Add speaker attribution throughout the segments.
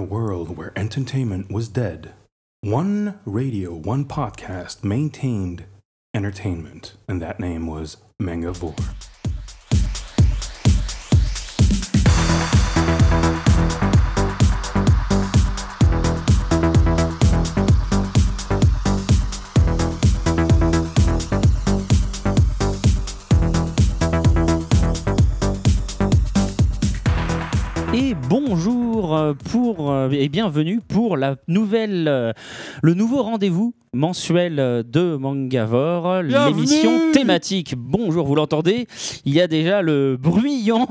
Speaker 1: world where entertainment was dead, one radio, one podcast maintained entertainment, and that name was Mangavore.
Speaker 2: Et bonjour euh, pour euh, et bienvenue pour la nouvelle euh, le nouveau rendez-vous mensuel euh, de Mangavore,
Speaker 3: Bienvenue
Speaker 2: l'émission thématique. Bonjour, vous l'entendez Il y a déjà le bruyant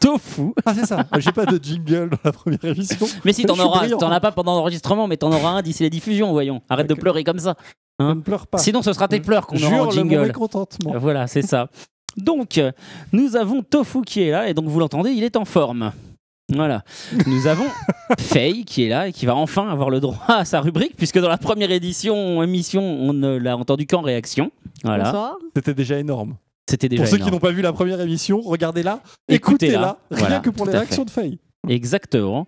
Speaker 2: tofu.
Speaker 3: Ah, c'est ça. J'ai pas de jingle dans la première émission.
Speaker 2: Mais si
Speaker 3: Je
Speaker 2: t'en
Speaker 3: suis
Speaker 2: auras,
Speaker 3: brillant.
Speaker 2: t'en as pas pendant l'enregistrement, mais t'en auras un d'ici la diffusion, voyons. Arrête de
Speaker 3: Ok.
Speaker 2: pleurer comme ça.
Speaker 3: Ne me pleure pas.
Speaker 2: Sinon, ce sera tes pleurs qu'on aura
Speaker 3: Jure
Speaker 2: en
Speaker 3: le
Speaker 2: jingle.
Speaker 3: mauvais contentement.
Speaker 2: Euh, Voilà, c'est ça. Donc, euh, nous avons Tofu qui est là, et donc vous l'entendez, il est en forme. Voilà. Nous avons Faye qui est là et qui va enfin avoir le droit à sa rubrique, puisque dans la première édition, émission, on ne l'a entendu qu'en réaction. Voilà.
Speaker 4: Bonsoir.
Speaker 3: C'était déjà énorme.
Speaker 2: C'était déjà
Speaker 3: Pour ceux qui
Speaker 2: énorme.
Speaker 3: n'ont pas vu la première émission, regardez-la,
Speaker 2: Écoutez-la.
Speaker 3: écoutez-la, rien
Speaker 2: Voilà,
Speaker 3: que pour
Speaker 2: tout
Speaker 3: les
Speaker 2: à
Speaker 3: réactions de Faye.
Speaker 2: Exactement.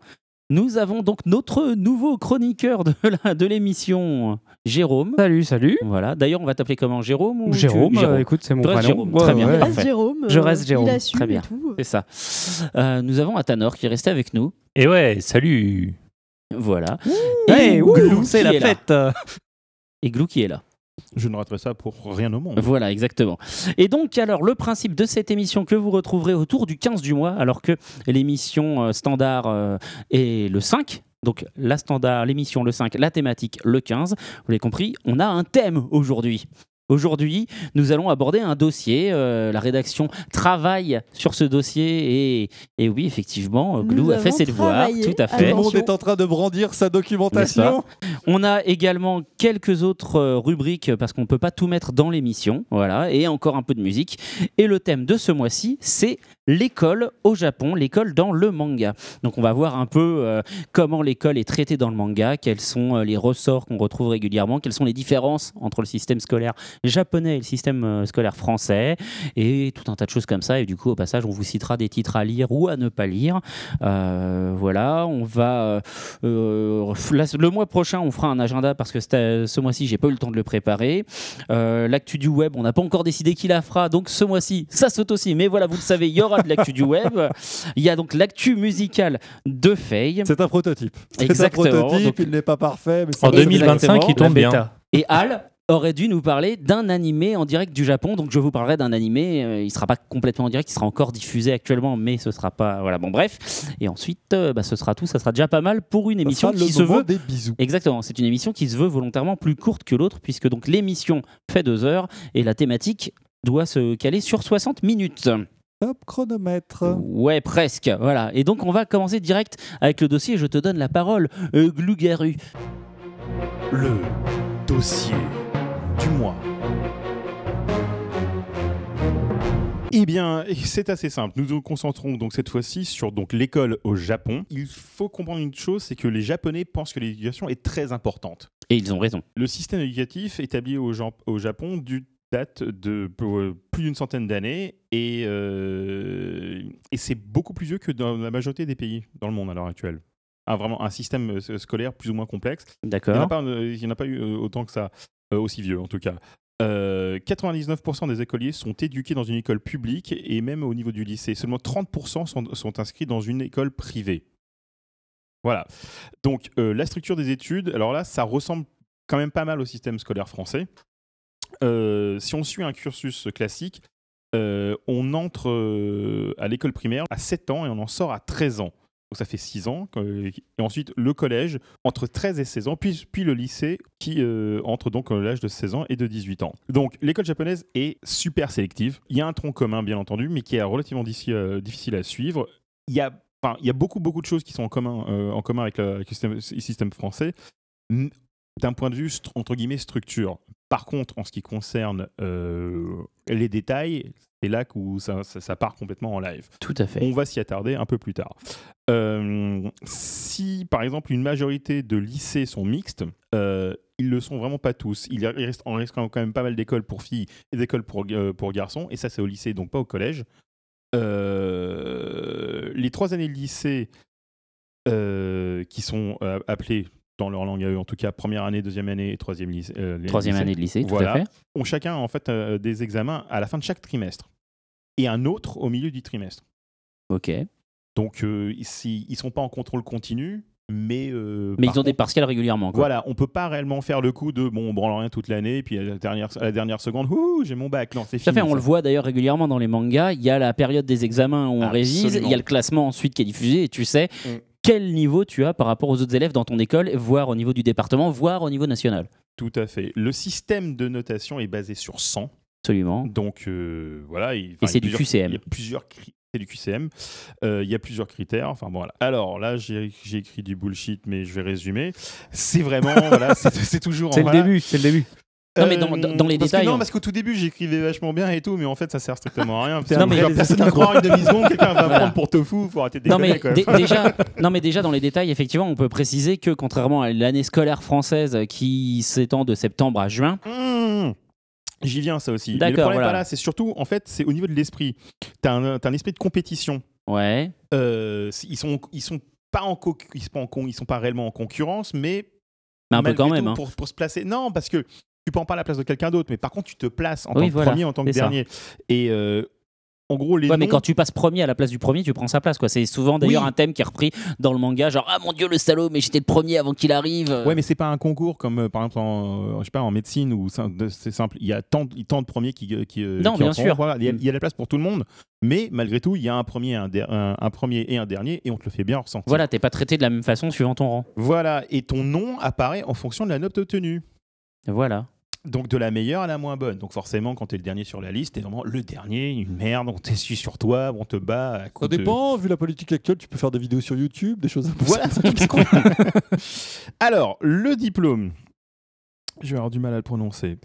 Speaker 2: Nous avons donc notre nouveau chroniqueur de la- de l'émission, Jérôme.
Speaker 5: Salut, salut.
Speaker 2: Voilà. D'ailleurs, on va t'appeler comment Jérôme ou tu-
Speaker 5: Jérôme, euh, écoute, c'est mon
Speaker 2: Bref,
Speaker 5: prénom.
Speaker 2: Jérôme, très bien.
Speaker 4: Je
Speaker 2: Parfait.
Speaker 4: reste Jérôme. euh,
Speaker 5: Je reste Jérôme.
Speaker 4: Il assume
Speaker 2: Très bien.
Speaker 4: et tout.
Speaker 2: C'est ça. Euh, nous avons Atanor qui est resté avec nous.
Speaker 6: Et ouais, salut
Speaker 2: Voilà.
Speaker 5: Hey, ouh,
Speaker 2: Glou
Speaker 5: Eh c'est
Speaker 2: qui
Speaker 5: la
Speaker 2: est là.
Speaker 5: fête. euh.
Speaker 2: Et Glou qui est là.
Speaker 7: Je ne raterai ça pour rien au monde.
Speaker 2: Voilà, exactement. Et donc, alors, le principe de cette émission que vous retrouverez autour du 15 du mois, alors que l'émission euh, standard euh, est le 5. Donc, la standard, l'émission le 5, la thématique le 15. Vous l'avez compris, on a un thème aujourd'hui. Aujourd'hui, nous allons aborder un dossier. euh, la rédaction travaille sur ce dossier et, et oui, effectivement, euh,
Speaker 4: Nous
Speaker 2: Glou a fait
Speaker 4: avons
Speaker 2: ses devoirs.
Speaker 4: travaillé.
Speaker 2: Tout à
Speaker 3: Tout
Speaker 2: fait.
Speaker 3: le
Speaker 4: Attention.
Speaker 3: monde est en train de brandir sa documentation.
Speaker 2: On a également quelques autres euh, rubriques euh, parce qu'on ne peut pas tout mettre dans l'émission. Voilà, et encore un peu de musique. Et le thème de ce mois-ci, c'est l'école au Japon, l'école dans le manga. Donc on va voir un peu euh, comment l'école est traitée dans le manga, quels sont euh, les ressorts qu'on retrouve régulièrement, quelles sont les différences entre le système scolaire japonais et le système euh, scolaire français, et tout un tas de choses comme ça. Et du coup, au passage, on vous citera des titres à lire ou à ne pas lire. Euh, voilà, on va euh, euh, la- le mois prochain, on fera un agenda parce que c'était- ce mois-ci, j'ai pas eu le temps de le préparer. Euh, l'actu du web, on n'a pas encore décidé qui la fera, donc ce mois-ci, ça saute aussi. Mais voilà, vous le savez, il y aura de l'actu du web. Il y a donc l'actu musicale de Faye.
Speaker 3: C'est un prototype. C'est un
Speaker 2: Exactement,
Speaker 3: prototype,
Speaker 2: donc-
Speaker 3: il n'est pas parfait. Mais c'est
Speaker 6: En
Speaker 3: pas grave.
Speaker 6: 2025, il
Speaker 5: La
Speaker 6: tombe bien.
Speaker 5: bêta.
Speaker 2: Et Al aurait dû nous parler d'un animé en direct du Japon. Donc je vous parlerai d'un animé. euh, il sera pas complètement en direct, il sera encore diffusé actuellement, mais ce sera pas. Voilà, bon, bref. Et ensuite, euh, bah, ce sera tout. Ça sera déjà pas mal pour une
Speaker 3: Ça
Speaker 2: émission
Speaker 3: sera le
Speaker 2: qui se
Speaker 3: moment
Speaker 2: veut.
Speaker 3: des bisous.
Speaker 2: Exactement, c'est une émission qui se veut volontairement plus courte que l'autre, puisque donc l'émission fait deux heures et la thématique doit se caler sur 60 minutes.
Speaker 3: Top chronomètre.
Speaker 7: Oh.
Speaker 2: Ouais, presque. Voilà. Et donc on va commencer direct avec le dossier. Je te donne la parole, euh, Glugaru.
Speaker 7: Le dossier du mois. Eh bien, c'est assez simple. Nous nous concentrons donc cette fois-ci sur donc l'école au Japon. Il faut comprendre une chose, c'est que les Japonais pensent que l'éducation est très importante.
Speaker 2: Et ils ont raison.
Speaker 7: Le système éducatif établi au, Jan- au Japon du- date de pour, euh, plus d'une centaine d'années et, euh, et c'est beaucoup plus vieux que dans la majorité des pays dans le monde à l'heure actuelle. Ah, vraiment un système euh, scolaire plus ou moins complexe. Il n'y en, a
Speaker 2: D'accord.
Speaker 7: pas, euh, il y en a pas eu euh, autant que ça, Euh, aussi vieux en tout cas. Euh, 99% des écoliers sont éduqués dans une école publique et même au niveau du lycée. Seulement 30% sont, sont inscrits dans une école privée. Voilà. Donc euh, la structure des études, alors là, ça ressemble quand même pas mal au système scolaire français. Euh, si on suit un cursus classique, euh, on entre euh, à l'école primaire à 7 ans et on en sort à 13 ans. Donc ça fait 6 ans. que- Et ensuite le collège entre 13 et 16 ans, puis, puis le lycée qui euh, entre donc à l'âge de 16 ans et de 18 ans. Donc l'école japonaise est super sélective. Il y a un tronc commun bien entendu, mais qui est relativement d'ici- euh, difficile à suivre. Il y a, enfin, il y a beaucoup, beaucoup de choses qui sont en commun, euh, en commun avec, le- avec le système- le système français n- d'un point de vue stru- entre guillemets structure. Par contre, en ce qui concerne euh, les détails, c'est là que- où ça, ça- ça part complètement en live.
Speaker 2: Tout à fait.
Speaker 7: On va s'y attarder un peu plus tard. Euh, si par exemple une majorité de lycées sont mixtes, euh, ils le sont vraiment pas tous. Il y a- il reste, on reste quand même pas mal d'écoles pour filles et d'écoles pour, euh, pour garçons, et ça c'est au lycée, donc pas au collège. Euh, les trois années de lycée euh, qui sont euh, appelés dans leur langue à eux, en tout cas première année, deuxième année et troisième, lycée- euh, les-
Speaker 2: Troisième
Speaker 7: lycée,
Speaker 2: année de lycée,
Speaker 7: Voilà.
Speaker 2: tout à fait.
Speaker 7: ont chacun en fait euh, des examens à la fin de chaque trimestre et un autre au milieu du trimestre.
Speaker 2: Ok.
Speaker 7: Donc euh, ici, ils sont pas en contrôle continu, mais euh,
Speaker 2: Mais
Speaker 7: par
Speaker 2: ils ont des
Speaker 7: contre,
Speaker 2: partiels régulièrement. Quoi.
Speaker 7: voilà, on peut pas réellement faire le coup de bon, on branle rien toute l'année, puis à la dernière, à la dernière seconde, ouh, j'ai mon bac. Non, c'est
Speaker 2: Tout à
Speaker 7: fini.
Speaker 2: fait, on
Speaker 7: ça.
Speaker 2: le voit d'ailleurs régulièrement dans les mangas. Il y a la période des examens où on révise,
Speaker 7: Absolument.
Speaker 2: il y a le classement ensuite qui est diffusé et tu sais
Speaker 7: Mm.
Speaker 2: quel niveau tu as par rapport aux autres élèves dans ton école, voire au niveau du département, voire au niveau national.
Speaker 7: Tout à fait. Le système de notation est basé sur 100.
Speaker 2: Absolument.
Speaker 7: Donc euh, voilà. il- enfin, il y
Speaker 2: Et
Speaker 7: a
Speaker 2: c'est du
Speaker 7: plusieurs- Il y
Speaker 2: QCM.
Speaker 7: a plusieurs cri- c'est du QCM. Euh, il y a plusieurs critères. Enfin bon, voilà. Alors là, j'ai j'ai écrit du bullshit, mais je vais résumer. C'est vraiment, voilà, c'est c'est toujours. en-
Speaker 5: C'est le
Speaker 7: voilà.
Speaker 5: début, c'est le début.
Speaker 2: Non, mais dans- dans-
Speaker 7: Euh,
Speaker 2: dans les
Speaker 7: parce que
Speaker 2: détails, hein.
Speaker 7: non,
Speaker 2: on-
Speaker 7: parce qu'au tout début, j'écrivais vachement bien et tout, mais en fait, ça sert strictement à rien.
Speaker 5: Non, mais-
Speaker 7: genre, personne ne croit en une demi-seconde, quelqu'un va
Speaker 2: Voilà.
Speaker 7: prendre pour tofu, faut arrêter de
Speaker 2: Non
Speaker 7: déconner
Speaker 2: mais,
Speaker 7: quand même.
Speaker 2: dé- déjà, non mais déjà dans les détails, effectivement, on peut préciser que contrairement à l'année scolaire française euh, qui s'étend de septembre à juin,
Speaker 7: Mmh. J'y viens, ça aussi. Mais le
Speaker 2: D'accord,
Speaker 7: problème
Speaker 2: voilà.
Speaker 7: pas là, c'est surtout, en fait, c'est au niveau de l'esprit. T'as un, t'as un esprit de compétition.
Speaker 2: ouais,
Speaker 7: Euh, c'est- ils sont, ils sont pas en co- ils sont pas en con- ils sont pas réellement en concurrence, mais
Speaker 2: mais un peu
Speaker 7: malgré
Speaker 2: quand
Speaker 7: tout,
Speaker 2: même. hein.
Speaker 7: Pour, pour se placer, non, parce que tu prends pas la place de quelqu'un d'autre, mais par contre, tu te places en
Speaker 2: Oui,
Speaker 7: tant que
Speaker 2: voilà,
Speaker 7: premier, en tant que
Speaker 2: c'est ça.
Speaker 7: dernier. Et euh, en gros, les
Speaker 2: Ouais, mais
Speaker 7: noms-
Speaker 2: quand tu passes premier à la place du premier, tu prends sa place. quoi. C'est souvent d'ailleurs
Speaker 7: Oui.
Speaker 2: un thème qui est repris dans le manga, genre ah mon dieu le salaud, mais j'étais le premier avant qu'il arrive.
Speaker 7: Ouais, mais c'est pas un concours comme euh, par exemple en, euh, je sais pas, en médecine où c'est de- c'est simple. Il y a tant, de- tant de premiers qui, qui, euh,
Speaker 2: Non,
Speaker 7: qui
Speaker 2: bien
Speaker 7: entreront,
Speaker 2: sûr. Mm.
Speaker 7: voilà. Il, y a, il y a de la place pour tout le monde, mais malgré tout, il y a un premier, un, der- un- un premier et un dernier, et on te le fait bien ressentir.
Speaker 2: Voilà, t'es pas traité de la même façon suivant ton rang.
Speaker 7: Voilà, et ton nom apparaît en fonction de la note obtenue.
Speaker 2: Voilà.
Speaker 7: Donc de la meilleure à la moins bonne. Donc forcément, quand t'es le dernier sur la liste, t'es vraiment le dernier, une merde, on t'essuie sur toi, on te bat. à coups
Speaker 3: Ça
Speaker 7: de-
Speaker 3: dépend, vu la politique actuelle, tu peux faire des vidéos sur YouTube, des choses un peu
Speaker 7: Voilà ce qui se compte. Alors, le diplôme. Je vais avoir du mal à le prononcer.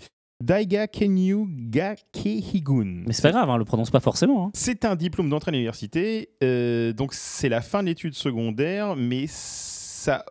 Speaker 7: Daiga Kenyu Gakehigun.
Speaker 2: Mais c'est pas grave, hein, le prononce pas forcément. hein.
Speaker 7: C'est un diplôme d'entrée à l'université. euh, donc, c'est la fin de l'étude secondaire, mais ça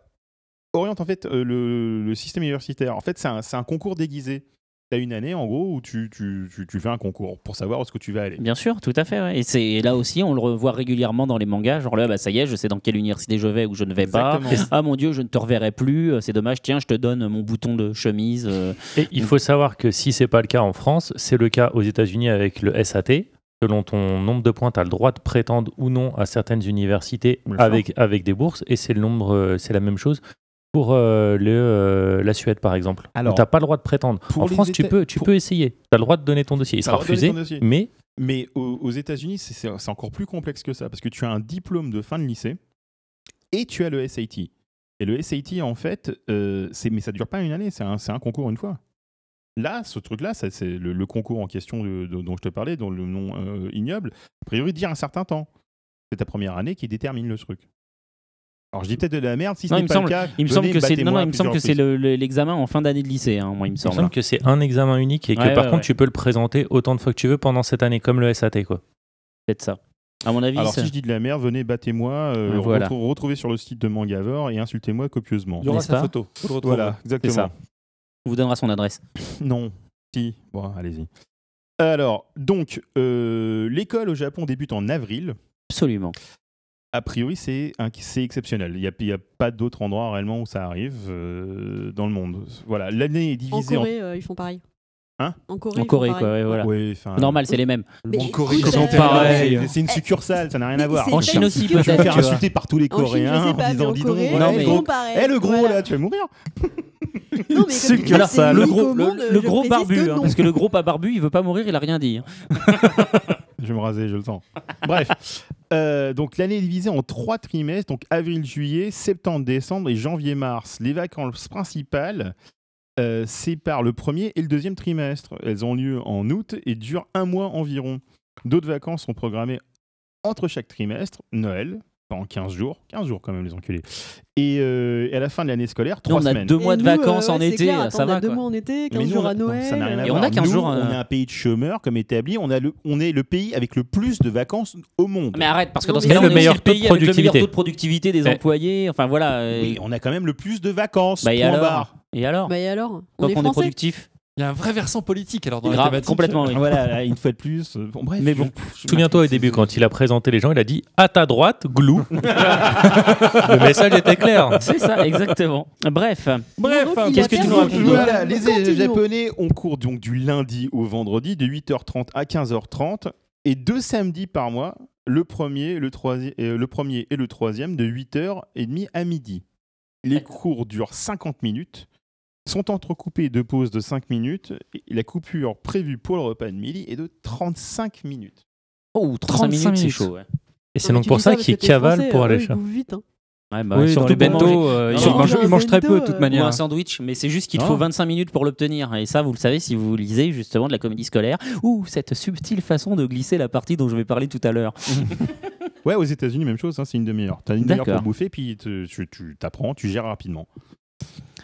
Speaker 7: oriente en fait euh, le, le système universitaire. En fait, c'est un, c'est un concours déguisé. Tu as une année, en gros, où tu, tu- tu- tu fais un concours pour savoir où est-ce que tu vas aller.
Speaker 2: Bien sûr, tout à fait. ouais. Et c'est là aussi, on le revoit régulièrement dans les mangas. Genre là, bah, ça y est, je sais dans quelle université je vais ou je ne vais pas.
Speaker 7: Exactement.
Speaker 2: Ah mon dieu, je ne te reverrai plus. euh, C'est dommage. Tiens, je te donne mon bouton de chemise. euh.
Speaker 6: Et il faut savoir que si c'est pas le cas en France, c'est le cas aux États-Unis avec le SAT. Selon ton nombre de points, tu as le droit de prétendre ou non à certaines universités
Speaker 7: Bien sûr.
Speaker 6: avec, avec des bourses. Et c'est le nombre, euh, c'est la même chose pour euh, le, euh, la Suède, par exemple.
Speaker 7: Alors,
Speaker 6: tu n'as pas le droit de prétendre.
Speaker 7: pour
Speaker 6: En
Speaker 7: les
Speaker 6: France, tu,
Speaker 7: Éta-
Speaker 6: peux, tu
Speaker 7: pour-
Speaker 6: peux essayer. Tu as le droit de donner ton dossier. Il
Speaker 7: T'as
Speaker 6: sera
Speaker 7: le droit de donner ton
Speaker 6: refusé,
Speaker 7: dossier.
Speaker 6: mais
Speaker 7: Mais aux, aux États-Unis, c'est- c'est c'est encore plus complexe que ça, parce que tu as un diplôme de fin de lycée et tu as le SAT. Et le SAT, en fait, euh, c'est- mais ça ne dure pas une année, c'est un, c'est un concours une fois. Là, ce truc-là, ça, c'est le, le concours en question de- de- dont je te parlais, dont le nom euh, ignoble, a priori, dure un certain temps. C'est ta première année qui détermine le truc. Alors, je dis peut-être de la merde, si ce
Speaker 2: Non,
Speaker 7: n'est
Speaker 2: il me
Speaker 7: pas
Speaker 2: semble-
Speaker 7: le cas.
Speaker 2: Il me
Speaker 7: venez,
Speaker 2: semble que c'est non, non,
Speaker 7: battez-moi
Speaker 2: il me semble que
Speaker 7: plusieurs
Speaker 2: c'est le- le- l'examen en fin d'année de lycée. hein, moi, il me
Speaker 6: il me
Speaker 2: semble.
Speaker 6: semble que c'est un examen unique et que
Speaker 2: Ouais,
Speaker 6: par
Speaker 2: ouais,
Speaker 6: contre,
Speaker 2: ouais.
Speaker 6: tu peux le présenter autant de fois que tu veux pendant cette année, comme le SAT. Quoi.
Speaker 2: Peut-être ça. À mon avis.
Speaker 7: Alors
Speaker 2: ça-
Speaker 7: si je dis de la merde, venez battez-moi, euh,
Speaker 2: Voilà.
Speaker 7: retro- retrouvez sur le site de Mangavor et insultez-moi copieusement.
Speaker 3: Il y aura
Speaker 2: N'est-ce
Speaker 3: sa
Speaker 2: pas
Speaker 3: photo. Vous le retrouverez.
Speaker 7: Voilà, exactement.
Speaker 2: ça. On vous donnera son adresse.
Speaker 7: Non. Si. Bon, allez-y. Alors, donc, euh, l'école au Japon débute en avril.
Speaker 2: Absolument.
Speaker 7: A priori, c'est un- c'est exceptionnel. Il n'y a, il y a pas d'autre endroit réellement où ça arrive euh, dans le monde. Voilà, l'année est
Speaker 4: En
Speaker 7: divisée en.
Speaker 4: Corée, euh, ils font pareil.
Speaker 7: Hein
Speaker 4: En Corée,
Speaker 2: En
Speaker 4: ils font
Speaker 2: Corée,
Speaker 4: pareil.
Speaker 2: quoi. ouais, voilà.
Speaker 7: Ouais, enfin,
Speaker 2: Normal, c'est les mêmes.
Speaker 4: Mais
Speaker 7: En
Speaker 4: écoute,
Speaker 7: Corée,
Speaker 4: euh,
Speaker 7: comment
Speaker 4: euh,
Speaker 7: t'es-
Speaker 2: pareil.
Speaker 7: C'est une succursale, ça n'a rien à
Speaker 4: mais
Speaker 7: voir.
Speaker 4: c'est
Speaker 2: En Chine
Speaker 4: pas
Speaker 2: aussi,
Speaker 4: compliqué,
Speaker 7: Je vais me
Speaker 2: peut-être,
Speaker 7: faire
Speaker 2: tu vois.
Speaker 7: insulter par tous les
Speaker 4: En Chine, je
Speaker 7: Coréens
Speaker 4: sais pas,
Speaker 7: en
Speaker 4: mais
Speaker 7: disant
Speaker 4: en
Speaker 7: dis donc.
Speaker 4: Corée,
Speaker 7: voilà,
Speaker 2: mais-
Speaker 7: le
Speaker 4: ils
Speaker 7: gros-
Speaker 4: font pareil.
Speaker 7: Eh, le gros
Speaker 4: Voilà.
Speaker 7: là, tu vas mourir.
Speaker 4: Non, mais comme tu dis,
Speaker 7: Succursale.
Speaker 4: c'est
Speaker 2: le
Speaker 4: unique
Speaker 2: gros,
Speaker 4: au
Speaker 2: le-
Speaker 4: monde,
Speaker 2: le
Speaker 4: je
Speaker 2: gros
Speaker 4: précise
Speaker 2: barbu,
Speaker 4: que
Speaker 2: hein,
Speaker 4: non.
Speaker 2: parce que le gros pas barbu, il veut pas mourir, il a rien dit. hein.
Speaker 7: Je vais me raser, je le sens. Bref. Euh, donc l'année est divisée en trois trimestres, donc avril, juillet, septembre, décembre et janvier, mars. Les vacances principales euh, séparent le premier et le deuxième trimestre. Elles ont lieu en août et durent un mois environ. D'autres vacances sont programmées entre chaque trimestre, Noël, pendant 15 jours, 15 jours quand même les enculés, et, euh, et à la fin de l'année scolaire,
Speaker 2: Nous,
Speaker 7: trois
Speaker 2: on a
Speaker 7: semaines.
Speaker 2: deux mois
Speaker 4: Et
Speaker 2: de
Speaker 4: nous, euh,
Speaker 2: vacances en
Speaker 4: ouais, c'est
Speaker 2: été,
Speaker 4: clair,
Speaker 2: ça
Speaker 4: attends, on
Speaker 2: va.
Speaker 4: a deux
Speaker 2: quoi.
Speaker 4: mois en été,
Speaker 7: Mais
Speaker 4: 15
Speaker 7: nous,
Speaker 4: jours
Speaker 7: on a-
Speaker 4: à
Speaker 7: non, ça n'a rien
Speaker 4: Noël.
Speaker 7: à
Speaker 2: Et on
Speaker 7: voir.
Speaker 2: a 15
Speaker 7: Nous,
Speaker 2: jours, euh,
Speaker 7: On est un pays de chômeurs comme établi. On, a le, on est le pays avec le plus de vacances au monde.
Speaker 2: Mais arrête, parce que
Speaker 4: Non,
Speaker 2: dans ce
Speaker 4: mais-
Speaker 2: cas-là, on est
Speaker 6: Mais le
Speaker 2: aussi
Speaker 6: meilleur
Speaker 2: le
Speaker 6: taux de
Speaker 2: pays avec le meilleur
Speaker 6: productivité.
Speaker 2: taux de productivité des
Speaker 6: Eh.
Speaker 2: employés. Enfin voilà. euh,
Speaker 7: Oui, on a quand même le plus de vacances.
Speaker 2: Bah et
Speaker 7: point
Speaker 2: alors
Speaker 7: barre.
Speaker 2: Et alors
Speaker 4: Bah et alors On
Speaker 2: Tant
Speaker 4: est
Speaker 2: qu'on est
Speaker 4: français
Speaker 2: productif.
Speaker 8: Il y a un vrai versant politique alors dans la
Speaker 2: Grave,
Speaker 8: thématique.
Speaker 2: complètement, oui.
Speaker 7: Voilà, là, une fois de plus. euh, Bon, bref,
Speaker 2: Mais bon,
Speaker 7: je- je-
Speaker 6: Souviens-toi au début, quand il a présenté les gens, il a dit à ta droite, glou. le message était clair.
Speaker 2: C'est ça, exactement. Bref, hein,
Speaker 8: Bref,
Speaker 4: Donc, il
Speaker 2: qu'est-ce
Speaker 4: a
Speaker 2: que tu
Speaker 4: perdu.
Speaker 2: nous racontes
Speaker 7: Voilà, les
Speaker 4: Continuons.
Speaker 7: Japonais, on court donc du lundi au vendredi, de 8h30 à 15h30, et deux samedis par mois, le premier, le, troisi- euh, le premier et le troisième, de 8h30 à midi. Les cours durent 50 minutes, sont entrecoupés de pauses de 5 minutes, et la coupure prévue pour le repas de midi est de 35 minutes.
Speaker 2: oh, 35 minutes,
Speaker 8: 35
Speaker 2: c'est
Speaker 8: minutes.
Speaker 2: chaud. Ouais.
Speaker 6: Et c'est donc pour ça qu'il cavale pour aller chercher.
Speaker 4: vite. hein.
Speaker 2: Ouais, bah,
Speaker 5: Oui,
Speaker 2: surtout
Speaker 5: dans les
Speaker 2: pour manger.
Speaker 5: bento, euh,
Speaker 2: Non,
Speaker 5: ils
Speaker 2: non,
Speaker 5: mangent-
Speaker 4: dans
Speaker 5: ils
Speaker 4: un
Speaker 5: mangent très
Speaker 4: bento,
Speaker 5: peu de toute
Speaker 4: euh,
Speaker 2: ou
Speaker 5: manière.
Speaker 2: un sandwich, mais c'est juste qu'il
Speaker 7: Ah.
Speaker 2: faut 25 minutes pour l'obtenir. Et ça, vous le savez si vous lisez justement de la comédie scolaire ou cette subtile façon de glisser la partie dont je vais parler tout à l'heure.
Speaker 7: Ouais, aux États-Unis, même chose, hein, c'est une demi-heure. T'as une demi-heure pour
Speaker 2: D'accord.
Speaker 7: bouffer, puis te- tu tu t'apprends, tu gères rapidement.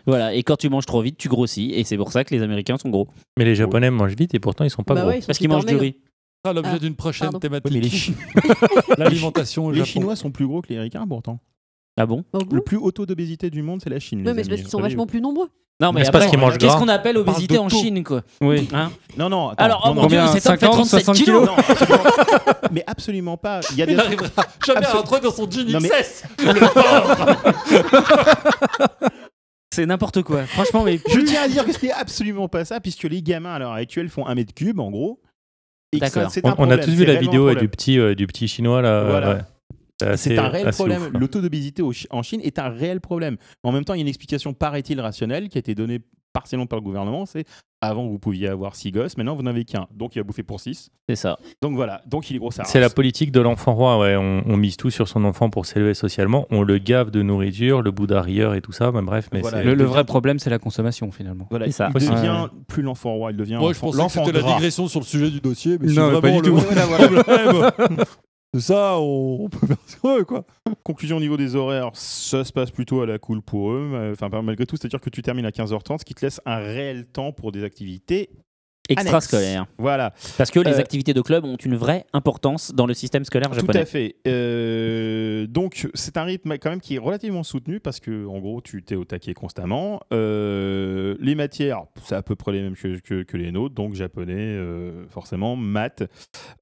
Speaker 2: Voilà, et quand tu manges trop vite, tu grossis. Et c'est pour ça que les Américains sont gros.
Speaker 6: Mais les Japonais mangent vite et pourtant ils sont pas
Speaker 4: Bah
Speaker 6: gros.
Speaker 4: ouais, ils sont
Speaker 2: Parce qu'ils
Speaker 4: super
Speaker 2: mangent du
Speaker 4: maigres.
Speaker 2: riz.
Speaker 8: Ça sera l'objet
Speaker 4: Ah,
Speaker 8: d'une prochaine
Speaker 4: pardon.
Speaker 8: thématique.
Speaker 7: Oui, mais les
Speaker 8: L'alimentation au
Speaker 7: les
Speaker 8: Japon.
Speaker 7: Chinois sont plus gros que les Ricains pourtant.
Speaker 2: Ah bon
Speaker 4: Dans le
Speaker 7: Le
Speaker 4: goût
Speaker 7: plus haut taux d'obésité du monde, c'est la Chine.
Speaker 4: Ouais,
Speaker 7: les
Speaker 4: mais c'est
Speaker 7: amis.
Speaker 4: parce qu'ils sont
Speaker 7: Vous savez-
Speaker 4: vachement plus nombreux.
Speaker 2: Non,
Speaker 6: Mais c'est parce
Speaker 2: après,
Speaker 6: qu'ils mangent
Speaker 2: Qu'est-ce
Speaker 6: gras.
Speaker 2: qu'on appelle
Speaker 8: parle
Speaker 2: obésité
Speaker 8: de
Speaker 2: en
Speaker 8: taux.
Speaker 2: Chine, quoi
Speaker 5: Oui.
Speaker 2: Hein
Speaker 7: Non, non, attends,
Speaker 2: Alors, oh
Speaker 7: non,
Speaker 2: mon
Speaker 7: non.
Speaker 5: Combien
Speaker 2: dieu, cet homme fait
Speaker 5: 50,
Speaker 2: 37
Speaker 5: 60
Speaker 2: kilos
Speaker 7: Non, absolument- mais absolument pas. Il y a des
Speaker 8: Il
Speaker 7: trucs-
Speaker 8: n'arrivera jamais à rentrer dans son jean
Speaker 7: Non, mais-
Speaker 8: XS.
Speaker 2: C'est n'importe quoi. Franchement, mais
Speaker 7: Je tiens à dire que c'était absolument pas ça, puisque les gamins à l'heure actuelle font un mètre cube en gros. Et que
Speaker 2: D'accord.
Speaker 7: ça, c'est
Speaker 6: On,
Speaker 7: un
Speaker 6: on a
Speaker 7: problème,
Speaker 6: tous
Speaker 7: c'est
Speaker 6: vu la
Speaker 7: réellement un
Speaker 6: vidéo euh, du
Speaker 7: problème.
Speaker 6: petit, euh, du petit chinois là. euh,
Speaker 7: Voilà.
Speaker 6: ouais. assez-
Speaker 7: C'est un réel
Speaker 6: assez
Speaker 7: problème.
Speaker 6: ah, ouf,
Speaker 7: Le taux d'obésité au Chi- en Chine est un réel problème. En même temps, il y a une explication, paraît-il, rationnelle qui a été donnée partiellement par le gouvernement. C'est avant, vous pouviez avoir six gosses, maintenant, vous n'en avez qu'un. Donc, il a bouffé pour six.
Speaker 2: c'est ça.
Speaker 7: Donc, voilà. Donc, il est gros ça.
Speaker 6: C'est la politique de l'enfant roi, ouais. On, on mise tout sur son enfant pour s'élever socialement. On le gave de nourriture, le bout rieur et tout ça. mais bref, mais
Speaker 7: Voilà.
Speaker 6: c'est-
Speaker 5: Le, le vrai problème, c'est la consommation finalement.
Speaker 7: Voilà,
Speaker 2: C'est ça.
Speaker 7: il
Speaker 5: Possible.
Speaker 7: devient plus l'enfant roi, il devient
Speaker 8: Moi, je
Speaker 7: l'enfant-
Speaker 8: pensais que
Speaker 7: l'enfant
Speaker 8: c'était la
Speaker 7: gras.
Speaker 8: digression sur le sujet du dossier, mais
Speaker 5: Non,
Speaker 8: c'est
Speaker 5: mais
Speaker 8: vraiment
Speaker 5: pas du
Speaker 8: le
Speaker 5: tout.
Speaker 8: voilà, voilà, problème. De ça, on, on peut faire ce qu'on veut, quoi.
Speaker 7: Conclusion au niveau des horaires, ça se passe plutôt à la cool pour eux. mais, Enfin, pas- malgré tout, c'est-à-dire que tu termines à 15h30, ce qui te laisse un réel temps pour des activités.
Speaker 2: Extrascolaire.
Speaker 7: Voilà,
Speaker 2: Parce que les
Speaker 7: Euh,
Speaker 2: activités de club ont une vraie importance dans le système scolaire
Speaker 7: tout à
Speaker 2: japonais.
Speaker 7: fait. Euh, donc, c'est un rythme quand même qui est relativement soutenu parce que, en gros, tu t'es au taquet constamment. Euh, les matières, c'est à peu près les mêmes que, que- que les nôtres, donc japonais, euh, forcément, maths,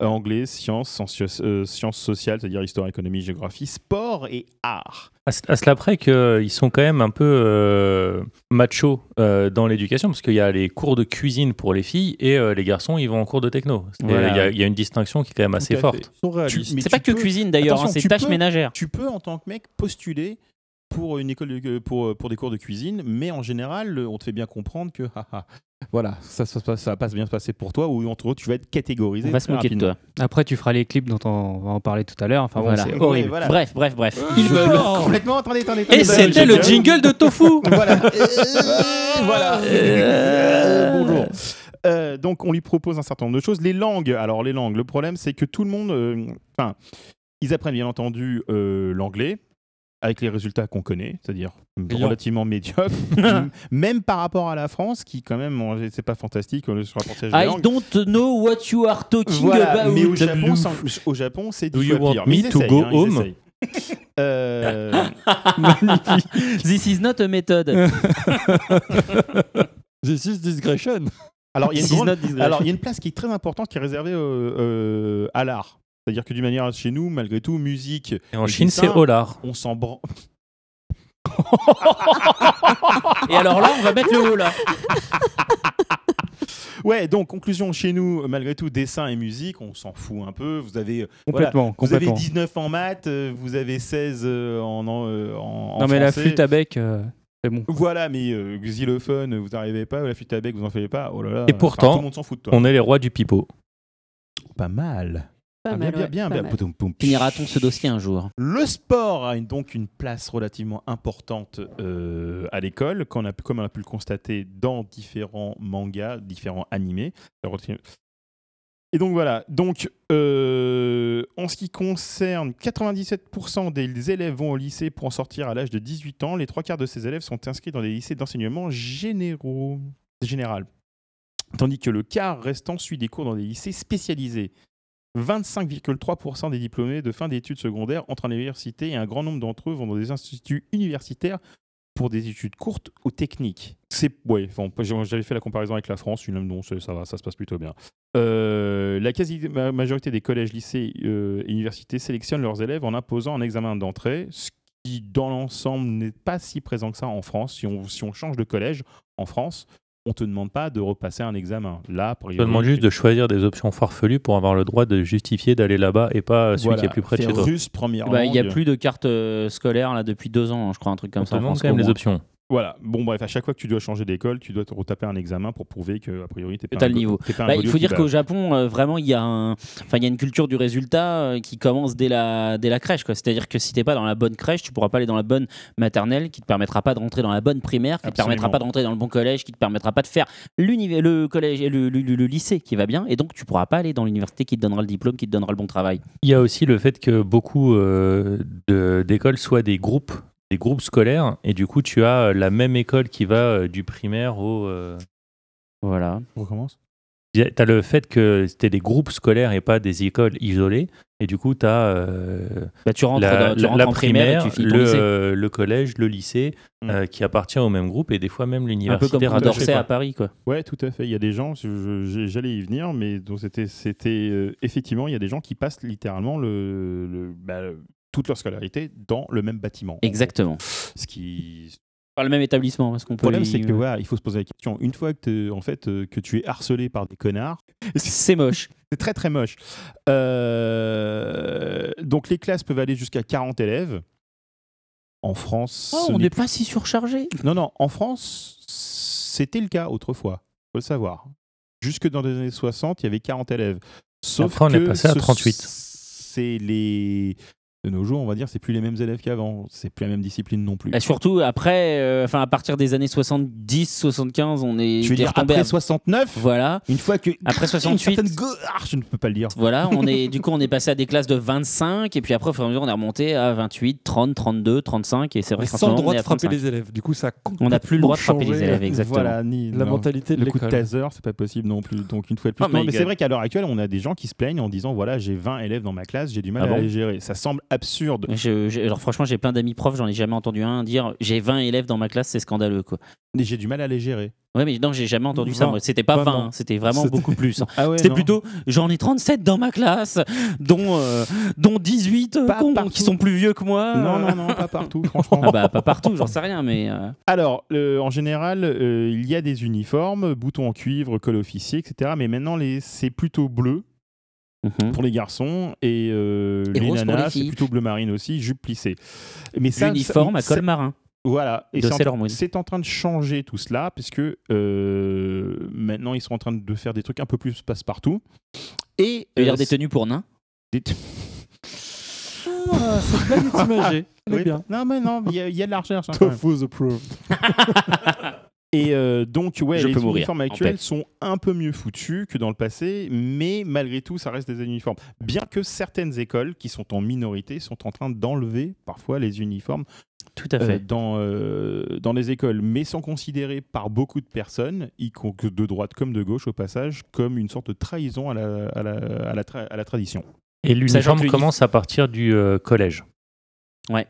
Speaker 7: euh, anglais, sciences, sciences, euh, sciences sociales, c'est-à-dire histoire, économie, géographie, sport et art.
Speaker 6: À, ce- à cela près qu'ils sont quand même un peu euh, machos euh, dans l'éducation, parce qu'il y a les cours de cuisine pour les filles et euh, les garçons, ils vont en cours de techno. C'est- Il
Speaker 2: Voilà.
Speaker 6: y, a- il y a une distinction qui est quand même
Speaker 7: Tout
Speaker 6: assez
Speaker 7: à fait.
Speaker 6: forte.
Speaker 7: Tu-
Speaker 8: Ils sont réalistes.
Speaker 7: mais
Speaker 2: C'est
Speaker 7: tu
Speaker 2: pas que
Speaker 7: peux-
Speaker 2: cuisine d'ailleurs, hein,
Speaker 7: Attention,
Speaker 2: c'est
Speaker 7: tu
Speaker 2: tâches
Speaker 7: peux-
Speaker 2: ménagères.
Speaker 7: tu peux en tant que mec postuler pour une école de- euh, pour, pour des cours de cuisine, mais en général, le- on te fait bien comprendre que haha, voilà, ça, ça, ça, ça va pas bien se passer pour toi, ou entre autres, tu vas être catégorisé.
Speaker 2: On va se
Speaker 7: très
Speaker 2: moquer de
Speaker 7: rapidement.
Speaker 2: toi.
Speaker 5: Après, tu feras les clips dont on va en parler tout à l'heure. Enfin, bon,
Speaker 2: Voilà.
Speaker 5: c'est
Speaker 7: Ouais,
Speaker 5: horrible.
Speaker 7: voilà.
Speaker 2: Bref, bref, bref.
Speaker 8: Il
Speaker 7: Je
Speaker 8: meurt.
Speaker 7: bloque complètement. Attendez, attendez, attendez. Bah,
Speaker 5: Et c'était le jingle de Tofu
Speaker 7: Voilà. Euh, voilà. Euh, Bonjour. Euh, donc, on lui propose un certain nombre de choses. Les langues. Alors, les langues. Le problème, c'est que tout le monde. euh, Enfin, ils apprennent bien entendu euh, l'anglais avec les résultats qu'on connaît, c'est-à-dire
Speaker 8: Brillant.
Speaker 7: relativement médiocre, même par rapport à la France, qui quand même, euh, c'est pas fantastique euh, sur le portage des
Speaker 2: I
Speaker 7: langues.
Speaker 2: don't know what you are talking
Speaker 7: Voilà,
Speaker 2: about.
Speaker 7: mais au Japon, sans- au Japon, c'est
Speaker 6: Do
Speaker 7: dix
Speaker 6: you
Speaker 7: fois
Speaker 6: want
Speaker 7: pire. Mais
Speaker 6: me
Speaker 7: ils
Speaker 6: to
Speaker 7: essayent,
Speaker 6: go
Speaker 7: hein, ils
Speaker 6: home
Speaker 7: essayent. Euh,
Speaker 2: This is not a method.
Speaker 8: J'ai 6 discretion.
Speaker 7: alors, il y a
Speaker 2: This is
Speaker 7: une grande-
Speaker 2: not disgrace.
Speaker 7: Alors, il y a une place qui est très importante qui est réservée euh, euh, à l'art. C'est-à-dire que d'une manière, chez nous, malgré tout, musique,
Speaker 6: Et en
Speaker 7: Et
Speaker 6: Chine,
Speaker 7: dessin.
Speaker 6: c'est Olar.
Speaker 7: on s'en branle.
Speaker 2: Et alors là, on va mettre le haut là.
Speaker 7: Ouais, donc, conclusion, chez nous, malgré tout, dessin et musique, on s'en fout un peu. Vous avez, euh, voilà,
Speaker 5: Complètement,
Speaker 7: vous avez
Speaker 5: complètement.
Speaker 7: 19 en maths, euh, vous avez 16 euh, en, en, euh, en- en
Speaker 5: non, mais la
Speaker 7: français.
Speaker 5: flûte à bec, euh, c'est bon.
Speaker 7: Voilà, mais euh, xylophone, vous n'arrivez pas, la flûte à bec, vous en faites pas. Oh là là.
Speaker 6: Et
Speaker 7: Enfin,
Speaker 6: pourtant,
Speaker 7: tout le monde s'en fout de toi.
Speaker 6: On est les rois du pipeau.
Speaker 7: Pas mal.
Speaker 4: Pas
Speaker 7: Ah,
Speaker 4: mal,
Speaker 7: bien,
Speaker 4: ouais,
Speaker 7: bien,
Speaker 4: pas
Speaker 7: bien,
Speaker 4: mal.
Speaker 7: Poutoum, poum.
Speaker 2: Finira-t-on ce dossier un jour
Speaker 7: Le sport a une- donc une place relativement importante euh, à l'école, qu'on a pu- comme on a pu le constater dans différents mangas, différents animés. Et donc voilà, donc euh, en ce qui concerne 97% des élèves vont au lycée pour en sortir à l'âge de 18 ans, les trois quarts de ces élèves sont inscrits dans des lycées d'enseignement généraux, général. Tandis que le quart restant suit des cours dans des lycées spécialisés. 25,3% des diplômés de fin d'études secondaires entrent en université et un grand nombre d'entre eux vont dans des instituts universitaires pour des études courtes ou techniques. C'est ouais, enfin, j'ai- j'avais fait la comparaison avec la France, une non, c'est- ça va, ça se passe plutôt bien. Euh, la quasi-majorité des collèges, lycées euh, et universités sélectionnent leurs élèves en imposant un examen d'entrée, ce qui, dans l'ensemble, n'est pas si présent que ça en France. Si on, si on change de collège en France, on te demande pas de repasser un examen. Là, pour
Speaker 6: Je te demande juste de choisir des options farfelues pour avoir le droit de justifier d'aller là-bas et pas celui qui est plus près de chez toi.
Speaker 7: russe, première
Speaker 2: Bah, Il n'y a
Speaker 7: langue.
Speaker 2: plus de carte euh, scolaire là depuis deux ans, hein, je crois, un truc comme
Speaker 6: On
Speaker 2: ça.
Speaker 6: te
Speaker 2: en
Speaker 6: demande
Speaker 2: France,
Speaker 6: quand même
Speaker 2: au
Speaker 6: les
Speaker 2: moins.
Speaker 6: options.
Speaker 7: Voilà. Bon, bref, à chaque fois que tu dois changer d'école, tu dois te retaper un examen pour prouver que, a priori, t'es pas
Speaker 2: t'as
Speaker 7: un
Speaker 2: le
Speaker 7: go-
Speaker 2: niveau.
Speaker 7: t'es pas un
Speaker 2: Bah, il
Speaker 7: golio
Speaker 2: faut
Speaker 7: qui
Speaker 2: dire
Speaker 7: bat.
Speaker 2: qu'au Japon, euh, vraiment, il y, a un... enfin, il y a une culture du résultat euh, qui commence dès la, dès la crèche. quoi. C'est-à-dire que si t'es pas dans la bonne crèche, tu pourras pas aller dans la bonne maternelle, qui te permettra pas de rentrer dans la bonne primaire, qui
Speaker 7: Absolument.
Speaker 2: te permettra pas de rentrer dans le bon collège, qui te permettra pas de faire l'univ- le collège et le, le- le- le lycée qui va bien. Et donc, tu pourras pas aller dans l'université qui te donnera le diplôme, qui te donnera le bon travail.
Speaker 6: Il y a aussi le fait que beaucoup euh, de- d'écoles soient des groupes, des groupes scolaires, et du coup tu as euh, la même école qui va euh, du primaire au. euh,
Speaker 2: Voilà.
Speaker 7: On recommence
Speaker 6: y a- T'as le fait que c'était des groupes scolaires et pas des écoles isolées, et du coup t'as euh,
Speaker 2: Bah, tu rentres, dans-
Speaker 6: la,
Speaker 2: tu
Speaker 6: la-
Speaker 2: rentres
Speaker 6: la
Speaker 2: en primaire,
Speaker 6: primaire,
Speaker 2: et tu finis ton
Speaker 6: le,
Speaker 2: lycée.
Speaker 6: euh, le collège, le lycée,
Speaker 7: Mm.
Speaker 6: euh, qui appartient au même groupe, et des fois même
Speaker 2: Un peu
Speaker 6: l'université.
Speaker 2: comme quand
Speaker 6: rattache-
Speaker 2: Dorset à Paris, quoi.
Speaker 7: Ouais, tout à fait. Il y a des gens, je- je- j'allais y venir, mais donc c'était, c'était euh, effectivement, il y a des gens qui passent littéralement le, le- bah, le- toute leur scolarité dans le même bâtiment.
Speaker 2: Exactement.
Speaker 7: Ce qui,
Speaker 2: Pas le même établissement, parce qu'on
Speaker 7: Le
Speaker 2: peut.
Speaker 7: problème,
Speaker 2: y-
Speaker 7: c'est que voilà, il faut se poser la question. Une fois que, t'es- en fait, euh, que tu es harcelé par des connards,
Speaker 2: C'est moche.
Speaker 7: c'est très très moche. Euh, donc les classes peuvent aller jusqu'à 40 élèves. En France,
Speaker 2: Oh,
Speaker 7: ce
Speaker 2: on
Speaker 7: n'est-
Speaker 2: n'est pas si surchargé.
Speaker 7: non non, en France, c'était le cas autrefois. Faut le savoir. Jusque dans les années 60, il y avait 40 élèves. Sauf
Speaker 6: Après, on est
Speaker 7: que
Speaker 6: passé à
Speaker 7: ce-
Speaker 6: 38.
Speaker 7: C'est les de nos jours, on va dire, c'est plus les mêmes élèves qu'avant. C'est plus la même discipline non plus.
Speaker 2: Et Bah, surtout, après, euh, enfin, à partir des années 70, 75, on est
Speaker 7: tu veux
Speaker 2: t'es
Speaker 7: dire
Speaker 2: retombé
Speaker 7: après
Speaker 2: à-
Speaker 7: 69
Speaker 2: Voilà.
Speaker 7: Une fois que
Speaker 2: Après
Speaker 7: une
Speaker 2: 68.
Speaker 7: certaine go- Ah, je ne peux pas le dire.
Speaker 2: Voilà, on est, du coup, on est passé à des classes de 25, et puis après, au fur et à mesure, on est remonté à 28, 30, 32, 35, et c'est vrai
Speaker 8: Mais
Speaker 2: qu'en ce
Speaker 8: sans le
Speaker 2: moment,
Speaker 8: droit
Speaker 2: on est
Speaker 8: de
Speaker 2: à
Speaker 8: frapper
Speaker 2: 35.
Speaker 8: les élèves. Du coup, ça a
Speaker 2: On n'a plus le droit de frapper
Speaker 8: complètement
Speaker 2: les
Speaker 8: changé
Speaker 2: élèves, exactement.
Speaker 7: Voilà, ni-
Speaker 8: La
Speaker 7: non.
Speaker 8: mentalité de
Speaker 7: Le coup de
Speaker 8: l'école.
Speaker 7: taser, c'est pas possible non plus. Donc une fois de plus.
Speaker 2: Oh
Speaker 7: non,
Speaker 2: my
Speaker 7: mais c'est
Speaker 2: God.
Speaker 7: vrai qu'à l'heure actuelle, on a des gens qui se plaignent en disant voilà, j'ai 20 élèves dans ma classe, j'ai du mal
Speaker 6: Ah
Speaker 7: à
Speaker 6: bon
Speaker 7: les gérer. Ça semble absurde.
Speaker 2: Je- je- alors franchement, j'ai plein d'amis profs, j'en ai jamais entendu un dire j'ai 20 élèves dans ma classe, c'est scandaleux quoi.
Speaker 7: Mais j'ai du mal à les gérer.
Speaker 2: Ouais, mais non, j'ai jamais entendu ça.
Speaker 8: Vingt.
Speaker 2: Moi, c'était pas 20,
Speaker 8: Vraiment.
Speaker 2: hein, c'était vraiment
Speaker 8: C'était-
Speaker 2: beaucoup plus. hein.
Speaker 7: Ah ouais,
Speaker 2: C'était
Speaker 7: non.
Speaker 2: plutôt j'en ai 37 dans ma classe, dont euh, dont 18 euh,
Speaker 7: Pas
Speaker 2: cons,
Speaker 7: partout.
Speaker 2: qui sont plus vieux que moi.
Speaker 7: Non,
Speaker 2: Euh,
Speaker 7: non, non, pas partout, franchement.
Speaker 2: Ah bah pas partout, j'en sais rien, mais euh,
Speaker 7: Alors, euh, en général, euh, il y a des uniformes, boutons en cuivre, col officier, etc. Mais maintenant, les... c'est plutôt bleu
Speaker 2: mhm.
Speaker 7: pour les garçons et, euh,
Speaker 2: Et
Speaker 7: les
Speaker 2: rose pour les
Speaker 7: nanas, c'est
Speaker 2: filles.
Speaker 7: plutôt bleu marine aussi, jupe plissée. Mais ça, ça-
Speaker 2: uniforme à hein.
Speaker 7: ça-
Speaker 2: col marin.
Speaker 7: Voilà, et
Speaker 2: de
Speaker 7: c'est en,
Speaker 2: Sailor Moon.
Speaker 7: c'est en train de changer tout cela, puisque euh, maintenant ils sont en train de faire des trucs un peu plus passe-partout. Et
Speaker 2: Tu veux
Speaker 7: euh,
Speaker 2: dire des tenues pour nains
Speaker 7: des tenues-
Speaker 8: Ah, cette blague est imagée. Elle est
Speaker 7: Oui,
Speaker 8: bien.
Speaker 7: Non, mais non, il y, a- il y a de la recherche. hein, quand même.
Speaker 8: Tofu the proof.
Speaker 7: Et euh, donc, ouais,
Speaker 2: Je
Speaker 7: les
Speaker 2: peux mourir,
Speaker 7: uniformes
Speaker 2: en
Speaker 7: actuels
Speaker 2: paix.
Speaker 7: sont un peu mieux foutus que dans le passé, mais malgré tout, ça reste des uniformes. Bien que certaines écoles qui sont en minorité sont en train d'enlever parfois les uniformes
Speaker 2: Tout à
Speaker 7: euh, dans, euh, dans les écoles, mais sont considérés par beaucoup de personnes, y con- que de droite comme de gauche au passage, comme une sorte de trahison à la, à la- à la tra- à la tradition.
Speaker 6: Et
Speaker 2: Sachant que Mm.
Speaker 6: l'uniforme
Speaker 2: l'uni-
Speaker 6: commence à partir du euh, collège.
Speaker 2: euh,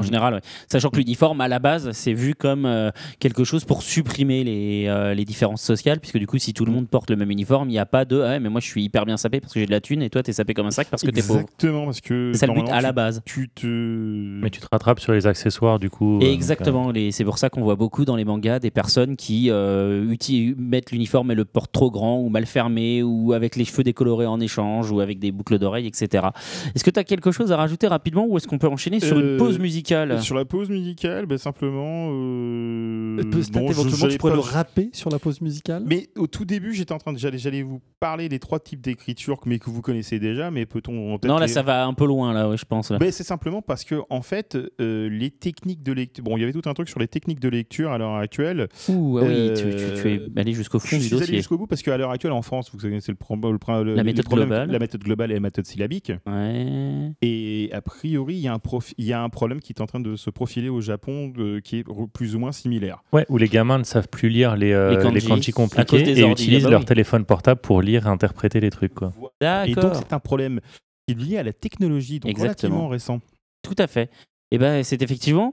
Speaker 2: En général, ouais. sachant que l'uniforme à la base, c'est vu comme euh, quelque chose pour supprimer les, euh, les différences sociales, puisque du coup, si tout le monde porte le même uniforme, il n'y a pas de ah ouais, mais moi je suis hyper bien sapé parce que j'ai de la thune et toi t'es sapé comme un sac parce que t'es pauvre.
Speaker 7: Exactement, parce que
Speaker 2: C'est ça le but
Speaker 7: normalement,
Speaker 2: à la base.
Speaker 7: tu, tu te...
Speaker 6: Mais tu te rattrapes sur les accessoires du coup.
Speaker 2: Et
Speaker 6: euh,
Speaker 2: exactement, les- c'est pour ça qu'on voit beaucoup dans les mangas des personnes qui euh, uti- mettent l'uniforme et le portent trop grand ou mal fermé ou avec les cheveux décolorés en échange ou avec des boucles d'oreilles, etc. Est-ce que tu as quelque chose à rajouter rapidement ou est-ce qu'on peut enchaîner sur
Speaker 7: Euh,
Speaker 2: une pause musicale
Speaker 7: Sur la pause musicale, ben, simplement... euh,
Speaker 8: Peut- peut-être
Speaker 7: bon, je-
Speaker 8: éventuellement,
Speaker 7: j'allais
Speaker 8: tu pourrais
Speaker 7: pas-
Speaker 8: le rapper sur la pause musicale.
Speaker 7: Mais au tout début, j'étais en train de j'allais j'allais vous parler des trois types d'écriture que- mais que vous connaissez déjà, mais peut-on on va peut-être
Speaker 2: Non, là
Speaker 7: les-
Speaker 2: ça va un peu loin, là, ouais, je pense. là.
Speaker 7: Ben, c'est simplement parce que en fait, euh, les techniques de lecture. Bon, il y avait tout un truc sur les techniques de lecture à l'heure actuelle.
Speaker 2: Ouh, ah oui,
Speaker 7: Euh,
Speaker 2: tu, tu- tu es allé jusqu'au
Speaker 7: Je
Speaker 2: fond du
Speaker 7: suis allé
Speaker 2: dossier.
Speaker 7: jusqu'au bout parce qu'à l'heure actuelle en France, vous connaissez le, pro- le pro- le-
Speaker 2: La
Speaker 7: les
Speaker 2: méthode
Speaker 7: problèmes-
Speaker 2: globale.
Speaker 7: la méthode globale et la méthode syllabique.
Speaker 2: Ouais.
Speaker 7: Et a priori, il y a un prof- il y a un problème qui est en train de se profiler au Japon euh, qui est re- plus ou moins similaire.
Speaker 6: euh, Ouais, où les gamins ne savent plus lire les, euh,
Speaker 2: Les
Speaker 6: les,
Speaker 2: kanji.
Speaker 6: kanji.
Speaker 2: À cause
Speaker 6: compliqués
Speaker 2: des
Speaker 6: et
Speaker 2: ordi,
Speaker 6: utilisent
Speaker 2: bah
Speaker 6: leur
Speaker 2: oui.
Speaker 6: téléphone portable pour lire et interpréter les trucs. Quoi.
Speaker 7: Et donc,
Speaker 2: D'accord.
Speaker 7: c'est un problème qui est lié à la technologie, donc
Speaker 2: Exactement.
Speaker 7: relativement récent.
Speaker 2: Tout à fait. Eh ben, c'est effectivement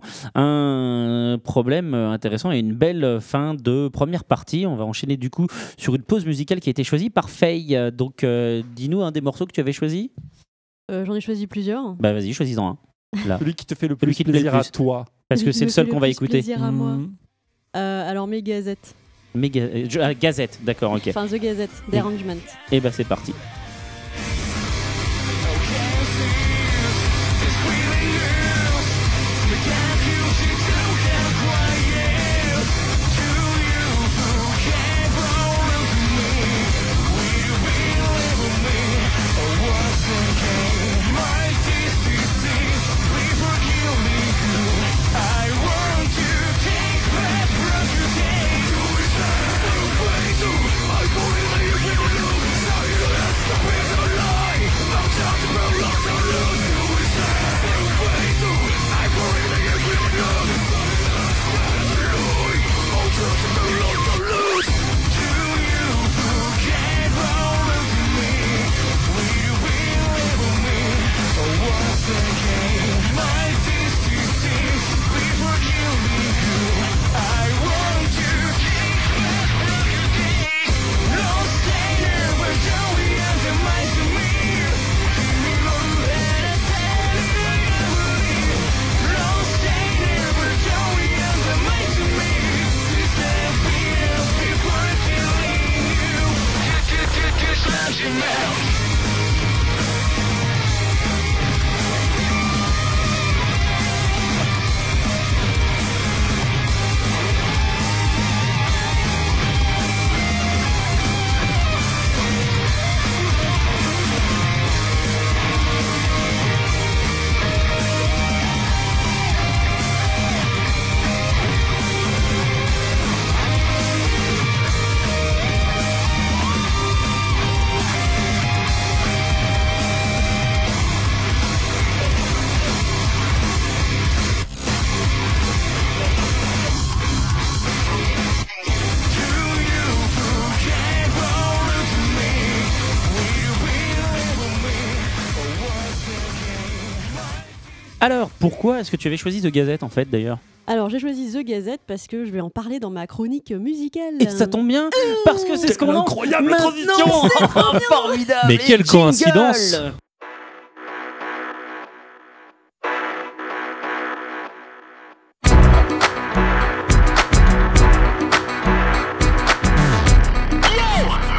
Speaker 2: un problème euh, intéressant et une belle euh, fin de première partie. On va enchaîner du coup sur une pause musicale qui a été choisie par Faye. Euh, Donc, euh, dis-nous un des morceaux que tu avais choisi.
Speaker 4: Euh, J'en ai choisi plusieurs.
Speaker 2: Bah vas-y, choisis-en un. Là.
Speaker 3: Celui qui te fait le plus
Speaker 2: Celui qui te plaît le
Speaker 3: plaisir à
Speaker 2: plus.
Speaker 3: toi.
Speaker 2: Parce
Speaker 4: Celui
Speaker 2: que
Speaker 4: qui
Speaker 2: c'est
Speaker 4: me
Speaker 2: le
Speaker 4: fait
Speaker 2: seul qu'on va écouter. Mmh.
Speaker 4: Plaisir à moi.
Speaker 3: Mhm.
Speaker 4: Euh, alors mes gazettes.
Speaker 2: Méga- euh, je- ah, Gazette, d'accord, ok.
Speaker 4: Enfin The Gazette, Derangement.
Speaker 2: Et ben c'est parti. Alors, pourquoi est-ce que tu avais choisi The Gazette en fait d'ailleurs
Speaker 4: Alors j'ai choisi The Gazette parce que je vais en parler dans ma chronique musicale.
Speaker 2: Et ça tombe bien
Speaker 4: oh
Speaker 2: parce que c'est ce qu'on a
Speaker 8: incroyable
Speaker 2: maintenant. Formidable.
Speaker 6: Mais
Speaker 2: Et
Speaker 6: quelle
Speaker 2: jingle
Speaker 6: coïncidence.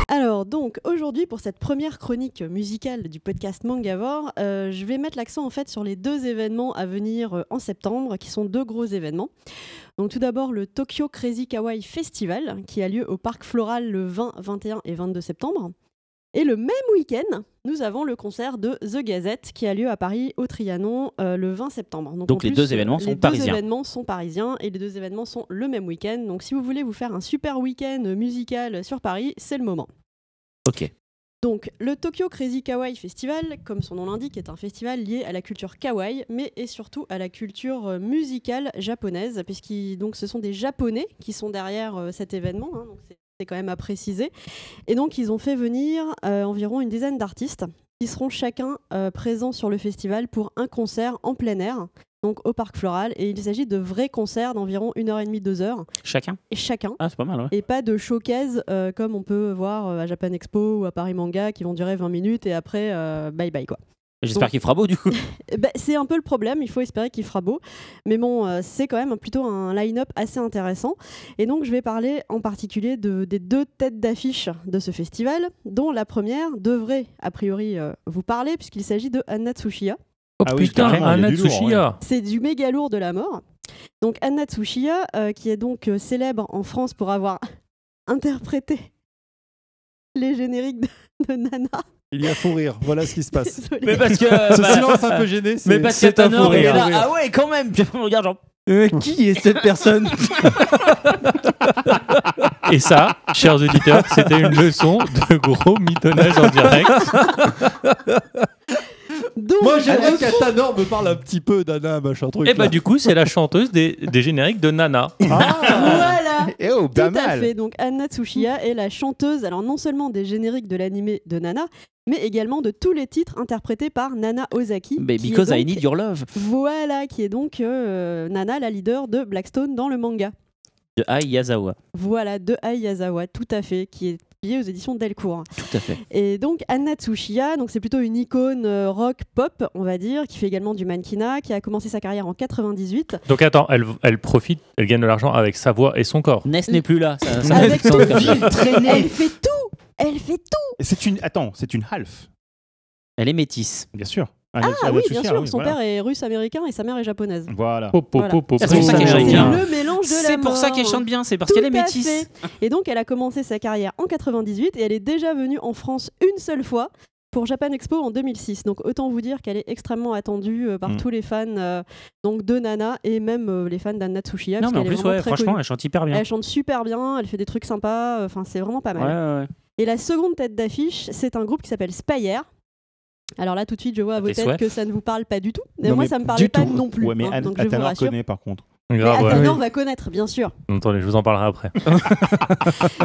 Speaker 4: Alors donc aujourd'hui pour cette première chronique musicale du podcast Mangavore, euh, je vais mettre l'accent en fait sur les deux événements à venir euh, en septembre qui sont deux gros événements. Donc tout d'abord le Tokyo Crazy Kawaii Festival qui a lieu au Parc Floral le 20, 21 et 22 septembre. Et le même week-end, nous avons le concert de The Gazette qui a lieu à Paris au Trianon euh, le 20 septembre.
Speaker 2: Donc,
Speaker 4: en
Speaker 2: les deux événements sont
Speaker 4: les
Speaker 2: parisiens.
Speaker 4: deux événements sont parisiens et les deux événements sont le même week-end. Donc si vous voulez vous faire un super week-end musical sur Paris, c'est le moment.
Speaker 2: Ok.
Speaker 4: Donc, le Tokyo Crazy Kawaii Festival, comme son nom l'indique, est un festival lié à la culture kawaii, mais et surtout à la culture euh, musicale japonaise, puisque donc ce sont des Japonais qui sont derrière euh, cet événement, hein, donc c'est c'est quand même à préciser. Et donc, ils ont fait venir euh, environ une dizaine d'artistes qui seront chacun euh, présents sur le festival pour un concert en plein air, donc au Parc Floral. Et il s'agit de vrais concerts d'environ une heure et demie, deux heures,
Speaker 2: Chacun.
Speaker 4: et chacun
Speaker 2: Ah, c'est pas mal. Ouais.
Speaker 4: et pas de showcase euh, comme on peut voir euh, à Japan Expo ou à Paris Manga qui vont durer 20 minutes et après euh, bye bye quoi.
Speaker 2: J'espère qu'il fera beau du coup.
Speaker 4: Eh ben, c'est un peu le problème, il faut espérer qu'il fera beau, mais bon, euh, c'est quand même plutôt un line-up assez intéressant. Et donc je vais parler en particulier de, des deux têtes d'affiche de ce festival, dont la première devrait a priori euh, vous parler puisqu'il s'agit de Anatsushia.
Speaker 6: Oh
Speaker 7: Ah oui, carrément, il y a
Speaker 6: Anna
Speaker 7: du lourd,
Speaker 6: Tsuchiya.
Speaker 4: C'est du méga lourd de la mort. Donc Anna Tsuchiya, euh, qui est donc euh, célèbre en France pour avoir interprété les génériques de, de Nana.
Speaker 3: Il y a fou rire. Voilà ce qui se passe.
Speaker 4: Désolée.
Speaker 2: Ah, Mais parce que.
Speaker 8: Ah,
Speaker 3: Ce
Speaker 2: bah,
Speaker 3: silence un peu gêné.
Speaker 2: Mais
Speaker 3: c'est-
Speaker 2: parce que
Speaker 3: c'est un fou
Speaker 2: Tanner, il est
Speaker 3: rire.
Speaker 2: là. Ah ouais, quand même. Puis après, on regarde genre.
Speaker 5: qui est cette personne
Speaker 6: Et ça, chers auditeurs, c'était une leçon de gros mitonnage en direct.
Speaker 4: Donc,
Speaker 3: Moi, j'aimerais qu'Atanor me parle un
Speaker 2: Eh ben,
Speaker 3: petit peu d'Anna, machin truc.
Speaker 6: Et bah
Speaker 3: là.
Speaker 6: du coup, c'est la chanteuse des, des génériques de Nana.
Speaker 4: Ah, voilà Voilà.
Speaker 7: Eh oh,
Speaker 4: Tout
Speaker 7: pas
Speaker 4: à
Speaker 7: mal.
Speaker 4: fait. Donc Anna Tsuchiya est la chanteuse, alors non seulement des génériques de l'animé de Nana, mais également de tous les titres interprétés par Nana Ozaki.
Speaker 2: Mais
Speaker 4: qui est
Speaker 2: because I
Speaker 4: donc-
Speaker 2: need your love.
Speaker 4: Voilà, qui est donc euh, Nana, la leader de Blackstone dans le manga.
Speaker 2: De Ai Yazawa.
Speaker 4: Voilà, de Ai Yazawa, tout à fait, qui est publié aux éditions Delcourt.
Speaker 2: Tout à fait.
Speaker 4: Et donc Anna Tsuchiya, donc c'est plutôt une icône euh, rock pop, on va dire, qui fait également du mannequinat, qui a commencé sa carrière en 98
Speaker 6: Donc attends, elle, elle profite, elle gagne de l'argent avec sa voix et son corps.
Speaker 2: Ness n'est plus là. Ça, ça
Speaker 4: avec
Speaker 2: fait
Speaker 4: tout
Speaker 2: sens comme ça.
Speaker 4: traîner. Elle fait tout, elle fait tout.
Speaker 7: C'est une. Attends, c'est une half,
Speaker 2: Elle est métisse.
Speaker 7: bien sûr.
Speaker 4: Ah oui, bien sûr, son père est russe américain et sa mère est japonaise.
Speaker 7: Voilà.
Speaker 6: Po, po,
Speaker 4: Voilà.
Speaker 6: po, po,
Speaker 2: Oh. C'est
Speaker 6: po.
Speaker 2: pour ça qu'elle
Speaker 4: C'est
Speaker 2: chante bien.
Speaker 4: le mélange de la
Speaker 2: C'est pour ça
Speaker 4: mort.
Speaker 2: qu'elle chante bien, c'est parce qu'elle est
Speaker 4: Tout à
Speaker 2: métisse.
Speaker 4: fait. Et donc, elle a commencé sa carrière en 98 et elle est déjà venue en France une seule fois pour Japan Expo en 2006. Donc, autant vous dire qu'elle est extrêmement attendue euh, par
Speaker 7: Mm.
Speaker 4: tous les fans euh, donc de Nana et même euh, les fans d'Anna Tsuchiya.
Speaker 2: Non,
Speaker 4: parce
Speaker 2: mais en
Speaker 4: qu'elle est
Speaker 2: plus,
Speaker 4: vraiment
Speaker 2: ouais,
Speaker 4: très
Speaker 2: franchement,
Speaker 4: connue.
Speaker 2: elle chante hyper
Speaker 4: elle...
Speaker 2: bien.
Speaker 4: chante super bien, elle fait des trucs sympas, euh, enfin, c'est vraiment pas
Speaker 2: Ouais,
Speaker 4: mal.
Speaker 2: ouais, ouais.
Speaker 4: Et la seconde tête d'affiche, c'est un groupe qui s'appelle Spayer. Alors là, tout de suite, je vois à vos
Speaker 6: Des
Speaker 4: têtes
Speaker 6: souhaits.
Speaker 4: que ça ne vous parle pas du tout. Mais
Speaker 7: Non,
Speaker 4: moi,
Speaker 7: mais
Speaker 4: ça me
Speaker 7: du
Speaker 4: parlait pas
Speaker 7: tout.
Speaker 4: non plus.
Speaker 7: Ouais, mais
Speaker 4: hein,
Speaker 7: Anne-
Speaker 4: donc je vous
Speaker 7: Athéna
Speaker 4: rassure. Ah,
Speaker 7: connaît par contre.
Speaker 6: Grave,
Speaker 4: mais
Speaker 6: ouais.
Speaker 4: Athéna, on va connaître, bien sûr.
Speaker 6: Attendez, je vous en parlerai après.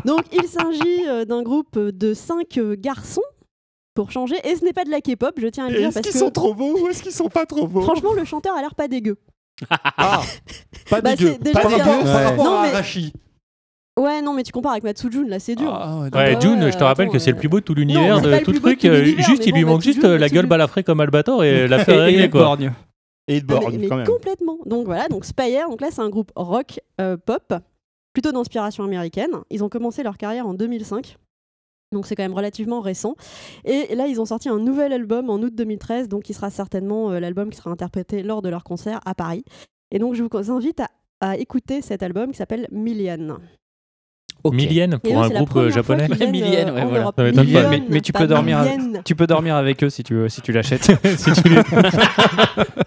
Speaker 4: Donc il s'agit euh, d'un groupe de 5 garçons pour changer et ce n'est pas de la K-pop, je tiens à le dire
Speaker 8: Est-ce
Speaker 4: parce
Speaker 8: qu'ils
Speaker 4: que
Speaker 8: sont trop beaux ou est-ce qu'ils sont pas trop beaux
Speaker 4: franchement le chanteur a l'air pas dégueu.
Speaker 8: Ah, Pas
Speaker 4: bah,
Speaker 8: dégueu.
Speaker 4: c'est déjà
Speaker 8: Par
Speaker 4: bien.
Speaker 8: rapport, par
Speaker 5: Ouais.
Speaker 8: rapport
Speaker 4: Non,
Speaker 8: à
Speaker 4: mais-
Speaker 8: Arashi.
Speaker 4: Ouais non mais tu compares avec Matsujun là c'est dur.
Speaker 8: Ah, ouais,
Speaker 6: Ouais,
Speaker 4: bah
Speaker 6: June,
Speaker 4: ouais,
Speaker 6: je te rappelle
Speaker 4: attends,
Speaker 6: que c'est le
Speaker 4: euh,
Speaker 6: plus beau de tout
Speaker 4: non,
Speaker 6: l'univers,
Speaker 4: c'est
Speaker 6: de
Speaker 4: pas le
Speaker 6: tout
Speaker 4: plus beau de
Speaker 6: truc.
Speaker 4: tout
Speaker 6: euh,
Speaker 4: l'univers,
Speaker 6: Juste,
Speaker 4: mais
Speaker 6: il lui
Speaker 4: bon,
Speaker 6: manque
Speaker 4: bah,
Speaker 6: juste
Speaker 4: June,
Speaker 6: euh, la
Speaker 4: tu
Speaker 6: gueule
Speaker 4: le-
Speaker 6: balafrée comme Albator et la faire
Speaker 5: Et, et les
Speaker 6: régler, quoi.
Speaker 5: borgnes.
Speaker 7: Et de
Speaker 4: Ah, mais-
Speaker 7: borgne
Speaker 4: mais
Speaker 7: quand même.
Speaker 4: complètement. Donc voilà donc Spire donc là c'est un groupe rock euh, pop plutôt d'inspiration américaine. Ils ont commencé leur carrière en 2005. Donc c'est quand même relativement récent. Et là, ils ont sorti un nouvel album en août 2013, donc qui sera certainement euh, l'album qui sera interprété lors de leur concert à Paris. Et donc je vous invite à, à écouter cet album qui s'appelle Million.
Speaker 2: Ok.
Speaker 6: Millienne
Speaker 4: Et
Speaker 6: pour
Speaker 4: eux,
Speaker 6: un
Speaker 4: c'est la
Speaker 6: groupe euh,
Speaker 4: première fois
Speaker 6: japonais.
Speaker 4: qu'ils viennent,
Speaker 2: Million,
Speaker 4: euh,
Speaker 2: ouais,
Speaker 4: en
Speaker 2: voilà.
Speaker 4: Europe.
Speaker 6: Ça m'étonne pas.
Speaker 4: Million,
Speaker 5: Mais- mais tu
Speaker 4: pas
Speaker 5: peux dormir avec-
Speaker 4: million.
Speaker 5: Tu peux dormir avec eux si tu veux, si tu l'achètes.
Speaker 6: Si tu lui-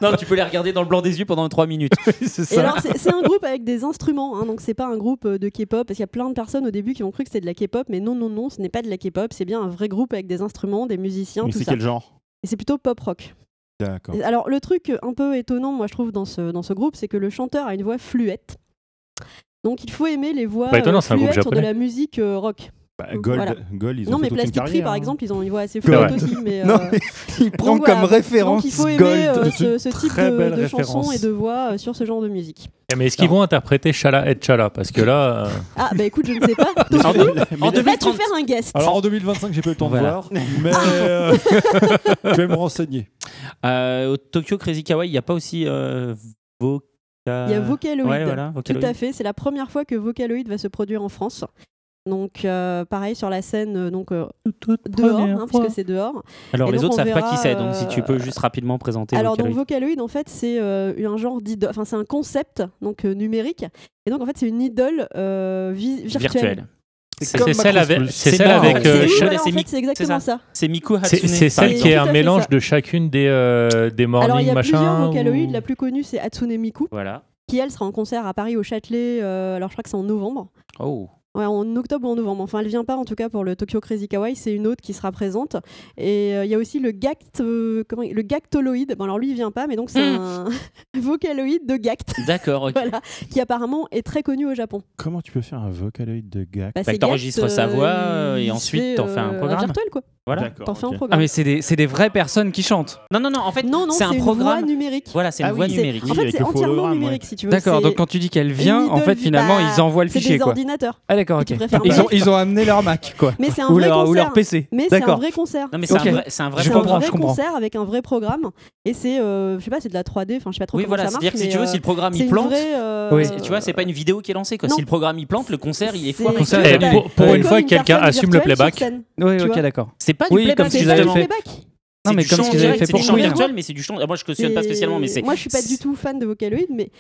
Speaker 2: Non, tu peux les regarder dans le blanc des yeux pendant 3 minutes.
Speaker 5: c'est
Speaker 4: Et alors, c'est c'est un groupe avec des instruments, hein, donc c'est pas un groupe euh, de K-pop, parce qu'il y a plein de personnes au début qui ont cru que c'était de la K-pop, mais non, non, non, ce n'est pas de la K-pop, c'est bien un vrai groupe avec des instruments, des musiciens,
Speaker 7: Mais
Speaker 4: tout
Speaker 7: c'est
Speaker 4: ça.
Speaker 7: quel genre
Speaker 4: Et c'est plutôt pop-rock.
Speaker 7: D'accord.
Speaker 4: Et Alors, le truc euh, un peu étonnant, moi, je trouve, dans ce, dans ce groupe, c'est que le chanteur a une voix fluette. Donc, il faut aimer les voix
Speaker 6: Pas étonnant,
Speaker 4: euh,
Speaker 6: c'est un groupe
Speaker 4: fluettes sur de
Speaker 6: japonais.
Speaker 4: la musique euh, rock.
Speaker 7: Bah, Gold,
Speaker 4: Voilà.
Speaker 7: Gold, ils ont
Speaker 4: non,
Speaker 7: fait
Speaker 4: mais
Speaker 7: toute une
Speaker 4: Plastic Tree,
Speaker 7: carrière,
Speaker 4: par
Speaker 7: hein.
Speaker 4: exemple, ils ont une voix assez fluette
Speaker 7: Ouais.
Speaker 4: aussi. Mais,
Speaker 5: Non,
Speaker 4: euh,
Speaker 5: mais il prend
Speaker 4: donc voilà.
Speaker 5: comme référence
Speaker 4: donc, il faut aimer
Speaker 5: Gold.
Speaker 4: euh, ce, ce type
Speaker 8: Très
Speaker 4: de,
Speaker 8: belle
Speaker 4: de chansons
Speaker 8: référence.
Speaker 4: et de voix euh, sur ce genre de musique.
Speaker 6: Eh, Mais est-ce qu'ils vont interpréter Chala et Chala Parce que là, euh,
Speaker 4: Ah, bah écoute, je ne sais pas. Donc,
Speaker 2: En, en
Speaker 4: là, Bah, tu
Speaker 2: 2030.
Speaker 4: faire un guest.
Speaker 8: Alors en 2025, j'ai pas eu le temps
Speaker 2: Voilà.
Speaker 8: de voir, mais euh, je vais me renseigner.
Speaker 2: Euh, au Tokyo Crazy Kawaii, il n'y a pas aussi euh, Voca-
Speaker 4: Il y a Vocaloid.
Speaker 2: euh, Ouais, voilà,
Speaker 4: Tout
Speaker 2: Vocaloid.
Speaker 4: à fait, c'est la première fois que Vocaloid va se produire en France. Donc, euh, pareil sur la scène, euh, donc euh, dehors, hein, puisque c'est dehors.
Speaker 2: Alors,
Speaker 4: Et
Speaker 2: les
Speaker 4: donc,
Speaker 2: autres
Speaker 4: on
Speaker 2: savent pas qui
Speaker 4: verra,
Speaker 2: c'est, donc si tu peux
Speaker 4: euh,
Speaker 2: juste rapidement présenter
Speaker 4: Alors
Speaker 2: Vocaloid.
Speaker 4: donc Vocaloid en fait c'est euh, un genre d'idole, enfin c'est un concept donc euh, numérique et donc en fait c'est une idole euh, vi- virtuelle.
Speaker 2: virtuelle.
Speaker 6: c'est
Speaker 2: comme
Speaker 6: c'est celle
Speaker 2: Macross
Speaker 6: avec,
Speaker 2: Plus.
Speaker 6: c'est
Speaker 2: C'est
Speaker 6: celle
Speaker 2: marrant,
Speaker 4: Ah,
Speaker 6: avec
Speaker 4: c'est-
Speaker 6: euh,
Speaker 4: oui,
Speaker 2: Shadow
Speaker 6: Chala-
Speaker 4: voilà, en
Speaker 2: Semi-
Speaker 4: fait c'est exactement ça.
Speaker 2: C'est Miku
Speaker 6: C'est
Speaker 2: Hatsune.
Speaker 6: c'est celle
Speaker 4: C'est
Speaker 6: qui est
Speaker 4: tout
Speaker 6: un
Speaker 4: à fait
Speaker 6: mélange
Speaker 4: ça.
Speaker 6: de chacune des, euh, des
Speaker 4: Alors il y
Speaker 6: morning
Speaker 4: a plusieurs
Speaker 6: machin.
Speaker 4: Vocaloid,
Speaker 6: ou-
Speaker 4: la plus connue c'est Hatsune Miku
Speaker 2: Voilà.
Speaker 4: qui elle sera en concert à Paris au Châtelet, euh, alors je crois que c'est en novembre.
Speaker 2: Oh.
Speaker 4: Ouais, en octobre ou en novembre. Enfin, elle vient pas en tout cas pour le Tokyo Crazy Kawaii, c'est une autre qui sera présente. Et euh, il y a aussi le Gact, euh, comment il- le Gactoloid. Bon alors lui il vient pas, mais donc c'est
Speaker 2: Mm.
Speaker 4: un Vocaloid de Gact,
Speaker 2: D'accord, ok.
Speaker 4: voilà, qui apparemment est très connu au Japon.
Speaker 7: Comment tu peux faire un vocaloid de gars
Speaker 2: Bah,
Speaker 4: Bah, c'est
Speaker 2: t'enregistres
Speaker 4: Gact,
Speaker 2: sa voix,
Speaker 4: euh,
Speaker 2: et
Speaker 4: il
Speaker 2: ensuite,
Speaker 4: fait,
Speaker 2: t'en fais un
Speaker 4: euh,
Speaker 2: programme.
Speaker 4: virtuel, quoi.
Speaker 2: Voilà.
Speaker 7: D'accord.
Speaker 4: T'en fais
Speaker 7: ok.
Speaker 4: un
Speaker 5: Ah
Speaker 4: programme.
Speaker 5: mais c'est des, c'est des vraies personnes qui chantent.
Speaker 2: Non, non, non, en fait,
Speaker 4: non, non,
Speaker 2: c'est un
Speaker 4: une
Speaker 2: programme.
Speaker 4: voix numérique.
Speaker 2: Voilà, c'est une
Speaker 7: Ah
Speaker 2: voix
Speaker 7: oui,
Speaker 4: C'est-
Speaker 2: numérique.
Speaker 4: En fait,
Speaker 7: avec
Speaker 4: c'est
Speaker 7: le
Speaker 4: entièrement
Speaker 7: hologramme,
Speaker 4: numérique si tu veux.
Speaker 5: D'accord,
Speaker 4: C'est-
Speaker 5: donc quand tu dis qu'elle vient,
Speaker 4: une
Speaker 5: en fait
Speaker 4: idole
Speaker 5: finalement
Speaker 4: vi-
Speaker 5: ils envoient le
Speaker 4: c'est
Speaker 5: fichier
Speaker 4: des
Speaker 5: quoi.
Speaker 4: ordinateurs.
Speaker 5: Ah d'accord,
Speaker 4: qui
Speaker 5: ok.
Speaker 4: préfèrent
Speaker 5: Ils ont,
Speaker 4: Mac.
Speaker 5: ils ont amené leur Mac quoi.
Speaker 4: Mais c'est un
Speaker 5: Ou
Speaker 4: vrai
Speaker 5: leur, ou leur
Speaker 4: concert.
Speaker 5: PC.
Speaker 4: Mais c'est un
Speaker 5: D'accord.
Speaker 4: vrai concert.
Speaker 2: Non, mais c'est
Speaker 5: Ok.
Speaker 2: un vrai- c'est un vrai
Speaker 5: Je
Speaker 4: C'est un
Speaker 5: comprends,
Speaker 4: vrai
Speaker 5: je comprends.
Speaker 4: concert avec un vrai programme et c'est euh, je sais pas c'est de la 3D enfin je sais pas trop
Speaker 2: Oui,
Speaker 4: comment
Speaker 2: voilà,
Speaker 4: ça marche
Speaker 2: c'est-à-dire que si
Speaker 4: mais,
Speaker 2: tu veux,
Speaker 4: euh,
Speaker 2: si le programme
Speaker 4: c'est
Speaker 2: il
Speaker 4: une
Speaker 2: plante,
Speaker 4: vraie, euh,
Speaker 5: Oui.
Speaker 2: c'est- tu vois, c'est pas une vidéo qui est lancée quoi.
Speaker 4: Non.
Speaker 2: Si le programme il plante, le concert il est
Speaker 4: C'est-
Speaker 2: foiré.
Speaker 5: Concert,
Speaker 6: Eh,
Speaker 5: Ouais.
Speaker 6: pour, pour
Speaker 5: Ouais.
Speaker 6: une
Speaker 4: comme
Speaker 6: fois, quelqu'un
Speaker 4: personne
Speaker 6: assume le
Speaker 4: virtuelle sur
Speaker 6: playback.
Speaker 4: scène.
Speaker 5: Oui,
Speaker 4: Tu
Speaker 5: ok,
Speaker 4: vois.
Speaker 5: d'accord.
Speaker 2: C'est pas du
Speaker 5: Oui,
Speaker 2: playback,
Speaker 5: comme ce
Speaker 4: C'est
Speaker 5: qu'ils
Speaker 4: pas
Speaker 5: avaient
Speaker 4: du
Speaker 5: fait.
Speaker 4: playback.
Speaker 5: Non,
Speaker 2: C'est
Speaker 5: mais
Speaker 2: du
Speaker 5: comme
Speaker 2: chant
Speaker 5: ce
Speaker 2: en
Speaker 5: qu'ils avaient
Speaker 2: direct,
Speaker 5: fait
Speaker 2: c'est
Speaker 5: pour
Speaker 2: du chant
Speaker 5: Queen.
Speaker 2: virtuel, mais c'est du chant. ah, Moi, je cautionne pas
Speaker 4: Et
Speaker 2: spécialement, mais c'est.
Speaker 4: Moi, je suis pas du tout fan de Vocaloid, mais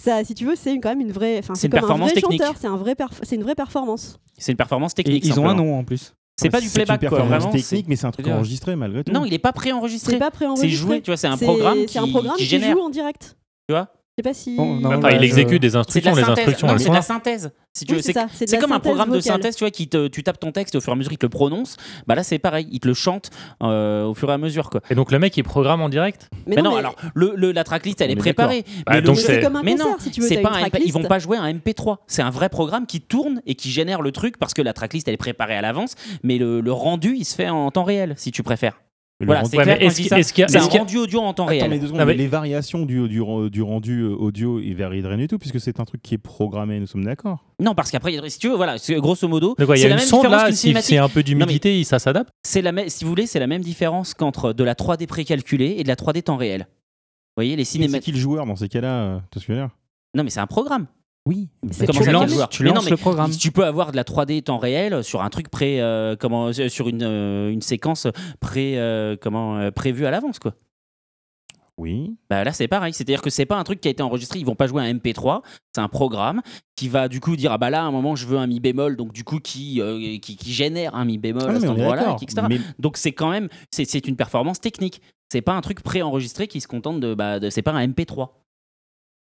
Speaker 4: ça, si tu veux, c'est une- quand même une vraie. Enfin,
Speaker 2: C'est
Speaker 4: c'est
Speaker 2: une
Speaker 4: comme un
Speaker 2: performance
Speaker 4: vrai
Speaker 2: technique.
Speaker 4: chanteur, c'est un vrai perf- c'est une vraie performance.
Speaker 2: C'est une performance
Speaker 5: Et
Speaker 2: technique.
Speaker 5: ils ont un
Speaker 2: simplement.
Speaker 5: nom en plus.
Speaker 2: C'est pas du
Speaker 7: une
Speaker 2: playback, quoi.
Speaker 7: performance
Speaker 2: Vraiment.
Speaker 7: technique, mais c'est un truc
Speaker 5: C'est-à-dire-
Speaker 7: enregistré malgré
Speaker 2: c'est-
Speaker 7: tout.
Speaker 2: Non, il est pas
Speaker 4: C'est
Speaker 2: préenregistré.
Speaker 4: pas
Speaker 2: C'est
Speaker 4: préenregistré.
Speaker 2: joué, tu vois, c'est un programme qui,
Speaker 4: C'est un programme
Speaker 2: qui
Speaker 4: qui
Speaker 2: génère.
Speaker 4: joue en direct.
Speaker 2: Tu vois
Speaker 4: sais pas si.
Speaker 5: Bon, non,
Speaker 6: Enfin,
Speaker 5: bah,
Speaker 6: il
Speaker 5: je-
Speaker 6: exécute des
Speaker 2: C'est de la
Speaker 6: instructions, les
Speaker 2: synthèse.
Speaker 6: instructions,
Speaker 2: Non,
Speaker 6: elles
Speaker 2: c'est
Speaker 6: sont
Speaker 2: de la
Speaker 6: là.
Speaker 2: synthèse. Si tu
Speaker 4: Oui,
Speaker 2: veux,
Speaker 4: c'est ça, c'est de
Speaker 2: C'est
Speaker 4: la
Speaker 2: comme un
Speaker 4: synthèse
Speaker 2: programme de
Speaker 4: vocale.
Speaker 2: synthèse, tu vois, qui te, tu tapes ton texte au fur et à mesure qu'il te le prononce. Bah là, c'est pareil, il te le chante euh, au fur et à mesure. Quoi.
Speaker 6: Et donc le mec, il programme en direct
Speaker 2: Mais, Bah non, alors le, le- la tracklist, elle est
Speaker 6: On est
Speaker 2: préparée.
Speaker 6: Bah,
Speaker 2: mais le
Speaker 6: donc
Speaker 2: jeu-
Speaker 4: c'est
Speaker 6: c'est-
Speaker 4: comme un
Speaker 2: mais
Speaker 4: concert
Speaker 2: non,
Speaker 4: si tu veux.
Speaker 2: c'est
Speaker 4: t'as
Speaker 2: pas
Speaker 4: une
Speaker 2: un MP-
Speaker 4: tracklist.
Speaker 2: ils vont pas jouer un MP3. C'est un vrai programme qui tourne et qui génère le truc parce que la tracklist elle est préparée à l'avance, mais le, le rendu il se fait en temps réel si tu préfères. Voilà, c'est
Speaker 6: Ouais,
Speaker 2: clair quand
Speaker 6: mais
Speaker 2: je
Speaker 6: est-ce
Speaker 2: dis
Speaker 6: qu'il
Speaker 2: ça.
Speaker 6: est-ce qu'il y a-
Speaker 2: C'est un
Speaker 6: est-ce qu'il y a-
Speaker 2: rendu audio en temps
Speaker 7: Attends,
Speaker 2: réel.
Speaker 7: mais deux secondes,
Speaker 6: Ah, mais-
Speaker 7: mais Les variations du, du, du rendu euh, audio, il varie de rien du tout, puisque c'est un truc qui est programmé, nous sommes d'accord.
Speaker 2: Non, parce qu'après, si tu veux, voilà, c'est- grosso modo,
Speaker 6: Donc, ouais, il y
Speaker 2: c'est
Speaker 6: a
Speaker 2: la
Speaker 6: une
Speaker 2: même
Speaker 6: sonde
Speaker 2: différence
Speaker 6: là,
Speaker 2: qu'une
Speaker 6: si
Speaker 2: cinématique.
Speaker 6: c'est un peu d'humidité, ça s'adapte.
Speaker 2: C'est la même, si vous voulez, c'est la même différence qu'entre de la 3D précalculée et de la 3D temps réel. Vous voyez, les
Speaker 7: Mais C'est
Speaker 2: cinématiques.
Speaker 7: qui le joueur dans ces cas-là euh, T'as ce que je veux dire
Speaker 2: Non, mais c'est un programme.
Speaker 7: Oui.
Speaker 2: C'est comment
Speaker 5: tu
Speaker 2: ça, quel
Speaker 5: lances,
Speaker 2: joueur
Speaker 5: tu
Speaker 2: Mais
Speaker 5: lances
Speaker 2: non, mais
Speaker 5: le programme.
Speaker 2: Tu peux avoir de la 3D temps réel sur un truc pré, euh, comment, euh, sur une, euh, une séquence pré, euh, comment, euh, prévue à l'avance, quoi.
Speaker 7: Oui.
Speaker 2: Bah là, c'est pareil. C'est-à-dire que c'est pas un truc qui a été enregistré. Ils vont pas jouer un MP3. C'est un programme qui va du coup dire ah bah là à un moment je veux un mi bémol, donc du coup qui euh, qui, qui génère un mi bémol
Speaker 7: Ah,
Speaker 2: à
Speaker 7: non,
Speaker 2: cet
Speaker 7: mais on est
Speaker 2: endroit-là,
Speaker 7: d'accord.
Speaker 2: etc.
Speaker 7: Mais
Speaker 2: Donc c'est quand même c'est c'est une performance technique. C'est pas un truc préenregistré qui se contente de bah de- c'est pas un MP3.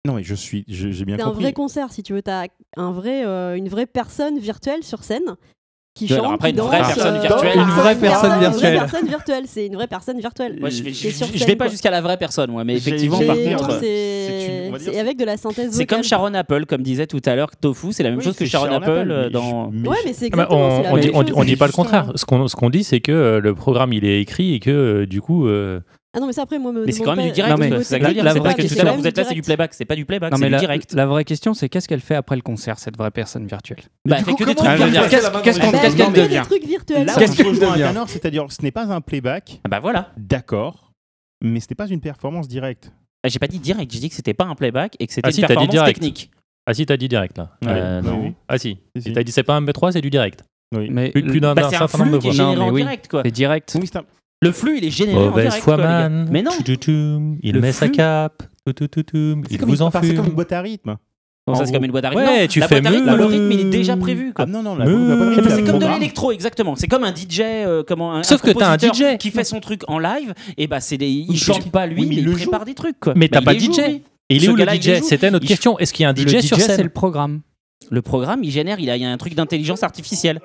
Speaker 7: Non, mais je suis, je- j'ai bien
Speaker 4: C'est un
Speaker 7: compris.
Speaker 4: vrai concert si tu veux. T'as un vrai, euh, une vraie personne virtuelle sur scène qui
Speaker 2: Ouais,
Speaker 4: chante.
Speaker 2: alors après,
Speaker 4: qui
Speaker 2: une vraie
Speaker 4: danse,
Speaker 2: personne
Speaker 4: euh,
Speaker 2: virtuelle.
Speaker 5: Une vraie personne virtuelle.
Speaker 4: Une vraie personne virtuelle. C'est une vraie personne virtuelle.
Speaker 2: Moi, je vais,
Speaker 4: Qui est
Speaker 2: je-
Speaker 4: sur
Speaker 2: je
Speaker 4: scène,
Speaker 2: vais pas
Speaker 4: quoi.
Speaker 2: jusqu'à la vraie personne, moi, mais
Speaker 7: J'ai-
Speaker 2: effectivement,
Speaker 7: j'ai-
Speaker 2: par
Speaker 4: Mais
Speaker 2: contre,
Speaker 4: non,
Speaker 2: euh,
Speaker 7: c'est
Speaker 4: c'est
Speaker 7: une- on va dire
Speaker 4: c'est
Speaker 7: c'est-
Speaker 4: avec de la synthèse vocale.
Speaker 2: c'est comme Sharon Apple, comme disait tout à l'heure Tofu, c'est la même
Speaker 7: Oui,
Speaker 2: chose que
Speaker 7: c'est
Speaker 2: Sharon, Apple euh,
Speaker 7: mais
Speaker 2: dans.
Speaker 7: je- mais
Speaker 4: Ouais,
Speaker 7: je-
Speaker 4: mais c'est
Speaker 6: Ah bah,
Speaker 4: exactement.
Speaker 6: on,
Speaker 4: c'est la
Speaker 6: on
Speaker 4: même
Speaker 6: dit, on,
Speaker 4: chose.
Speaker 6: dit- on dit pas le
Speaker 7: Justement.
Speaker 6: contraire.
Speaker 2: hein.
Speaker 6: Ce qu'on ce qu'on dit, c'est que euh, le programme il est écrit et que euh, du coup, euh,
Speaker 4: Ah non, mais ça après, moi, me
Speaker 2: Mais c'est
Speaker 4: demande
Speaker 2: quand même du
Speaker 4: pas-
Speaker 2: direct,
Speaker 5: Non, mais
Speaker 2: quoi, c'est ça que je veux dire,
Speaker 5: la
Speaker 2: c'est
Speaker 5: vraie
Speaker 2: parce que tout à
Speaker 5: question-
Speaker 2: l'heure vous êtes là, c'est du
Speaker 4: direct.
Speaker 2: playback, c'est pas du playback,
Speaker 5: Non,
Speaker 2: c'est
Speaker 5: mais
Speaker 2: du
Speaker 5: la,
Speaker 2: direct.
Speaker 5: la vraie question, c'est qu'est-ce qu'elle fait après le concert, cette vraie personne virtuelle
Speaker 2: Bah, elle fait que des trucs,
Speaker 5: il
Speaker 2: je veux
Speaker 5: va
Speaker 2: dire.
Speaker 5: passer
Speaker 2: Qu'est-ce-
Speaker 5: la main dans qu'est-ce les qu'on-
Speaker 4: Bah,
Speaker 5: qu'est-ce
Speaker 4: elle
Speaker 5: qu'elle
Speaker 4: fait des
Speaker 5: devient
Speaker 4: trucs virtuels.
Speaker 7: Là,
Speaker 5: Qu'est-ce
Speaker 7: on se
Speaker 5: qu'elle
Speaker 7: rejoint à
Speaker 5: devient
Speaker 7: Tanner, c'est-à-dire ce n'est pas un playback,
Speaker 2: Bah voilà,
Speaker 7: d'accord, mais ce n'est pas une performance directe.
Speaker 2: Bah, j'ai pas dit direct, j'ai dit que c'était pas un playback et que c'était
Speaker 6: Ah si,
Speaker 2: une
Speaker 6: t'as dit
Speaker 2: performance
Speaker 6: direct.
Speaker 2: technique.
Speaker 6: ah si, t'as dit direct là.
Speaker 2: Euh,
Speaker 6: Allez.
Speaker 2: non.
Speaker 7: Oui,
Speaker 6: Ah si,
Speaker 7: oui, si, si.
Speaker 6: t'as dit c'est pas un MP3, c'est du direct.
Speaker 7: Oui.
Speaker 5: Mais
Speaker 6: Plus, plus
Speaker 5: le-
Speaker 6: d'un
Speaker 2: Mm. Bah,
Speaker 6: d'un
Speaker 2: c'est un
Speaker 6: certain nombre
Speaker 2: flux
Speaker 6: de
Speaker 2: qui est
Speaker 6: fois.
Speaker 5: Non,
Speaker 2: généré
Speaker 5: mais
Speaker 2: en
Speaker 5: oui.
Speaker 2: direct, quoi.
Speaker 5: C'est direct.
Speaker 7: Oui, c'est un-
Speaker 2: Le flux, il est généré en
Speaker 6: Mauvaise
Speaker 2: direct,
Speaker 6: foi,
Speaker 2: quoi, les gars.
Speaker 6: man.
Speaker 2: Mais non.
Speaker 6: Tchoutchoutoum, Il
Speaker 2: Le
Speaker 6: met sa
Speaker 2: flux.
Speaker 6: cape. Tchoutchoutoutoum,
Speaker 7: c'est
Speaker 6: Il
Speaker 7: comme
Speaker 6: vous
Speaker 7: une- enfin, C'est comme une
Speaker 6: enfume.
Speaker 7: boîte à rythme.
Speaker 2: Bon, ça,
Speaker 6: En
Speaker 2: c'est
Speaker 6: gros.
Speaker 2: comme une boîte à rythme.
Speaker 6: Ouais,
Speaker 2: Non,
Speaker 6: tu
Speaker 2: la
Speaker 6: fais
Speaker 2: boîte à rythme, le
Speaker 6: meuh.
Speaker 2: rythme, il est déjà prévu, quoi.
Speaker 7: Ah non, non, la,
Speaker 6: Mais-
Speaker 7: la boîte à
Speaker 6: Mais bah.
Speaker 7: rythme,
Speaker 2: Mais ben,
Speaker 7: elle
Speaker 2: c'est comme de
Speaker 7: programme.
Speaker 2: l'électro, exactement. C'est comme un DJ, euh, comment un,
Speaker 5: Sauf
Speaker 2: un
Speaker 5: que t'as un
Speaker 2: compositeur
Speaker 5: DJ.
Speaker 2: qui fait son truc en live. Et bah, c'est des, il
Speaker 7: mais
Speaker 2: chante
Speaker 7: je-
Speaker 2: pas lui,
Speaker 7: oui, mais
Speaker 2: mais
Speaker 7: il
Speaker 2: il,
Speaker 7: le
Speaker 2: prépare des trucs. Quoi.
Speaker 6: Mais t'as
Speaker 2: Bah,
Speaker 6: pas
Speaker 2: il est
Speaker 6: DJ.
Speaker 2: joué.
Speaker 6: Et il est
Speaker 2: Ce
Speaker 6: où le
Speaker 2: gars-là, il est
Speaker 6: DJ
Speaker 2: joué.
Speaker 6: C'était notre
Speaker 2: Il-
Speaker 6: question. Est-ce qu'il y a un DJ
Speaker 5: le
Speaker 6: sur
Speaker 5: DJ, c'est
Speaker 6: scène
Speaker 5: le programme.
Speaker 2: Le programme, il génère, il a, il y a un truc d'intelligence artificielle.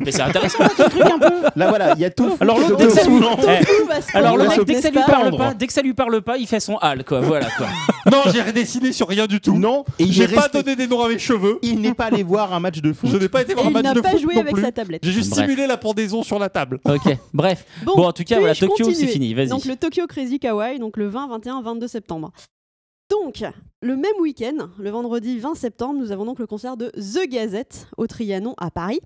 Speaker 2: mais c'est intéressant ce truc un peu.
Speaker 7: Là, voilà, il y a tout.
Speaker 2: Alors l'autre, dès que ça lui- Eh, Alors le mec, dès que ça lui parle pas, dès que ça lui parle pas, il fait son hal, quoi. Voilà quoi.
Speaker 8: Non, j'ai redessiné sur rien du tout.
Speaker 7: Non, et il
Speaker 8: J'ai
Speaker 7: est
Speaker 8: Eh, pas
Speaker 7: resté-
Speaker 8: donné des noms à mes cheveux.
Speaker 7: il n'est pas allé voir un match de foot.
Speaker 8: Je n'ai pas été voir un
Speaker 4: Il
Speaker 8: match
Speaker 4: n'a
Speaker 8: de
Speaker 4: pas
Speaker 8: foot
Speaker 4: joué
Speaker 8: non
Speaker 4: avec
Speaker 8: plus.
Speaker 4: sa tablette.
Speaker 8: J'ai juste
Speaker 2: Bref.
Speaker 8: simulé la pendaison sur la table.
Speaker 2: Ok. Bref. Bon, en tout cas, voilà,
Speaker 4: puis-je
Speaker 2: Tokyo, c'est
Speaker 4: continuer
Speaker 2: fini. Vas-y.
Speaker 4: Donc le Tokyo Crazy Kawaii, donc le 20, 21, 22 septembre. Donc, le même week-end, le vendredi 20 septembre, nous avons donc le concert de The Gazette au Trianon à Paris.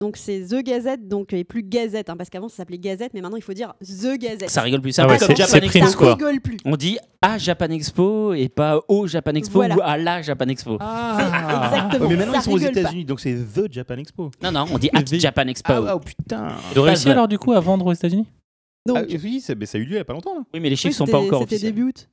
Speaker 4: Donc c'est The Gazette, donc et plus Gazette, hein, parce qu'avant ça s'appelait Gazette, mais maintenant il faut dire The Gazette.
Speaker 2: Ça rigole plus. C'est
Speaker 6: Ah
Speaker 2: un
Speaker 6: ouais,
Speaker 2: peu comme
Speaker 6: c'est-
Speaker 2: Japan
Speaker 6: c'est
Speaker 2: Expo.
Speaker 6: Prince,
Speaker 4: ça
Speaker 6: quoi.
Speaker 4: rigole plus.
Speaker 2: On dit à Japan Expo et pas au Japan Expo
Speaker 4: Voilà.
Speaker 2: ou à la Japan Expo. Ah.
Speaker 4: Exactement.
Speaker 7: mais maintenant,
Speaker 4: ça
Speaker 7: ils sont aux
Speaker 4: rigole pas.
Speaker 7: États-Unis, donc c'est The Japan Expo.
Speaker 2: Non, non, on dit at Japan Expo.
Speaker 4: Ah,
Speaker 7: oh putain.
Speaker 6: Il aurait réussi
Speaker 2: Pas-
Speaker 6: alors du coup à vendre aux États-Unis
Speaker 4: Donc,
Speaker 7: Ah, oui, c'est- mais ça a eu lieu il n'y a pas longtemps. Là.
Speaker 2: Oui, mais les
Speaker 4: oui,
Speaker 2: chiffres sont pas
Speaker 4: c'était-
Speaker 2: encore
Speaker 4: C'était
Speaker 2: officiels.
Speaker 4: début août.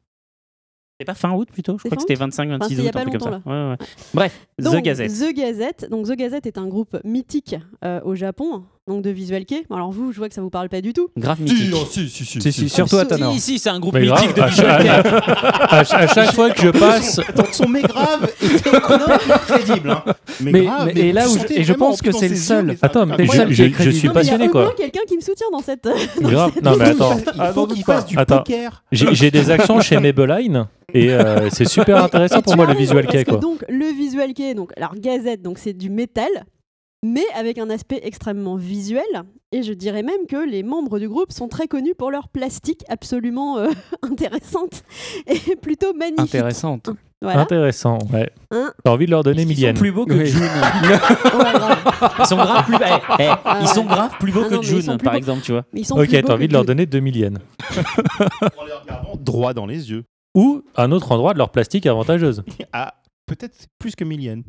Speaker 2: C'était pas fin août plutôt Je
Speaker 4: C'est
Speaker 2: crois que
Speaker 4: fin
Speaker 2: c'était 25, 26
Speaker 4: Enfin,
Speaker 2: août,
Speaker 4: c'est il y a
Speaker 2: un
Speaker 4: pas
Speaker 2: truc comme ça.
Speaker 4: longtemps, Ah,
Speaker 2: Ouais, ouais. Bref,
Speaker 4: Donc, euh,
Speaker 2: The Gazette.
Speaker 4: The Gazette. Donc The Gazette est un groupe mythique euh, au Japon, donc de visual kei. Bon, Alors vous, je vois que ça vous parle pas du tout.
Speaker 2: Grave
Speaker 8: Si,
Speaker 2: mythique.
Speaker 8: oh, si, si, si.
Speaker 5: Si, si, surtout à Tanner.
Speaker 2: Si, si, c'est un groupe
Speaker 6: Mais
Speaker 2: mythique
Speaker 6: grave,
Speaker 2: de
Speaker 6: à,
Speaker 2: Michel
Speaker 6: chaque-
Speaker 2: Drucker.
Speaker 6: à chaque- à chaque fois que je passe,
Speaker 7: Son mais grave était complètement crédible. hein.
Speaker 5: Mais-
Speaker 7: grave,
Speaker 5: mais- et là où je-
Speaker 7: sentais
Speaker 5: et je
Speaker 7: vraiment,
Speaker 5: pense
Speaker 7: en
Speaker 5: que
Speaker 7: plus, dans
Speaker 5: c'est le
Speaker 7: ses yeux,
Speaker 5: seul.
Speaker 7: mais ça-
Speaker 6: Attends, mais
Speaker 5: T'es le seul qui
Speaker 6: je,
Speaker 5: est
Speaker 6: je, je suis
Speaker 4: Non, mais il
Speaker 5: crédible.
Speaker 4: y a
Speaker 6: passionné
Speaker 4: au
Speaker 6: quoi.
Speaker 4: moins quelqu'un qui me soutient dans cette.
Speaker 6: Grave. Non mais attends,
Speaker 2: Ah,
Speaker 7: Il faut qu'il fasse du
Speaker 6: Attends.
Speaker 7: poker.
Speaker 6: j'ai j'ai des actions chez Maybelline et euh, c'est super intéressant
Speaker 4: Mais
Speaker 6: pour
Speaker 4: tu
Speaker 6: moi
Speaker 4: as
Speaker 6: le
Speaker 4: raison,
Speaker 6: visual
Speaker 4: parce
Speaker 6: kei
Speaker 4: que
Speaker 6: quoi.
Speaker 4: Donc le visual kei, donc alors Gazette, donc c'est du métal, mais avec un aspect extrêmement visuel. Et je dirais même que les membres du groupe sont très connus pour leur plastique absolument euh, intéressante et plutôt magnifique.
Speaker 5: Intéressante.
Speaker 4: Voilà.
Speaker 6: Intéressant, ouais.
Speaker 4: Hein
Speaker 6: T'as envie de leur donner
Speaker 2: Ils sont
Speaker 6: Milienne.
Speaker 2: plus beaux que
Speaker 5: Oui.
Speaker 2: June.
Speaker 4: Ouais, grave. Ah,
Speaker 2: Ils sont grave plus, eh, eh, ils sont
Speaker 4: ouais.
Speaker 2: grave plus beaux
Speaker 4: Ah non,
Speaker 2: que
Speaker 4: mais ils sont
Speaker 2: June,
Speaker 4: plus
Speaker 2: par
Speaker 4: beaux.
Speaker 2: exemple, tu vois.
Speaker 4: Ils sont
Speaker 6: Ok,
Speaker 4: plus beaux
Speaker 6: t'as envie
Speaker 4: que
Speaker 6: de leur
Speaker 4: June.
Speaker 6: donner 2 Miliennes.
Speaker 7: En les regardant droit dans les yeux.
Speaker 6: Ou un autre endroit de leur plastique avantageuse.
Speaker 7: Ah, peut-être plus que Millian.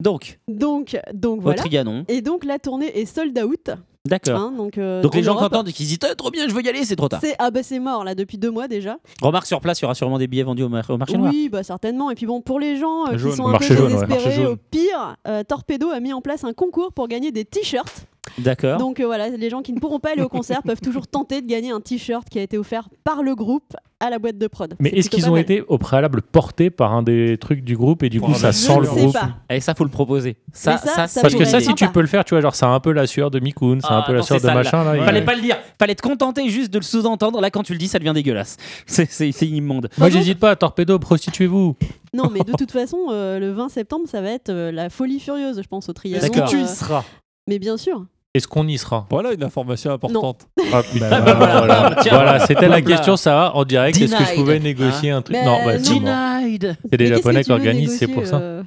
Speaker 2: Donc,
Speaker 4: Donc, donc
Speaker 2: au
Speaker 4: voilà.
Speaker 2: Trianon.
Speaker 4: Et donc la tournée est sold out.
Speaker 2: D'accord.
Speaker 4: hein, donc euh,
Speaker 2: Donc les
Speaker 4: en
Speaker 2: gens qui
Speaker 4: Europe,
Speaker 2: entendent et qui se disent Eh, trop bien, je veux y aller, c'est trop tard.
Speaker 4: C'est ah bah c'est mort là depuis deux mois déjà.
Speaker 2: Remarque sur place, il y aura sûrement des billets vendus au, mar- au marché noir.
Speaker 4: Oui bah certainement. Et puis bon pour les gens euh, qui
Speaker 7: Jaune.
Speaker 4: sont un
Speaker 6: Marché
Speaker 4: peu
Speaker 6: jaune, ouais.
Speaker 4: désespérés,
Speaker 7: Marché jaune.
Speaker 4: au pire, euh, Torpedo a mis en place un concours pour gagner des t-shirts
Speaker 6: Ah.
Speaker 2: D'accord.
Speaker 4: Donc euh, voilà, les gens qui ne pourront pas aller au concert peuvent toujours tenter de gagner un t-shirt qui a été offert par le groupe à la boîte de prod.
Speaker 6: Mais
Speaker 4: C'est
Speaker 6: est-ce
Speaker 4: plutôt
Speaker 6: qu'ils
Speaker 4: pas
Speaker 6: ont
Speaker 4: mal. Oh,
Speaker 6: été au préalable portés par un des trucs du groupe et du
Speaker 7: Pour
Speaker 6: coup
Speaker 7: un
Speaker 6: ça
Speaker 7: avis.
Speaker 6: sent
Speaker 4: Je
Speaker 6: le
Speaker 4: ne sais
Speaker 6: groupe
Speaker 4: pas.
Speaker 2: Allez, ça, faut le proposer. Ça,
Speaker 4: Mais ça,
Speaker 2: ça,
Speaker 4: ça
Speaker 2: c'est
Speaker 6: Parce que
Speaker 2: une
Speaker 6: ça,
Speaker 2: idée.
Speaker 6: si tu
Speaker 4: sympa.
Speaker 6: peux le faire, tu vois, genre c'est un peu la sueur de Mikoun, c'est un
Speaker 2: Ah,
Speaker 6: peu la
Speaker 2: non,
Speaker 6: sueur
Speaker 2: c'est
Speaker 6: de
Speaker 2: sale,
Speaker 6: machin. Là,
Speaker 7: Ouais.
Speaker 6: il-
Speaker 2: Fallait pas le dire, fallait te contenter juste de le sous-entendre. Là, quand tu le dis, ça devient dégueulasse. C'est- C'est c'est immonde.
Speaker 6: Moi j'hésite pas, torpedo, prostituez-vous.
Speaker 4: Non, mais de toute façon, euh, le 20 septembre, ça va être euh, la folie furieuse, je pense, au triathlon.
Speaker 2: Est-ce que tu
Speaker 4: Euh,
Speaker 6: seras
Speaker 4: Mais bien sûr.
Speaker 6: Est-ce qu'on y sera
Speaker 8: Voilà une information importante.
Speaker 7: Ah, putain.
Speaker 6: Ah, bah, voilà,
Speaker 2: Tiens.
Speaker 6: Voilà, c'était la
Speaker 2: Hop là.
Speaker 6: question, ça va, en direct. Est-ce que je
Speaker 2: Denied.
Speaker 6: pouvais négocier un truc
Speaker 2: Hein
Speaker 4: Bah,
Speaker 6: Non, bah,
Speaker 4: non.
Speaker 6: c'est bon.
Speaker 2: Denied.
Speaker 6: c'est des Japonais qui organisent, c'est pour ça.
Speaker 4: Il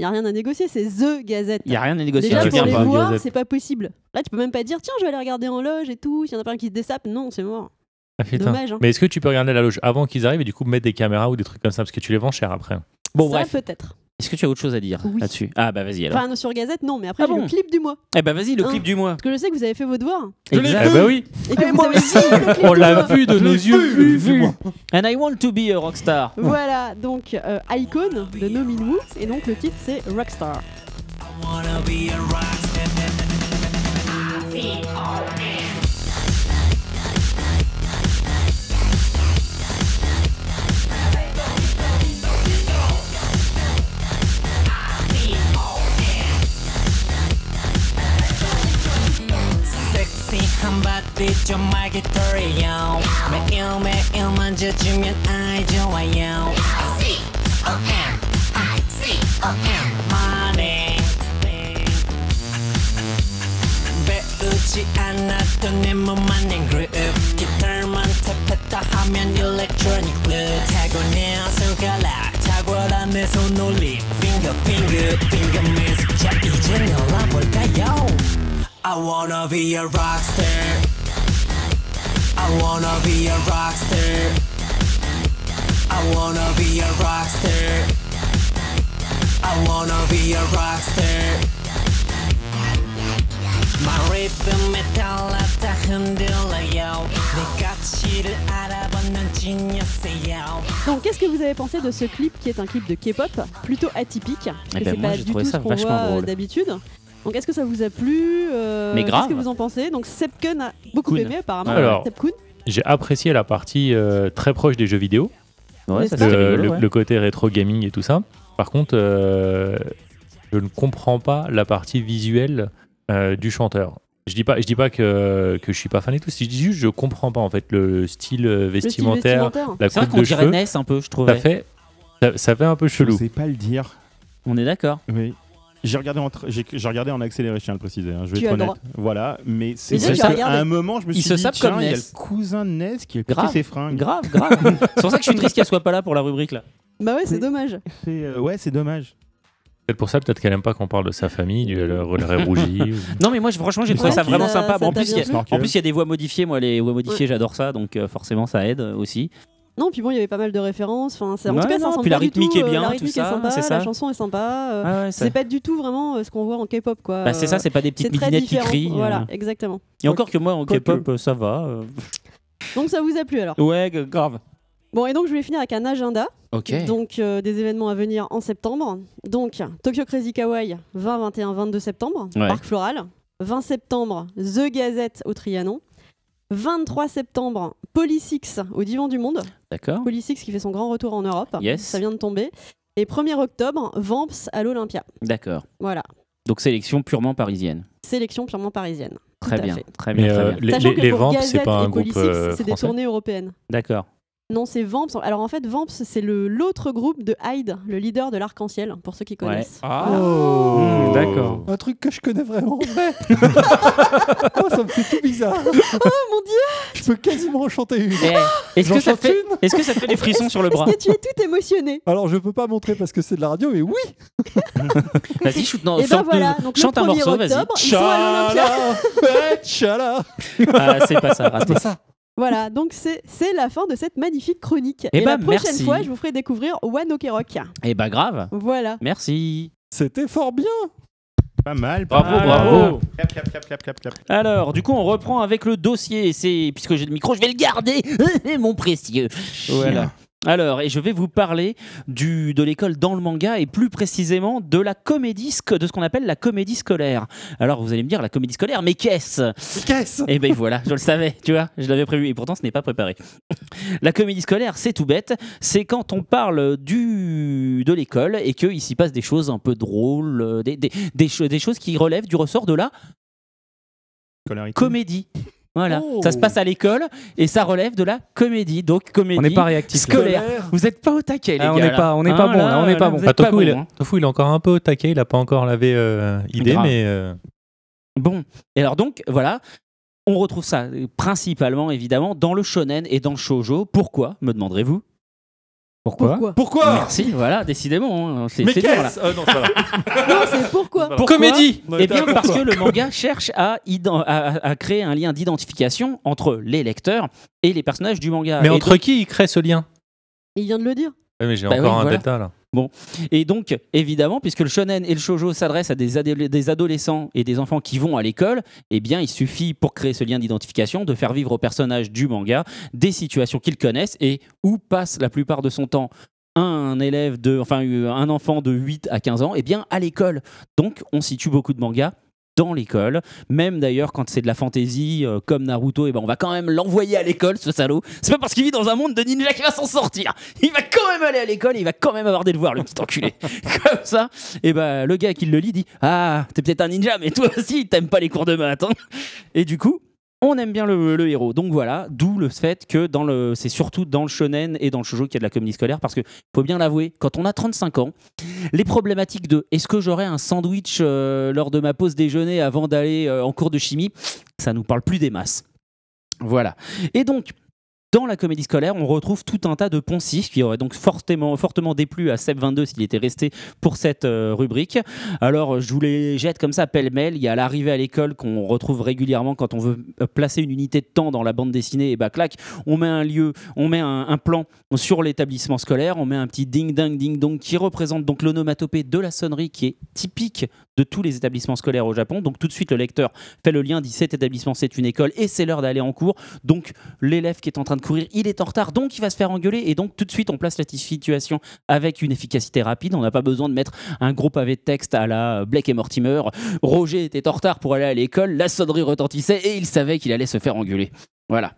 Speaker 4: n'y euh, a rien à négocier, c'est The Gazette.
Speaker 2: Il y a rien à négocier.
Speaker 4: Déjà,
Speaker 2: tu
Speaker 6: Ouais,
Speaker 4: pour
Speaker 2: viens
Speaker 4: les
Speaker 6: pas.
Speaker 4: voir,
Speaker 6: Gazette.
Speaker 4: c'est pas possible. Là, tu peux même pas dire, tiens, je vais aller regarder en loge et tout. Il y en a pas un qui se dessape. Non, c'est mort.
Speaker 2: euh
Speaker 6: Ah, putain.
Speaker 4: Dommage. hein.
Speaker 6: Mais est-ce que tu peux regarder la loge avant qu'ils arrivent et du coup mettre des caméras ou des trucs comme ça Parce que tu les vends cher après.
Speaker 2: Bon,
Speaker 4: ça,
Speaker 2: bref.
Speaker 4: peut-être.
Speaker 2: Est-ce que tu as autre chose à dire
Speaker 4: Oui.
Speaker 2: là-dessus Ah, bah vas-y alors.
Speaker 4: Enfin, non, sur Gazette, non, mais après,
Speaker 2: Ah
Speaker 4: j'ai
Speaker 2: bon
Speaker 4: le clip du mois.
Speaker 2: eh bah vas-y, le
Speaker 4: hein.
Speaker 2: clip du mois.
Speaker 4: Parce que je sais que vous avez fait vos devoirs.
Speaker 2: Exact.
Speaker 6: Eh ben oui,
Speaker 4: Et
Speaker 2: Ah,
Speaker 4: que vous avez vu le clip
Speaker 6: on
Speaker 4: du
Speaker 6: l'a
Speaker 4: mois.
Speaker 6: vu de nos yeux.
Speaker 2: And I want to be a rockstar.
Speaker 4: Voilà, donc euh, Icon de No Min Woo. Et donc, le titre, c'est Rockstar.
Speaker 9: 섹시한 바디 좀 알게 떨어요 매일 매일 만져주면 아이 좋아요 I see O M I see O M Money 배우지 않아도 내몸 맞는 그룹 기타만 탭했다 하면 electronic blue 타고난 손가락 탁월한 내 손놀림 finger finger finger music 자 이제 놀아볼까요 I wanna be a rockstar. I wanna be a rockstar. I wanna be a rockstar. I wanna be a rockstar. My rhythm metal 다 흔들어요. 내 가치를 알아봐 넌 지녔어요.
Speaker 4: Donc, qu'est-ce que vous avez pensé de ce clip qui est un clip de K-pop plutôt atypique parce
Speaker 2: Eh
Speaker 4: que
Speaker 2: ben,
Speaker 4: c'est
Speaker 2: moi,
Speaker 4: pas
Speaker 2: j'ai
Speaker 4: du
Speaker 2: trouvé
Speaker 4: tout
Speaker 2: ça
Speaker 4: ce qu'on
Speaker 2: vachement
Speaker 4: voit euh,
Speaker 2: drôle.
Speaker 4: d'habitude. Donc, est-ce que ça vous a plu Euh,
Speaker 2: Mais grave.
Speaker 4: Qu'est-ce que vous en pensez Donc, Sepkun a beaucoup
Speaker 2: Kun.
Speaker 4: aimé apparemment.
Speaker 6: Alors.
Speaker 4: Sepkun.
Speaker 6: J'ai apprécié la partie euh, très proche des jeux vidéo,
Speaker 2: Ouais,
Speaker 4: N'est-ce
Speaker 2: ça
Speaker 4: pas
Speaker 2: c'était
Speaker 6: le,
Speaker 2: rigolo,
Speaker 6: le-
Speaker 2: ouais.
Speaker 6: le côté rétro gaming et tout ça. Par contre, euh, je ne comprends pas la partie visuelle euh, du chanteur. Je dis pas, je dis pas que, que je suis pas fan et tout. Je dis juste, je comprends pas en fait le style euh,
Speaker 4: Le style
Speaker 6: vestimentaire,
Speaker 4: vestimentaire.
Speaker 6: la
Speaker 2: C'est vrai
Speaker 6: coupe
Speaker 2: qu'on
Speaker 6: de
Speaker 2: dirait
Speaker 6: cheveux.
Speaker 2: Ness un peu, je
Speaker 6: Ça
Speaker 2: trouvais.
Speaker 6: fait, ça, ça fait un peu
Speaker 7: Je
Speaker 6: chelou.
Speaker 7: sais pas le dire.
Speaker 2: On est d'accord.
Speaker 7: Oui. J'ai regardé, en tra- j'ai, j'ai regardé en accéléré, je tiens à le préciser, hein, je vais
Speaker 4: Tu as
Speaker 7: être
Speaker 4: le
Speaker 7: honnête.
Speaker 4: droit.
Speaker 7: Voilà, mais c'est
Speaker 4: Mais
Speaker 7: vrai
Speaker 4: tu as regardé.
Speaker 7: qu'à un moment, je me
Speaker 2: Il
Speaker 7: suis
Speaker 2: se
Speaker 7: dit,
Speaker 2: sape
Speaker 7: tiens,
Speaker 2: comme
Speaker 7: il y a
Speaker 2: Ness.
Speaker 7: le cousin de Ness qui a piqué
Speaker 2: Grave.
Speaker 7: ses fringues.
Speaker 2: Grave, grave. c'est pour ça que je suis triste qu'elle soit pas là pour la rubrique là.
Speaker 4: Bah ouais, c'est dommage.
Speaker 7: C'est, euh, ouais, c'est dommage.
Speaker 6: Peut-être pour ça, peut-être qu'elle aime pas qu'on parle de sa famille, elle aurait rougi. ou-
Speaker 2: Non mais moi je- franchement j'ai trouvé
Speaker 7: Ouais,
Speaker 2: ça
Speaker 7: ça-
Speaker 2: vraiment
Speaker 4: ça
Speaker 2: sympa. Bon, en
Speaker 4: t'a
Speaker 2: plus il
Speaker 4: bien
Speaker 2: y a-
Speaker 4: plu
Speaker 7: Snorkel.
Speaker 2: en plus, il y a des voix modifiées, moi les voix modifiées j'adore ça, donc euh, forcément ça aide euh, aussi.
Speaker 4: Non, puis bon, il y avait pas mal de références. Enfin, c'est- en
Speaker 2: Ouais,
Speaker 4: tout cas, ça
Speaker 2: non,
Speaker 4: ressemble
Speaker 2: puis la
Speaker 4: pas du
Speaker 2: rythmique
Speaker 4: tout,
Speaker 2: est
Speaker 4: euh,
Speaker 2: bien,
Speaker 4: la
Speaker 2: tout
Speaker 4: rythmique
Speaker 2: ça,
Speaker 4: est sympa,
Speaker 2: c'est ça.
Speaker 4: La chanson est sympa. euh,
Speaker 2: Ah ouais, ça-
Speaker 4: C'est pas du tout vraiment euh, ce qu'on voit en K-pop, quoi.
Speaker 2: Bah, c'est ça, c'est pas des
Speaker 4: C'est
Speaker 2: petites
Speaker 4: très
Speaker 2: minettes qui
Speaker 4: différent.
Speaker 2: crient. euh.
Speaker 4: Voilà, exactement.
Speaker 2: Et encore que moi en
Speaker 4: Quoique.
Speaker 2: K-pop euh, ça va. euh.
Speaker 4: Donc ça vous a plu alors
Speaker 2: Ouais, g- grave.
Speaker 4: Bon, et donc je voulais finir avec un agenda.
Speaker 2: Ok.
Speaker 4: Donc euh, des événements à venir en septembre. Donc Tokyo Crazy Kawaii 20, 21, 22 septembre,
Speaker 2: Ouais.
Speaker 4: Parc Floral. 20 septembre, The Gazette au Trianon. 23 septembre, Polysix au Divan du Monde.
Speaker 2: D'accord.
Speaker 4: Polysix qui fait son grand retour en Europe.
Speaker 2: Yes.
Speaker 4: Ça vient de tomber. Et 1er octobre, Vamps à l'Olympia.
Speaker 2: D'accord.
Speaker 4: Voilà,
Speaker 2: Donc sélection purement parisienne.
Speaker 4: sélection purement parisienne. Tout
Speaker 2: Très
Speaker 4: à
Speaker 2: bien,
Speaker 4: fait.
Speaker 2: très bien,
Speaker 6: Mais
Speaker 2: très
Speaker 6: euh,
Speaker 2: bien.
Speaker 6: les,
Speaker 4: Sachant
Speaker 6: les-
Speaker 4: que
Speaker 6: les
Speaker 4: pour
Speaker 6: Vamps,
Speaker 4: Gazette
Speaker 6: c'est pas
Speaker 4: et
Speaker 6: un groupe
Speaker 4: Polysix,
Speaker 6: euh,
Speaker 4: c'est des
Speaker 6: français.
Speaker 4: tournées européennes.
Speaker 2: D'accord.
Speaker 4: Non, c'est Vamps. Alors en fait, Vamps, c'est le- l'autre groupe de Hyde, le leader de l'arc-en-ciel, pour ceux qui
Speaker 2: Ouais.
Speaker 4: connaissent.
Speaker 6: Ah.
Speaker 5: Hmm, D'accord.
Speaker 8: Un truc que je connais vraiment en vrai. oh, ça me fait tout bizarre.
Speaker 4: Oh mon dieu
Speaker 8: Je peux quasiment en chanter une.
Speaker 2: Eh, Est-ce
Speaker 8: J'en
Speaker 2: que ça
Speaker 8: chante
Speaker 2: fait, est-ce que ça fait des frissons sur le bras
Speaker 4: Est-ce que tu es tout émotionné
Speaker 8: Alors, je peux pas montrer parce que c'est de la radio, mais oui.
Speaker 2: Vas-y, shoot, non,
Speaker 4: Et ben
Speaker 2: chante,
Speaker 4: voilà, donc
Speaker 2: chante
Speaker 4: le
Speaker 2: un
Speaker 4: 1er
Speaker 2: morceau, vas-y.
Speaker 4: octobre, ils sont à l'Olympia.
Speaker 8: Ouais, tchala.
Speaker 2: Ah, c'est pas ça. Rasmus.
Speaker 4: Voilà, donc c'est c'est la fin de cette magnifique chronique.
Speaker 2: Eh
Speaker 4: Et,
Speaker 2: ben,
Speaker 4: la prochaine
Speaker 2: merci.
Speaker 4: fois, je vous ferai découvrir One Ok Rock.
Speaker 2: Eh bah grave.
Speaker 4: Voilà.
Speaker 2: Merci.
Speaker 8: C'était fort bien.
Speaker 7: Pas mal. pas
Speaker 6: Bravo,
Speaker 7: mal.
Speaker 6: bravo.
Speaker 7: Clap, clap, clap, clap, clap, clap.
Speaker 2: Alors, du coup, on reprend avec le dossier. C'est puisque j'ai le micro, je vais le garder, mon précieux. Voilà. Alors, et je vais vous parler du, de l'école dans le manga et plus précisément de la comédie, sco- de ce qu'on appelle la comédie scolaire. Alors, vous allez me dire, la comédie scolaire, mais qu'est-ce
Speaker 3: Qu'est-ce
Speaker 2: Eh ben voilà, je le savais, tu vois, je l'avais prévu et pourtant ce n'est pas préparé. La comédie scolaire, c'est tout bête, c'est quand on parle du, de l'école et qu'il s'y passe des choses un peu drôles, euh, des, des, des cho- des choses qui relèvent du ressort de la comédie. Voilà,
Speaker 3: Oh.
Speaker 2: ça se passe à l'école et ça relève de la comédie. Donc comédie
Speaker 5: On n'est pas réactif, là.
Speaker 2: scolaire. Vous n'êtes pas au taquet, les
Speaker 5: Ah, on
Speaker 2: gars,
Speaker 5: n'est
Speaker 2: là.
Speaker 5: pas- on n'est pas
Speaker 2: Hein,
Speaker 5: bon,
Speaker 2: là,
Speaker 5: là, on n'est
Speaker 2: là,
Speaker 5: pas
Speaker 2: vous
Speaker 5: bon.
Speaker 2: êtes
Speaker 6: Bah, Tofu, il,
Speaker 2: bon, hein.
Speaker 6: Tofu, il est encore un peu au taquet, il a pas encore lavé euh, idée,
Speaker 2: Grave.
Speaker 6: mais euh,
Speaker 2: Bon, et alors donc, voilà, on retrouve ça euh, principalement, évidemment, dans le shonen et dans le shoujo. Pourquoi, me demanderez-vous Pourquoi
Speaker 4: Pourquoi
Speaker 3: Pourquoi
Speaker 2: Merci, voilà, décidément, hein, c'est
Speaker 3: Mais
Speaker 2: c'est dur là.
Speaker 3: qu'est-ce Euh, Non, ça va.
Speaker 4: Non, c'est pourquoi
Speaker 2: Pourquoi
Speaker 6: Comédie
Speaker 3: Non,
Speaker 2: Eh
Speaker 3: t'as-
Speaker 2: bien parce que
Speaker 3: pourquoi
Speaker 2: le manga cherche à, ident- à- à- à créer un lien d'identification entre les lecteurs et les personnages du manga.
Speaker 6: mais
Speaker 2: Ah, Et
Speaker 6: entre qui il crée ce lien
Speaker 4: Il vient de le dire.
Speaker 6: Ah, mais j'ai
Speaker 2: Bah
Speaker 6: encore
Speaker 2: oui,
Speaker 6: un
Speaker 2: voilà.
Speaker 6: delta là.
Speaker 2: Et donc, évidemment, puisque le shonen et le shojo s'adressent à des, adole- des adolescents et des enfants qui vont à l'école, eh bien, il suffit pour créer ce lien d'identification de faire vivre aux personnages du manga des situations qu'ils connaissent et où passe la plupart de son temps un élève de, enfin, euh, un enfant de 8 à 15 ans, eh bien, à l'école. Donc, on situe beaucoup de mangas dans l'école, même d'ailleurs quand c'est de la fantaisie euh, comme Naruto, eh ben on va quand même l'envoyer à l'école ce salaud. C'est pas parce qu'il vit dans un monde de ninja qu'il va s'en sortir. Il va quand même aller à l'école, et il va quand même avoir des devoirs le petit enculé. comme ça, et ben le gars qui le lit dit "Ah, t'es peut-être un ninja mais toi aussi t'aimes pas les cours de maths." hein. Et du coup, on aime bien le, le héros. Donc voilà, d'où le fait que dans le c'est surtout dans le shonen et dans le shoujo qu'il y a de la comédie scolaire parce que faut bien l'avouer, quand on a 35 ans, les problématiques de est-ce que j'aurai un sandwich euh, lors de ma pause déjeuner avant d'aller euh, en cours de chimie, ça nous parle plus des masses. Voilà. Et donc, dans la comédie scolaire, on retrouve tout un tas de poncifs qui auraient donc fortement, fortement déplu à Seb22 s'il était resté pour cette euh, rubrique. Alors, je vous les jette comme ça pêle-mêle. Il y a l'arrivée à l'école qu'on retrouve régulièrement quand on veut euh, placer une unité de temps dans la bande dessinée et bah clac, on met un lieu, on met un, un plan sur l'établissement scolaire, on met un petit ding-ding, ding-dong qui représente donc l'onomatopée de la sonnerie qui est typique de tous les établissements scolaires au Japon. Donc tout de suite, le lecteur fait le lien, dit cet établissement, c'est une école et c'est l'heure d'aller en cours. Donc l'élève qui est en train de courir, il est en retard, donc il va se faire engueuler. Et donc tout de suite, on place la situation avec une efficacité rapide. On n'a pas besoin de mettre un gros pavé de texte à la Blake et Mortimer. Roger était en retard pour aller à l'école, la sonnerie retentissait et il savait qu'il allait se faire engueuler. Voilà.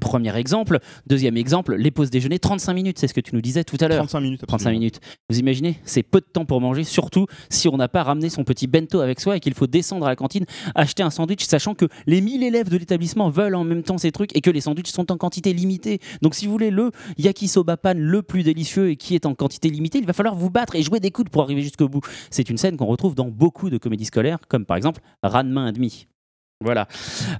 Speaker 2: Premier exemple. Deuxième exemple, les pauses déjeuner, 35 minutes, c'est ce que tu nous disais tout à l'heure.
Speaker 7: 35 minutes.
Speaker 2: 35
Speaker 7: absolument.
Speaker 2: minutes. Vous imaginez C'est peu de temps pour manger, surtout si on n'a pas ramené son petit bento avec soi et qu'il faut descendre à la cantine, acheter un sandwich, sachant que les 1000 élèves de l'établissement veulent en même temps ces trucs et que les sandwichs sont en quantité limitée. Donc si vous voulez le yakisobapan le plus délicieux et qui est en quantité limitée, il va falloir vous battre et jouer des coudes pour arriver jusqu'au bout. C'est une scène qu'on retrouve dans beaucoup de comédies scolaires, comme par exemple Ranma et demi. Voilà.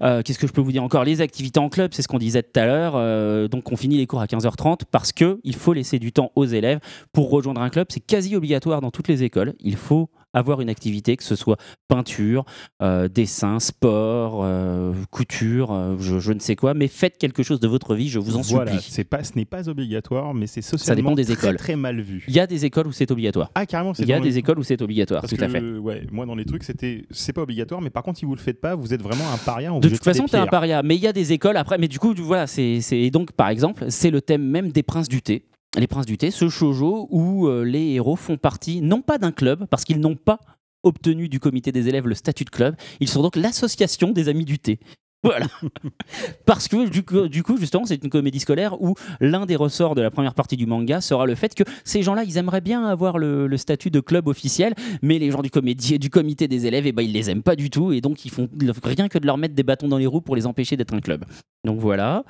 Speaker 2: Euh, Qu'est-ce que je peux vous dire encore Les activités en club, c'est ce qu'on disait tout à l'heure. Euh, donc, on finit les cours à 15h30 parce que il faut laisser du temps aux élèves pour rejoindre un club. C'est quasi obligatoire dans toutes les écoles. Il faut avoir une activité, que ce soit peinture, euh, dessin, sport, euh, couture, euh, je, je ne sais quoi. Mais faites quelque chose de votre vie, je vous en
Speaker 7: Voilà,
Speaker 2: supplie.
Speaker 7: c'est pas, ce n'est pas obligatoire, mais c'est socialement
Speaker 2: dépend des
Speaker 7: très,
Speaker 2: écoles.
Speaker 7: très mal vu.
Speaker 2: Il y a des écoles où c'est obligatoire.
Speaker 7: Ah, carrément, c'est
Speaker 2: Il y a
Speaker 7: dans les-
Speaker 2: des écoles où c'est obligatoire,
Speaker 7: Parce
Speaker 2: tout à
Speaker 7: que,
Speaker 2: fait.
Speaker 7: ouais, moi, dans les trucs, c'était c'est pas obligatoire, mais par contre, si vous le faites pas, vous êtes vraiment un paria. on
Speaker 2: De
Speaker 7: vous
Speaker 2: toute
Speaker 7: jette des
Speaker 2: façon, t'es un
Speaker 7: pierres.
Speaker 2: paria. Mais il y a des écoles après. Mais du coup, tu- voilà, c'est c'est- et donc par exemple, c'est le thème même des princes du thé. Les princes du thé, ce shojo où euh, les héros font partie non pas d'un club parce qu'ils n'ont pas obtenu du comité des élèves le statut de club. Ils sont donc l'association des amis du thé. Voilà. Parce que du coup, du coup, justement, c'est une comédie scolaire où l'un des ressorts de la première partie du manga sera le fait que ces gens-là, ils aimeraient bien avoir le, le statut de club officiel, mais les gens du, comédie, du comité des élèves, eh ben, ils les aiment pas du tout, et donc ils font rien que de leur mettre des bâtons dans les roues pour les empêcher d'être un club. Donc voilà,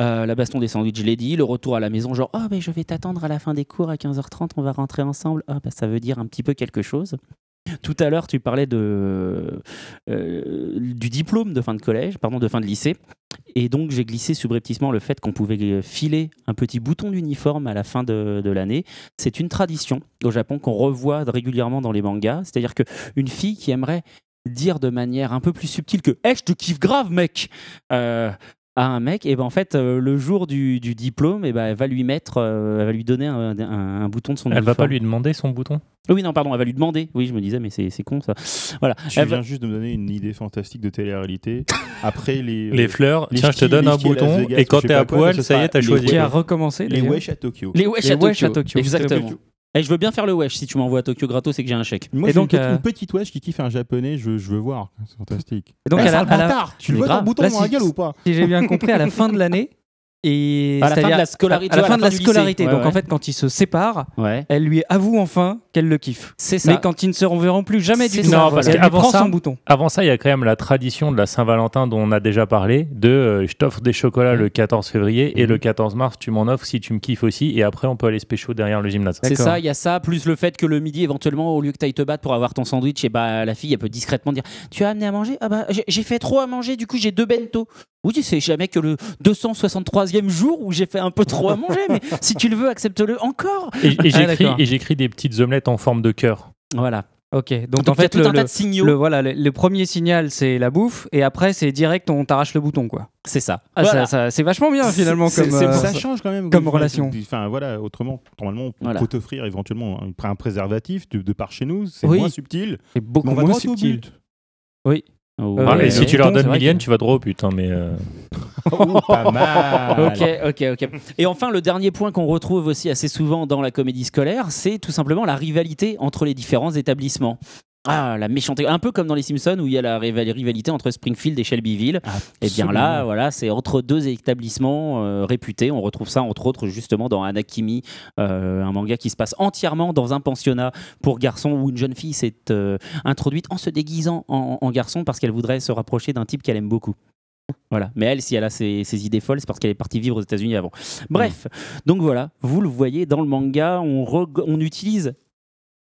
Speaker 2: Euh, la baston des sandwichs, je l'ai dit, le retour à la maison, genre, oh, mais je vais t'attendre à la fin des cours à 15h30, on va rentrer ensemble, Ah, bah, ça veut dire un petit peu quelque chose. Tout à l'heure, tu parlais de, euh, du diplôme de fin de collège, pardon, de fin de lycée. Et donc, j'ai glissé subrepticement le fait qu'on pouvait filer un petit bouton d'uniforme à la fin de, de l'année. C'est une tradition au Japon qu'on revoit régulièrement dans les mangas. C'est-à-dire qu'une fille qui aimerait dire de manière un peu plus subtile que Eh, je te kiffe grave, mec Euh, à un mec, et ben en fait, euh, le jour du, du diplôme, et ben elle va lui mettre, euh, elle va lui donner un, un- un bouton de son
Speaker 6: Elle va pas
Speaker 2: uniforme.
Speaker 6: lui demander son bouton
Speaker 2: Ah Oui, non, pardon, elle va lui demander. Oui, je me disais, mais c'est c'est con ça. Voilà.
Speaker 7: Tu
Speaker 2: Elle va-
Speaker 7: viens juste de me donner une idée fantastique de télé-réalité. Après les
Speaker 6: Les fleurs, tiens, je te
Speaker 7: skis-
Speaker 6: donne
Speaker 7: les
Speaker 6: un
Speaker 7: skis à Las
Speaker 6: bouton,
Speaker 7: Vegas,
Speaker 6: et quand
Speaker 7: je sais
Speaker 6: t'es
Speaker 7: pas
Speaker 6: à
Speaker 7: quoi,
Speaker 6: poil,
Speaker 7: mais ce
Speaker 6: ça y est,
Speaker 7: sera
Speaker 6: t'as
Speaker 7: les-
Speaker 6: choisi.
Speaker 7: les-
Speaker 6: Qui a recommencé,
Speaker 7: Les
Speaker 6: d'ailleurs.
Speaker 7: wesh à Tokyo.
Speaker 2: Les wesh, à, Tokyo. Exactement.
Speaker 7: Tokyo.
Speaker 2: Et je veux bien faire le wesh si tu m'envoies à Tokyo gratos et que j'ai un chèque.
Speaker 7: Moi,
Speaker 2: et
Speaker 7: j'ai
Speaker 2: donc,
Speaker 7: une, petite-
Speaker 2: euh,
Speaker 7: une petite wesh qui kiffe un japonais, je, je veux voir. C'est fantastique.
Speaker 2: Et donc,
Speaker 7: Eh,
Speaker 2: à la-
Speaker 7: sale
Speaker 2: à la-
Speaker 7: bâtard, tu le
Speaker 2: Mais
Speaker 7: vois dans
Speaker 2: grave.
Speaker 7: le bouton
Speaker 2: Là,
Speaker 7: dans
Speaker 2: si-
Speaker 7: la gueule ou pas
Speaker 5: Si j'ai bien compris, à la fin de l'année. Et
Speaker 2: À la fin
Speaker 5: c'est-à-dire-
Speaker 2: de la scolarité,
Speaker 5: à la
Speaker 2: à la
Speaker 5: fin de
Speaker 2: fin
Speaker 5: la
Speaker 2: du lycée.
Speaker 5: scolarité.
Speaker 2: Ouais,
Speaker 5: Donc
Speaker 2: ouais.
Speaker 5: en fait, quand ils se séparent,
Speaker 2: Ouais.
Speaker 5: elle lui avoue enfin qu'elle le kiffe.
Speaker 2: C'est ça.
Speaker 5: Mais quand ils ne se reverront plus jamais du
Speaker 2: C'est
Speaker 5: tout,
Speaker 2: ça,
Speaker 5: non,
Speaker 2: voilà.
Speaker 5: parce qu'elle lui
Speaker 6: Avant
Speaker 5: prend
Speaker 6: ça-
Speaker 5: son bouton.
Speaker 6: Avant ça, il y a quand même la tradition de la Saint-Valentin dont on a déjà parlé, de euh, je t'offre des chocolats
Speaker 5: Mm.
Speaker 6: le 14 février et le 14 mars, tu m'en offres si tu me kiffes aussi, et après on peut aller se pécho derrière le gymnase.
Speaker 2: C'est ça, il y a ça, plus le fait que le midi, éventuellement, au lieu que tu ailles te battre pour avoir ton sandwich, et bah la fille, elle peut discrètement dire Tu as amené à manger Ah bah j'ai- j'ai fait trop à manger, du coup j'ai deux bento. Oui, c'est jamais que le 263e jour où j'ai fait un peu trop à manger, mais si tu le veux, accepte-le encore.
Speaker 6: Et, et
Speaker 5: Ah,
Speaker 6: j'écris-
Speaker 5: d'accord.
Speaker 6: et j'écris des petites omelettes en forme de cœur.
Speaker 2: Voilà.
Speaker 5: Ok, donc,
Speaker 2: Donc,
Speaker 5: en
Speaker 2: il y a
Speaker 5: fait,
Speaker 2: tout
Speaker 5: le,
Speaker 2: un tas
Speaker 5: le-
Speaker 2: de signaux.
Speaker 5: le- voilà, le, le premier signal, c'est la bouffe, et après, c'est direct, on t'arrache le bouton, quoi.
Speaker 2: C'est ça.
Speaker 5: Ah,
Speaker 2: Voilà.
Speaker 5: ça- ça- c'est vachement bien, finalement,
Speaker 7: C'est-
Speaker 5: comme.
Speaker 7: c'est-
Speaker 5: euh,
Speaker 7: ça change quand même
Speaker 5: comme
Speaker 7: Enfin,
Speaker 5: relation.
Speaker 7: tu- Enfin voilà, autrement, normalement, on
Speaker 2: Voilà.
Speaker 7: peut t'offrir éventuellement un, un préservatif de, de par chez nous. C'est
Speaker 5: Oui.
Speaker 7: moins subtil.
Speaker 5: C'est beaucoup
Speaker 7: Mais on va
Speaker 5: moins
Speaker 7: droit au
Speaker 5: subtil.
Speaker 7: but.
Speaker 2: Ouais.
Speaker 6: Ah,
Speaker 5: Ouais,
Speaker 6: et si
Speaker 5: ouais.
Speaker 6: tu leur
Speaker 5: Bouton, c'est
Speaker 6: donnes
Speaker 5: vrai
Speaker 6: Million,
Speaker 5: que-
Speaker 6: tu vas droit au putain, mais. euh,
Speaker 7: Oh, pas mal.
Speaker 2: Ok, ok, ok. Et enfin, le dernier point qu'on retrouve aussi assez souvent dans la comédie scolaire, c'est tout simplement la rivalité entre les différents établissements. Ah, la méchanteté. Un peu comme dans Les Simpsons où il y a la rival- rivalité entre Springfield et Shelbyville. Et bien là, voilà, c'est entre deux établissements euh, réputés. On retrouve ça entre autres justement dans Anakimi, euh, un manga qui se passe entièrement dans un pensionnat pour garçons où une jeune fille s'est euh, introduite en se déguisant en, en garçon parce qu'elle voudrait se rapprocher d'un type qu'elle aime beaucoup. Voilà. Mais elle, si elle a ses, ses idées folles, c'est parce qu'elle est partie vivre aux États-Unis avant. Bref, donc voilà, vous le voyez dans le manga, on, reg- on utilise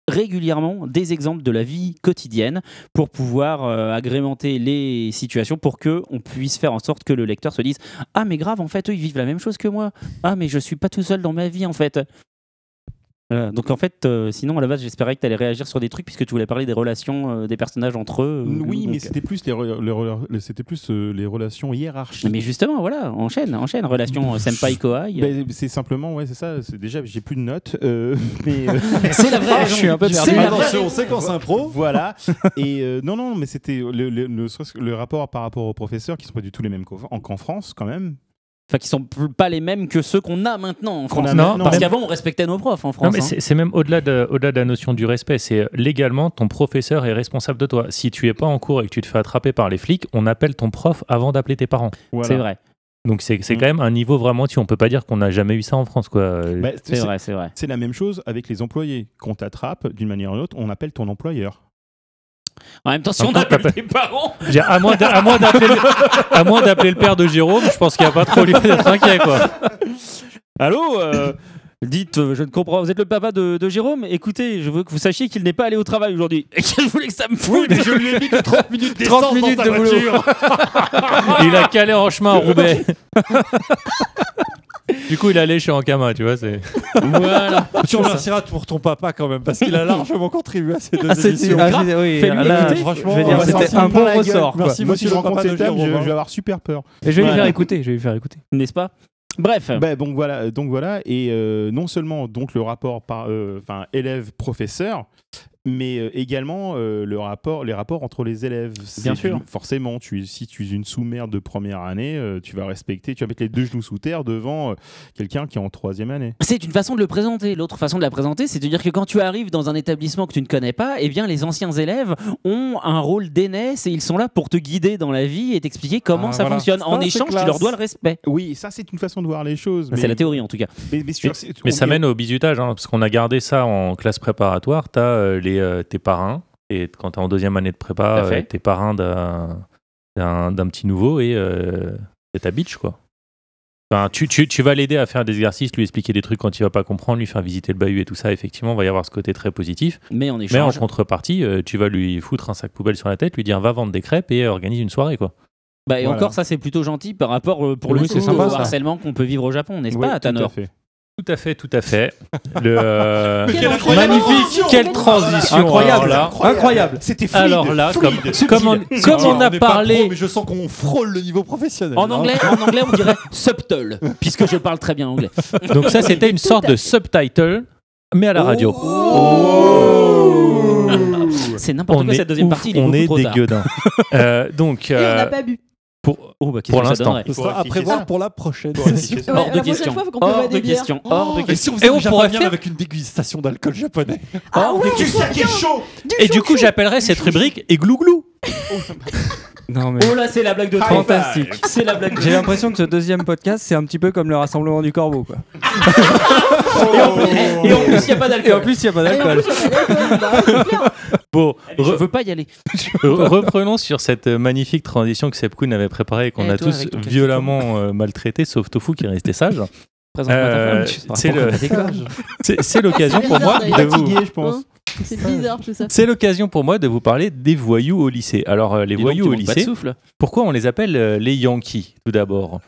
Speaker 2: régulièrement des exemples de la vie quotidienne pour pouvoir euh, agrémenter les situations pour que on puisse faire en sorte que le lecteur se dise ah mais grave en fait eux ils vivent la même chose que moi ah mais je suis pas tout seul dans ma vie en fait Voilà. donc en fait euh, sinon à la base j'espérais que tu allais réagir sur des trucs puisque tu voulais parler des relations euh, des personnages entre eux euh,
Speaker 7: Oui,
Speaker 2: donc-
Speaker 7: mais c'était plus les, re- les re- les- c'était plus euh, les relations hiérarchiques.
Speaker 2: mais justement voilà enchaîne enchaîne relation euh, senpai kohai
Speaker 7: Ben, c'est simplement, ouais, c'est ça. C'est déjà, j'ai plus de notes, euh, mais euh,
Speaker 2: c'est la vraie raison.
Speaker 5: Je suis un peu
Speaker 2: C'est
Speaker 5: perdu.
Speaker 2: la vraie
Speaker 3: Attention, séquence impro.
Speaker 7: voilà. Et euh, non, non, mais c'était le, le- le- le rapport par rapport aux professeurs qui sont pas du tout les mêmes qu'en qu'en France, quand même.
Speaker 2: Enfin, qui sont plus- pas les mêmes que ceux qu'on a maintenant en France.
Speaker 7: a
Speaker 6: Non,
Speaker 7: maintenant.
Speaker 2: Parce
Speaker 6: même-
Speaker 2: qu'avant, on respectait nos profs en France.
Speaker 6: Non, mais
Speaker 2: hein.
Speaker 6: c'est c'est même au-delà de, au de la notion du respect. C'est euh, légalement, ton professeur est responsable de toi. Si tu es pas en cours et que tu te fais attraper par les flics, on appelle ton prof avant d'appeler tes parents.
Speaker 7: Voilà.
Speaker 2: C'est vrai,
Speaker 6: Donc c'est c'est
Speaker 7: Mm.
Speaker 6: quand même un niveau vraiment dessus. On peut pas dire qu'on n'a jamais eu ça en France, quoi. Euh,
Speaker 7: Bah,
Speaker 2: c'est
Speaker 7: c'est-
Speaker 2: vrai, c'est vrai.
Speaker 7: C'est la même chose avec les employés. Quand t'attrapes, d'une manière ou d'une autre, on appelle ton employeur.
Speaker 2: En même temps, si
Speaker 6: En
Speaker 2: on
Speaker 6: même temps,
Speaker 2: appelle
Speaker 6: t'as
Speaker 2: tes parents,
Speaker 6: Je veux dire, à moins d'a- à moins d'appeler le- à moins d'appeler le père de Jérôme, je pense qu'il n'y a pas trop lieu d'être inquiet, quoi.
Speaker 2: allô euh, Dites, euh, je ne comprends. Vous êtes le papa de, de Jérôme. Écoutez, je veux que vous sachiez qu'il n'est pas allé au travail aujourd'hui. Et que je voulais que ça me foute.
Speaker 7: je lui ai mis 30 minutes
Speaker 5: 30 minutes de boulot.
Speaker 6: Il a calé en chemin à Roubaix. Du coup, il allait chez Ankama, tu vois. c'est-
Speaker 2: voilà.
Speaker 3: Tu remercieras pour ton papa quand même, parce qu'il a largement contribué à ces deux
Speaker 5: Ah, c'est-
Speaker 3: émissions.
Speaker 5: ah, c'est- oui,
Speaker 2: Fais-lui
Speaker 5: là, euh,
Speaker 2: écouter.
Speaker 5: je veux
Speaker 3: Franchement,
Speaker 5: dire,
Speaker 3: on va
Speaker 5: c'était
Speaker 3: sortir
Speaker 5: un
Speaker 3: plein
Speaker 5: bon
Speaker 3: la gueule.
Speaker 5: ressort. quoi.
Speaker 3: Merci,
Speaker 7: Moi, si
Speaker 3: monsieur
Speaker 7: je
Speaker 3: le
Speaker 7: rencontre
Speaker 3: papa de
Speaker 7: cette dame, je,
Speaker 3: Jérôme. hein.
Speaker 7: je vais avoir super peur.
Speaker 5: Et je vais lui
Speaker 7: Ouais.
Speaker 5: faire écouter. Je vais lui faire écouter.
Speaker 2: N'est-ce pas Bref.
Speaker 7: Ben, donc voilà, donc voilà, et euh, non seulement donc le rapport par, euh, enfin élève professeur, mais euh, également euh, le rapport, les rapports entre les élèves. C'est
Speaker 2: Bien
Speaker 7: du-
Speaker 2: sûr.
Speaker 7: forcément, tu, si tu es une sous-mère de première année, euh, tu vas respecter, tu vas mettre les deux genoux sous terre devant euh, quelqu'un qui est en troisième année.
Speaker 2: C'est une façon de le présenter. L'autre façon de la présenter, c'est de dire que quand tu arrives dans un établissement que tu ne connais pas, eh bien, les anciens élèves ont un rôle d'aînesse et ils sont là pour te guider dans la vie et t'expliquer comment
Speaker 3: Ah,
Speaker 2: ça
Speaker 3: voilà.
Speaker 2: fonctionne. En
Speaker 3: Ah, c'est
Speaker 2: échange, tu
Speaker 3: classe.
Speaker 2: leur dois le respect.
Speaker 7: Oui, ça c'est une façon de voir les choses.
Speaker 2: C'est la théorie en tout cas.
Speaker 7: mais, mais sur-
Speaker 6: Mais ça
Speaker 7: on-
Speaker 6: mène au bizutage, hein, parce qu'on a gardé ça en classe préparatoire. T'as euh, les euh, tes parrains, et quand t'es en deuxième année de prépa,
Speaker 2: Tout à fait.
Speaker 6: euh, t'es parrain d'un d'un d'un petit nouveau et euh, c'est ta bitch, quoi. Enfin, tu, tu, tu vas l'aider à faire des exercices, lui expliquer des trucs quand il va pas comprendre, lui faire visiter le bahut et tout ça. Effectivement, il va y avoir ce côté très positif.
Speaker 2: Mais en
Speaker 6: Mais en
Speaker 2: échange,
Speaker 6: contrepartie, euh, tu vas lui foutre un sac poubelle sur la tête, lui dire va vendre des crêpes et euh, organise une soirée, quoi.
Speaker 2: Bah, et
Speaker 7: Voilà.
Speaker 2: encore, ça c'est plutôt gentil par rapport euh, pour
Speaker 6: Oui,
Speaker 2: le
Speaker 6: c'est
Speaker 2: coup,
Speaker 6: sympa,
Speaker 2: au
Speaker 6: ça.
Speaker 2: harcèlement qu'on peut vivre au Japon, n'est-ce
Speaker 7: Ouais,
Speaker 2: pas,
Speaker 7: tout à
Speaker 2: Tanor
Speaker 7: fait.
Speaker 6: Tout à fait, tout à fait. Le, euh,
Speaker 4: Quelle
Speaker 6: Magnifique,
Speaker 4: incroyable transition
Speaker 6: quelle transition
Speaker 3: Incroyable,
Speaker 6: alors là.
Speaker 3: incroyable.
Speaker 7: C'était fluide.
Speaker 6: Alors là, comme,
Speaker 7: fluide.
Speaker 6: comme on, comme on a
Speaker 3: est pas pro,
Speaker 6: parlé
Speaker 3: mais je sens qu'on frôle le niveau professionnel.
Speaker 2: En anglais, en anglais, on dirait subtle, puisque je parle très bien anglais.
Speaker 6: Donc ça, c'était une sorte de subtitle, mais à la radio.
Speaker 8: Oh.
Speaker 2: C'est n'importe quoi cette deuxième
Speaker 6: ouf,
Speaker 2: partie. Il est
Speaker 6: on
Speaker 2: beaucoup
Speaker 6: est
Speaker 2: trop
Speaker 6: des
Speaker 2: tard.
Speaker 6: gueudins. Euh, donc,
Speaker 4: Et on
Speaker 6: euh,
Speaker 4: n'a pas bu.
Speaker 6: pour,
Speaker 2: Oh, bah, qu'est-ce
Speaker 6: Pour
Speaker 2: que ça
Speaker 6: l'instant.
Speaker 2: donnerait
Speaker 3: Ce sera à
Speaker 7: rectifier ça.
Speaker 3: prévoir pour la prochaine.
Speaker 7: Faut rectifier
Speaker 3: session.
Speaker 7: ça.
Speaker 2: Hors
Speaker 4: Ouais,
Speaker 2: de
Speaker 4: la prochaine
Speaker 2: question.
Speaker 4: fois, faut qu'on
Speaker 2: Hors
Speaker 4: prévoie
Speaker 2: de
Speaker 4: des bières.
Speaker 2: question. Hors de
Speaker 3: Et
Speaker 2: question.
Speaker 3: si on
Speaker 6: Et
Speaker 3: faisait
Speaker 6: on
Speaker 3: un
Speaker 6: pourrait
Speaker 3: japonien
Speaker 6: faire-
Speaker 3: avec une dégustation d'alcool japonais
Speaker 4: Ah ouais,
Speaker 7: Tu sais qui est chaud
Speaker 6: Et du coup, j'appellerais cette rubrique et glouglou.
Speaker 5: Non, mais...
Speaker 2: Oh là, c'est la blague de
Speaker 7: High
Speaker 2: trop.
Speaker 5: Fantastique.
Speaker 2: C'est la blague de
Speaker 5: J'ai l'impression que ce deuxième podcast, c'est un petit peu comme le rassemblement du corbeau. Quoi.
Speaker 2: Et en plus, il n'y a pas
Speaker 5: Et en
Speaker 2: d'alcool.
Speaker 5: plus, il n'y a pas
Speaker 4: Et en
Speaker 5: d'alcool.
Speaker 4: plus, on a l'alcool, bah, c'est clair.
Speaker 6: Bon,
Speaker 2: Je
Speaker 6: re-
Speaker 2: veux pas y aller.
Speaker 6: re- reprenons sur cette euh, magnifique transition que Seb Kuhn avait préparée et qu'on
Speaker 2: Et
Speaker 6: a
Speaker 2: toi,
Speaker 6: tous
Speaker 2: avec ton calcito.
Speaker 6: violemment euh, maltraité, sauf Tofu qui est resté sage.
Speaker 2: Présente-moi ta
Speaker 6: Euh,
Speaker 2: femme.
Speaker 6: c'est le- C'est c'est l'occasion
Speaker 4: C'est
Speaker 6: pour moi
Speaker 4: bizarre,
Speaker 6: de vous.
Speaker 7: Fatigué, je pense.
Speaker 4: Hein C'est bizarre tout ça.
Speaker 6: C'est l'occasion pour moi de vous parler des voyous au lycée. Alors euh, les
Speaker 2: Dis donc,
Speaker 6: voyous
Speaker 2: tu
Speaker 6: au
Speaker 2: manques pas de
Speaker 6: lycée,
Speaker 2: souffle.
Speaker 6: pourquoi on les appelle euh, les Yankees tout d'abord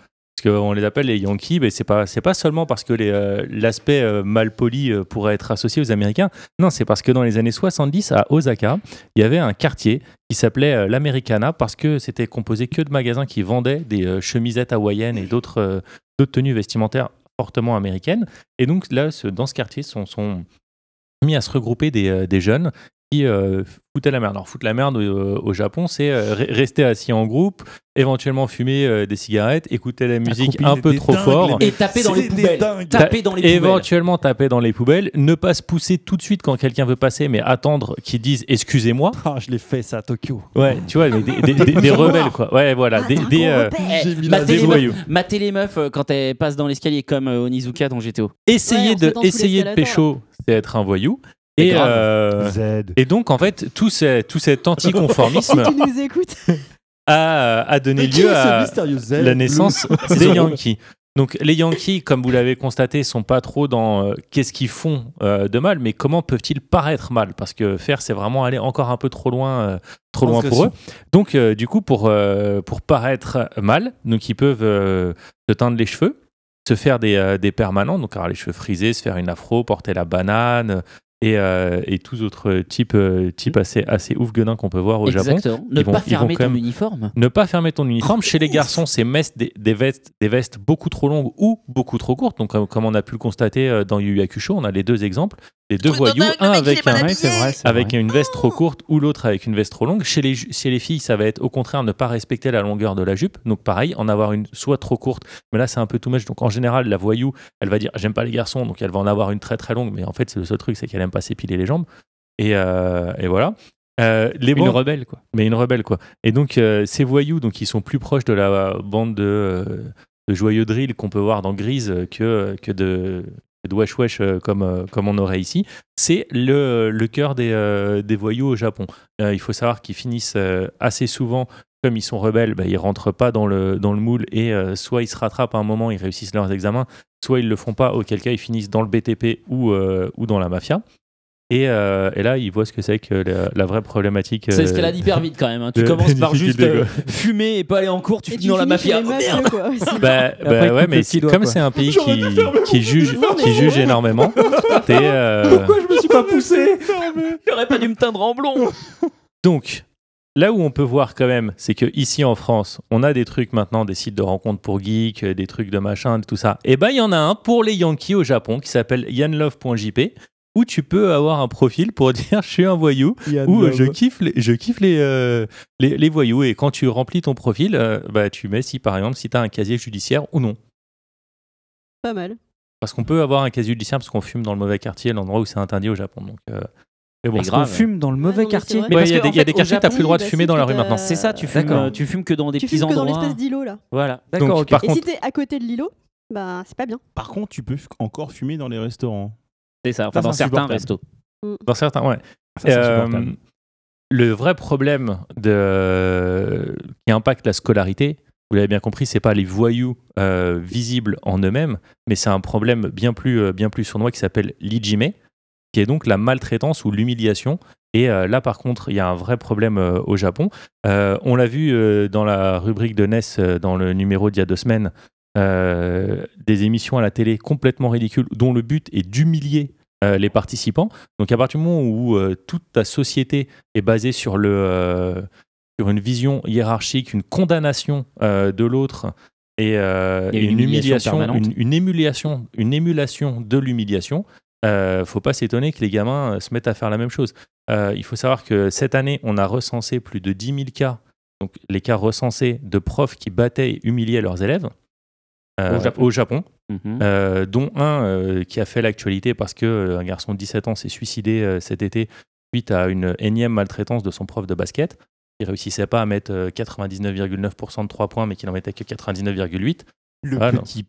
Speaker 6: Parce qu'on les appelle les Yankees, mais c'est pas c'est pas seulement parce que les, euh, l'aspect euh, malpoli euh, pourrait être associé aux Américains. Non, c'est parce que dans les années 70 à Osaka, il y avait un quartier qui s'appelait euh, l'Americana parce que c'était composé que de magasins qui vendaient des euh, chemisettes hawaïennes et d'autres euh, d'autres tenues vestimentaires fortement américaines. Et donc là, ce- dans ce quartier, sont, sont mis à se regrouper des, euh, des jeunes qui euh, foutaient la merde. Alors foutre la merde euh, au Japon, c'est euh, re- rester assis en groupe, éventuellement fumer euh, des cigarettes, écouter la musique
Speaker 3: Accroupi,
Speaker 6: un
Speaker 3: des-
Speaker 6: peu
Speaker 3: des
Speaker 6: trop
Speaker 3: dingues, les
Speaker 6: fort.
Speaker 2: Et taper dans les
Speaker 3: C'est des
Speaker 2: poubelles.
Speaker 3: dingues.
Speaker 2: Taper dans les poubelles.
Speaker 6: Éventuellement taper dans les poubelles, ne pas se pousser tout de suite quand quelqu'un veut passer, mais attendre qu'ils disent excusez-moi.
Speaker 3: Ah, je l'ai fait ça à Tokyo.
Speaker 6: Ouais, tu vois, mais des, des- des- des rebelles quoi. Ouais, voilà,
Speaker 3: Ah,
Speaker 6: des, des, euh,
Speaker 3: J'ai mis
Speaker 2: ma
Speaker 3: la
Speaker 6: des
Speaker 2: télé-
Speaker 3: zéro.
Speaker 6: voyous.
Speaker 2: Ma télé meuf euh, quand elle passe dans l'escalier comme euh, Onizuka dans GTO.
Speaker 6: Essayer
Speaker 4: Ouais, on se
Speaker 6: de
Speaker 4: met dans sous
Speaker 6: essayer de
Speaker 4: l'escalator.
Speaker 6: pécho, c'est être un voyou.
Speaker 2: Mais
Speaker 6: Et,
Speaker 2: grave.
Speaker 1: uh,
Speaker 6: euh,
Speaker 3: Z.
Speaker 6: et donc en fait, tout, ce- tout cet
Speaker 4: Si
Speaker 6: anticonformisme
Speaker 4: tu nous écoutes,
Speaker 6: a, a donné
Speaker 3: Mais qui est
Speaker 6: lieu
Speaker 3: ce
Speaker 6: à,
Speaker 3: mystérieux Z
Speaker 6: la naissance
Speaker 3: Le-
Speaker 6: des Yankees. Donc les Yankees, comme vous l'avez constaté, sont pas trop dans euh, qu'est-ce qu'ils font euh, de mal, mais comment peuvent-ils paraître mal Parce que faire, c'est vraiment aller encore un peu trop loin, euh, trop loin pour eux. Donc euh, du coup, pour euh, pour paraître mal, donc ils peuvent euh, se teindre les cheveux, se faire des, euh, des permanents, donc avoir les cheveux frisés, se faire une afro, porter la banane et, euh, et tous autres types euh, types assez assez ouf gueudins qu'on peut voir au Japon.
Speaker 2: Exactement. Ne
Speaker 6: Ils vont-
Speaker 2: pas
Speaker 6: ils vont
Speaker 2: fermer
Speaker 6: quand
Speaker 2: ton
Speaker 6: même-
Speaker 2: uniforme.
Speaker 6: Ne pas fermer ton uniforme. Chez les garçons, c'est mes- des, des vestes, des vestes beaucoup trop longues ou beaucoup trop courtes. Donc, euh, comme, comme on a pu le constater euh, dans Yu Yu Hakusho, on a les deux exemples. Les deux voyous, un avec, un,
Speaker 5: Ouais, c'est vrai, c'est
Speaker 6: avec
Speaker 5: vrai.
Speaker 6: une veste trop courte ou l'autre avec une veste trop longue. Chez les, ju- chez les filles, ça va être au contraire ne pas respecter la longueur de la jupe. Donc, pareil, en avoir une soit trop courte, mais là, c'est un peu tout match. Donc, en général, la voyou, elle va dire j'aime pas les garçons, donc elle va en avoir une très très longue. Mais en fait, c'est le seul truc, c'est qu'elle aime pas s'épiler les jambes. Et, euh, et voilà. Euh, les
Speaker 5: Une
Speaker 6: bandes-
Speaker 5: rebelle, quoi.
Speaker 6: mais une rebelle, quoi. Et donc, euh, ces voyous, donc, ils sont plus proches de la bande de, euh, de joyeux drill qu'on peut voir dans Grise euh, que, que de, que de Wesh Wesh euh, comme, euh, comme on aurait ici. C'est le, le cœur des, euh, des voyous au Japon. Euh, il faut savoir qu'ils finissent euh, assez souvent, comme ils sont rebelles, bah, ils rentrent pas dans le, dans le moule et euh, soit ils se rattrapent à un moment, ils réussissent leurs examens, soit ils le font pas, auquel cas ils finissent dans le BTP ou, euh, ou dans la mafia. Et, euh, et là, ils voient ce que c'est que la, la vraie problématique.
Speaker 2: C'est ce
Speaker 6: euh,
Speaker 2: qu'elle a dit hyper vite quand même. hein. Tu
Speaker 6: de-
Speaker 2: commences par
Speaker 6: magnifique
Speaker 2: juste
Speaker 6: idée,
Speaker 2: euh, fumer et pas aller en cours, tu
Speaker 4: et
Speaker 2: finis
Speaker 4: tu
Speaker 2: dans la
Speaker 4: finis
Speaker 2: mafia.
Speaker 4: chez les
Speaker 2: Oh,
Speaker 4: mafieux,
Speaker 2: merde
Speaker 4: quoi, aussi.
Speaker 6: Bah,
Speaker 5: après,
Speaker 6: bah
Speaker 5: il coupe
Speaker 6: ouais,
Speaker 5: le
Speaker 6: mais
Speaker 5: petit
Speaker 6: c'est-
Speaker 5: doigt,
Speaker 6: comme
Speaker 5: quoi.
Speaker 6: c'est un pays
Speaker 7: J'aurais
Speaker 6: qui,
Speaker 7: dû faire
Speaker 6: qui juge, qui juge énormément, t'es, euh,
Speaker 5: je me suis pas poussé
Speaker 2: J'aurais pas dû me teindre en blond.
Speaker 6: donc là où on peut voir quand même, c'est que ici en France, on a des trucs maintenant, des sites de rencontres pour geeks, euh, des trucs de machin, tout ça. Et ben il y en a un pour les Yankees au Japon qui s'appelle yanlove.jp où tu peux avoir un profil pour dire je suis un voyou Ou euh, je kiffe, les, je kiffe les, euh, les, les voyous. Et quand tu remplis ton profil, euh, bah, tu mets si par exemple si tu as un casier judiciaire ou non.
Speaker 4: Pas mal.
Speaker 6: Parce qu'on peut avoir un casier judiciaire parce qu'on fume dans le mauvais quartier, l'endroit où c'est interdit au Japon. Donc, euh, mais bon,
Speaker 2: Mais
Speaker 6: c'est-
Speaker 2: grave.
Speaker 5: On fume dans le
Speaker 4: Ah non,
Speaker 5: mauvais
Speaker 4: mais c'est
Speaker 5: quartier.
Speaker 6: Ouais,
Speaker 4: vrai.
Speaker 2: parce
Speaker 6: il y a
Speaker 2: que,
Speaker 6: des,
Speaker 2: en
Speaker 6: il y a
Speaker 2: fait,
Speaker 6: des
Speaker 2: au
Speaker 6: quartiers, t'as plus le droit de
Speaker 4: Japon,
Speaker 6: fumer dans la rue
Speaker 4: bah,
Speaker 6: maintenant.
Speaker 4: si,
Speaker 2: C'est ça, tu fumes,
Speaker 5: D'accord.
Speaker 2: euh, tu fumes que dans des
Speaker 4: Tu
Speaker 2: petits
Speaker 4: fumes que dans
Speaker 2: endroits.
Speaker 4: l'espèce d'îlot là.
Speaker 2: Voilà.
Speaker 5: D'accord,
Speaker 6: Donc,
Speaker 5: ok.
Speaker 6: par
Speaker 4: Et si
Speaker 6: contre,
Speaker 4: t'es à côté de l'îlot, bah c'est pas bien.
Speaker 7: Par contre, tu peux f- encore fumer dans les restaurants.
Speaker 2: C'est ça, enfin
Speaker 7: Ça,
Speaker 2: dans
Speaker 7: c'est
Speaker 2: certains
Speaker 7: insupportable.
Speaker 2: restos.
Speaker 6: dans certains, ouais.
Speaker 7: Ça, c'est
Speaker 6: Euh,
Speaker 7: insupportable.
Speaker 6: le vrai problème de... qui impacte la scolarité, vous l'avez bien compris, c'est pas les voyous euh, visibles en eux-mêmes, mais c'est un problème bien plus, euh, bien plus sournois qui s'appelle l'ijime, E, qui est donc la maltraitance ou l'humiliation. Et euh, là, par contre, il y a un vrai problème euh, au Japon. Euh, on l'a vu euh, dans la rubrique de Ness, euh, dans le numéro d'il y a deux semaines, euh, des émissions à la télé complètement ridicules, dont le but est d'humilier euh, les participants. Donc à partir du moment où euh, toute ta société est basée sur, le, euh, sur une vision hiérarchique, une condamnation euh, de l'autre et, euh,
Speaker 2: Il y a
Speaker 6: et
Speaker 2: une
Speaker 6: une
Speaker 2: humiliation
Speaker 6: humiliation,
Speaker 2: permanente.
Speaker 6: une, une émulation, une émulation de l'humiliation, euh, faut pas s'étonner que les gamins euh, se mettent à faire la même chose. Euh, il faut savoir que cette année, on a recensé plus de 10 000 cas, donc les cas recensés de profs qui battaient et humiliaient leurs élèves euh,
Speaker 2: Au Japon.
Speaker 6: Au Japon.
Speaker 2: Mhm.
Speaker 6: Euh, dont un euh, qui a fait l'actualité parce que euh, un garçon de 17 ans s'est suicidé euh, cet été suite à une énième maltraitance de son prof de basket qui réussissait pas à mettre euh, 99,9% de 3 points mais qui n'en mettait que 99,8.
Speaker 7: Le
Speaker 6: Ah, non.
Speaker 7: petit.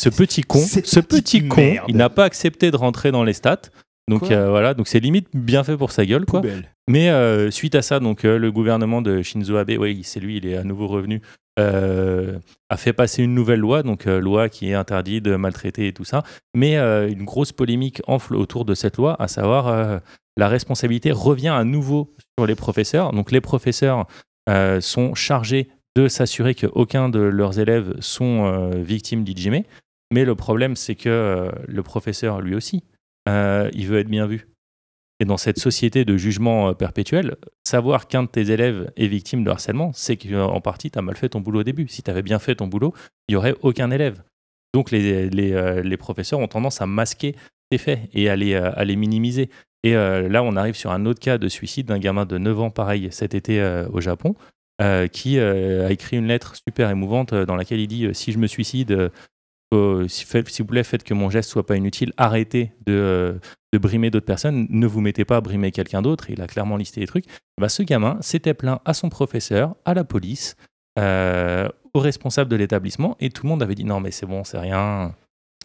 Speaker 6: Ce petit con,
Speaker 7: Cette
Speaker 6: ce
Speaker 7: petite
Speaker 6: petit con,
Speaker 7: merde.
Speaker 6: il n'a pas accepté de rentrer dans les stats. Donc
Speaker 7: Quoi
Speaker 6: euh, voilà, donc c'est limite bien fait pour sa gueule quoi.
Speaker 7: Poubelle.
Speaker 6: Mais euh, suite à ça, donc euh, le gouvernement de Shinzo Abe, oui, c'est lui, il est à nouveau revenu, euh, a fait passer une nouvelle loi, donc euh, loi qui interdit de maltraiter et tout ça. Mais euh, une grosse polémique enfle autour de cette loi, à savoir euh, la responsabilité revient à nouveau sur les professeurs. Donc les professeurs euh, sont chargés de s'assurer qu'aucun de leurs élèves sont euh, victimes d'IJME. Mais le problème, c'est que euh, le professeur, lui aussi, euh, il veut être bien vu. Et dans cette société de jugement euh, perpétuel, savoir qu'un de tes élèves est victime de harcèlement, c'est qu'en partie, tu as mal fait ton boulot au début. Si tu avais bien fait ton boulot, il n'y aurait aucun élève. Donc les, les, euh, les professeurs ont tendance à masquer ces faits et à les, euh, à les minimiser. Et euh, là, on arrive sur un autre cas de suicide d'un gamin de 9 ans, pareil, cet été euh, au Japon, euh, qui euh, a écrit une lettre super émouvante euh, dans laquelle il dit euh, Si je me suicide, euh, faut- si- faites- s'il vous plaît, faites que mon geste soit pas inutile, arrêtez de, euh, de brimer d'autres personnes, ne vous mettez pas à brimer quelqu'un d'autre, il a clairement listé les trucs. Bah, ce gamin s'était plaint à son professeur, à la police, euh, au responsable de l'établissement, et tout le monde avait dit non mais c'est bon, c'est rien,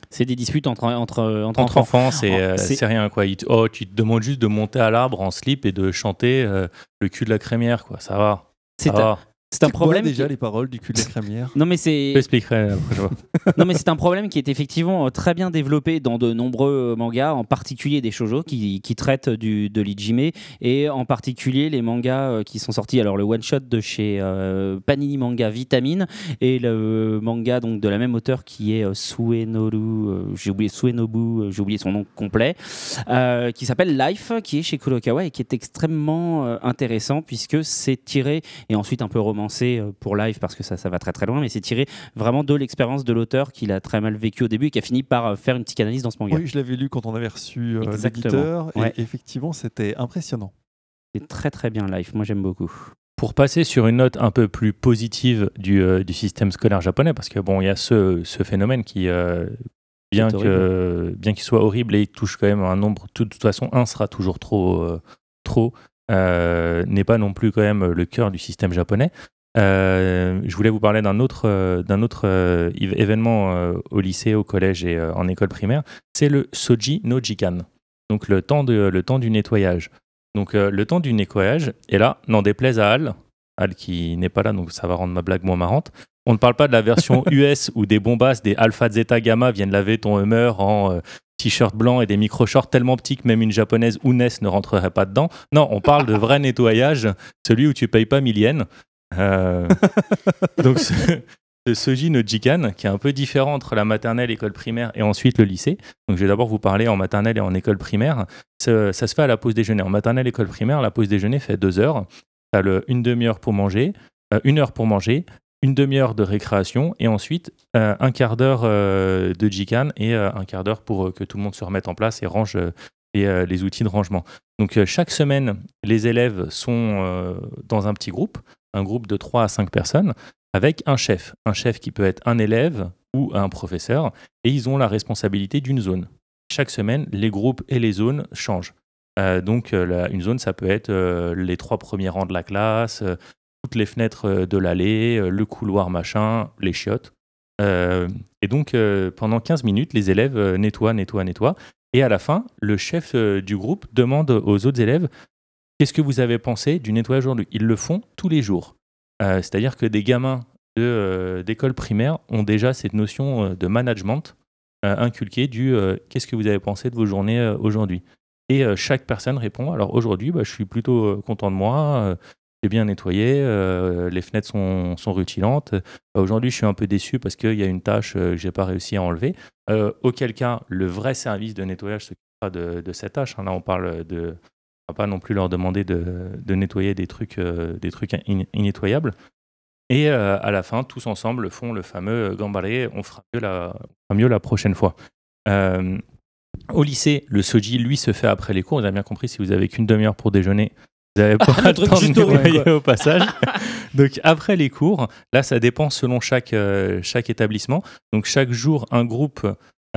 Speaker 2: C'est des disputes entre, entre, entre,
Speaker 6: entre
Speaker 2: enfants.
Speaker 6: enfants, c'est euh,
Speaker 2: c'est-
Speaker 6: c'est rien quoi. Il te- oh, tu te demandes juste de monter à l'arbre en slip et de chanter euh, le cul de la crémière quoi, ça va.
Speaker 2: C'est
Speaker 6: ça
Speaker 2: un,
Speaker 6: va.
Speaker 2: c'est un
Speaker 3: C'est quoi,
Speaker 2: problème.
Speaker 3: déjà
Speaker 2: qui-
Speaker 3: les paroles du cul de la crémière.
Speaker 2: Non mais
Speaker 6: Je
Speaker 2: c'est
Speaker 6: t'expliquerai euh, la prochaine fois.
Speaker 2: non mais c'est un problème qui est effectivement euh, très bien développé dans de nombreux euh, mangas, en particulier des shoujo qui, qui traitent du, de l'ijime et en particulier les mangas euh, qui sont sortis. Alors le one shot de chez euh, Panini Manga Vitamine et le manga donc de la même auteur qui est euh, Suenoru, euh, j'ai oublié Suenobu, euh, j'ai oublié son nom complet, euh, qui s'appelle Life, qui est chez Kurokawa et qui est extrêmement euh, intéressant puisque c'est tiré et ensuite un peu romancé euh, pour Life parce que ça ça va très très loin, mais c'est tiré vraiment de l'expérience de l'auteur qu'il a très mal vécu au début et qui a fini par euh, faire une petite analyse dans ce manga.
Speaker 3: Oui, je l'avais lu quand on avait reçu euh,
Speaker 2: Exactement.
Speaker 3: l'éditeur,
Speaker 2: Ouais.
Speaker 3: et effectivement, c'était impressionnant.
Speaker 2: C'est très très bien Life, moi j'aime beaucoup.
Speaker 6: Pour passer sur une note un peu plus positive du, euh, du système scolaire japonais, parce que bon, il y a ce, ce phénomène qui, euh, bien
Speaker 2: C'est
Speaker 6: que bien qu'il soit horrible et il touche quand même un nombre, tout- de toute façon, un sera toujours trop, euh, trop, euh, n'est pas non plus quand même le cœur du système japonais. Euh, je voulais vous parler d'un autre, euh, d'un autre euh, év- événement euh, au lycée, au collège et euh, en école primaire, c'est le Soji no Jikan, donc le temps, de, le temps du nettoyage. Donc euh, le temps du nettoyage, et là, n'en déplaise à Al, Al qui n'est pas là, donc ça va rendre ma blague moins marrante. On ne parle pas de la version US où des bombasses, des alpha, zeta, gamma viennent laver ton humeur en euh, t-shirt blanc et des micro-shorts tellement petits que même une japonaise ou NES ne rentrerait pas dedans. Non, on parle de vrai nettoyage, celui où tu payes pas 1000 yens. Euh, donc ce, ce Soji no Jikan, qui est un peu différent entre la maternelle, école primaire et ensuite le lycée. Donc je vais d'abord vous parler en maternelle et en école primaire. Ça, ça se fait à la pause déjeuner. En maternelle, école primaire, la pause déjeuner fait deux heures. T'as le une demi-heure pour manger, euh, une heure pour manger, une demi-heure de récréation et ensuite euh, un quart d'heure euh, de jikan et euh, un quart d'heure pour euh, que tout le monde se remette en place et range euh, les, euh, les outils de rangement. Donc euh, chaque semaine, les élèves sont euh, dans un petit groupe, un groupe de 3 à 5 personnes avec un chef, un chef qui peut être un élève ou un professeur et ils ont la responsabilité d'une zone. Chaque semaine, les groupes et les zones changent. Euh, donc euh, la- une zone, ça peut être euh, les trois premiers rangs de la classe, euh, toutes les fenêtres euh, de l'allée, euh, le couloir machin, les chiottes. Euh, et donc euh, pendant 15 minutes, les élèves euh, nettoient, nettoient, nettoient. Et à la fin, le chef euh, du groupe demande aux autres élèves qu'est-ce que vous avez pensé du nettoyage aujourd'hui. Ils le font tous les jours. Euh, C'est-à-dire que des gamins de, euh, d'école primaire ont déjà cette notion euh, de management euh, inculquée du euh, qu'est-ce que vous avez pensé de vos journées euh, aujourd'hui. Et euh, chaque personne répond alors aujourd'hui, bah, je suis plutôt euh, content de moi. euh, c'est bien nettoyé, euh, les fenêtres sont, sont rutilantes. Euh, Aujourd'hui, je suis un peu déçu parce qu'il y a une tâche euh, que j'ai pas réussi à enlever. Euh, auquel cas, le vrai service de nettoyage s'occupera de, de cette tâche. hein. Là, on parle de, on va pas non plus leur demander de, de nettoyer des trucs, euh, des trucs in- innettoyables. Et euh, à la fin, tous ensemble font le fameux euh, gambaret, on fera mieux la, on fera mieux la prochaine fois. Euh, au lycée, le soji, lui, se fait après les cours. Vous avez bien compris, si vous avez qu'une demi-heure pour déjeuner, vous n'avez pas
Speaker 2: le
Speaker 6: le
Speaker 2: truc
Speaker 6: temps de
Speaker 2: juste au rond,
Speaker 6: nettoyer
Speaker 2: quoi.
Speaker 6: au passage. Donc après les cours, là, ça dépend selon chaque, euh, chaque établissement. Donc chaque jour, un groupe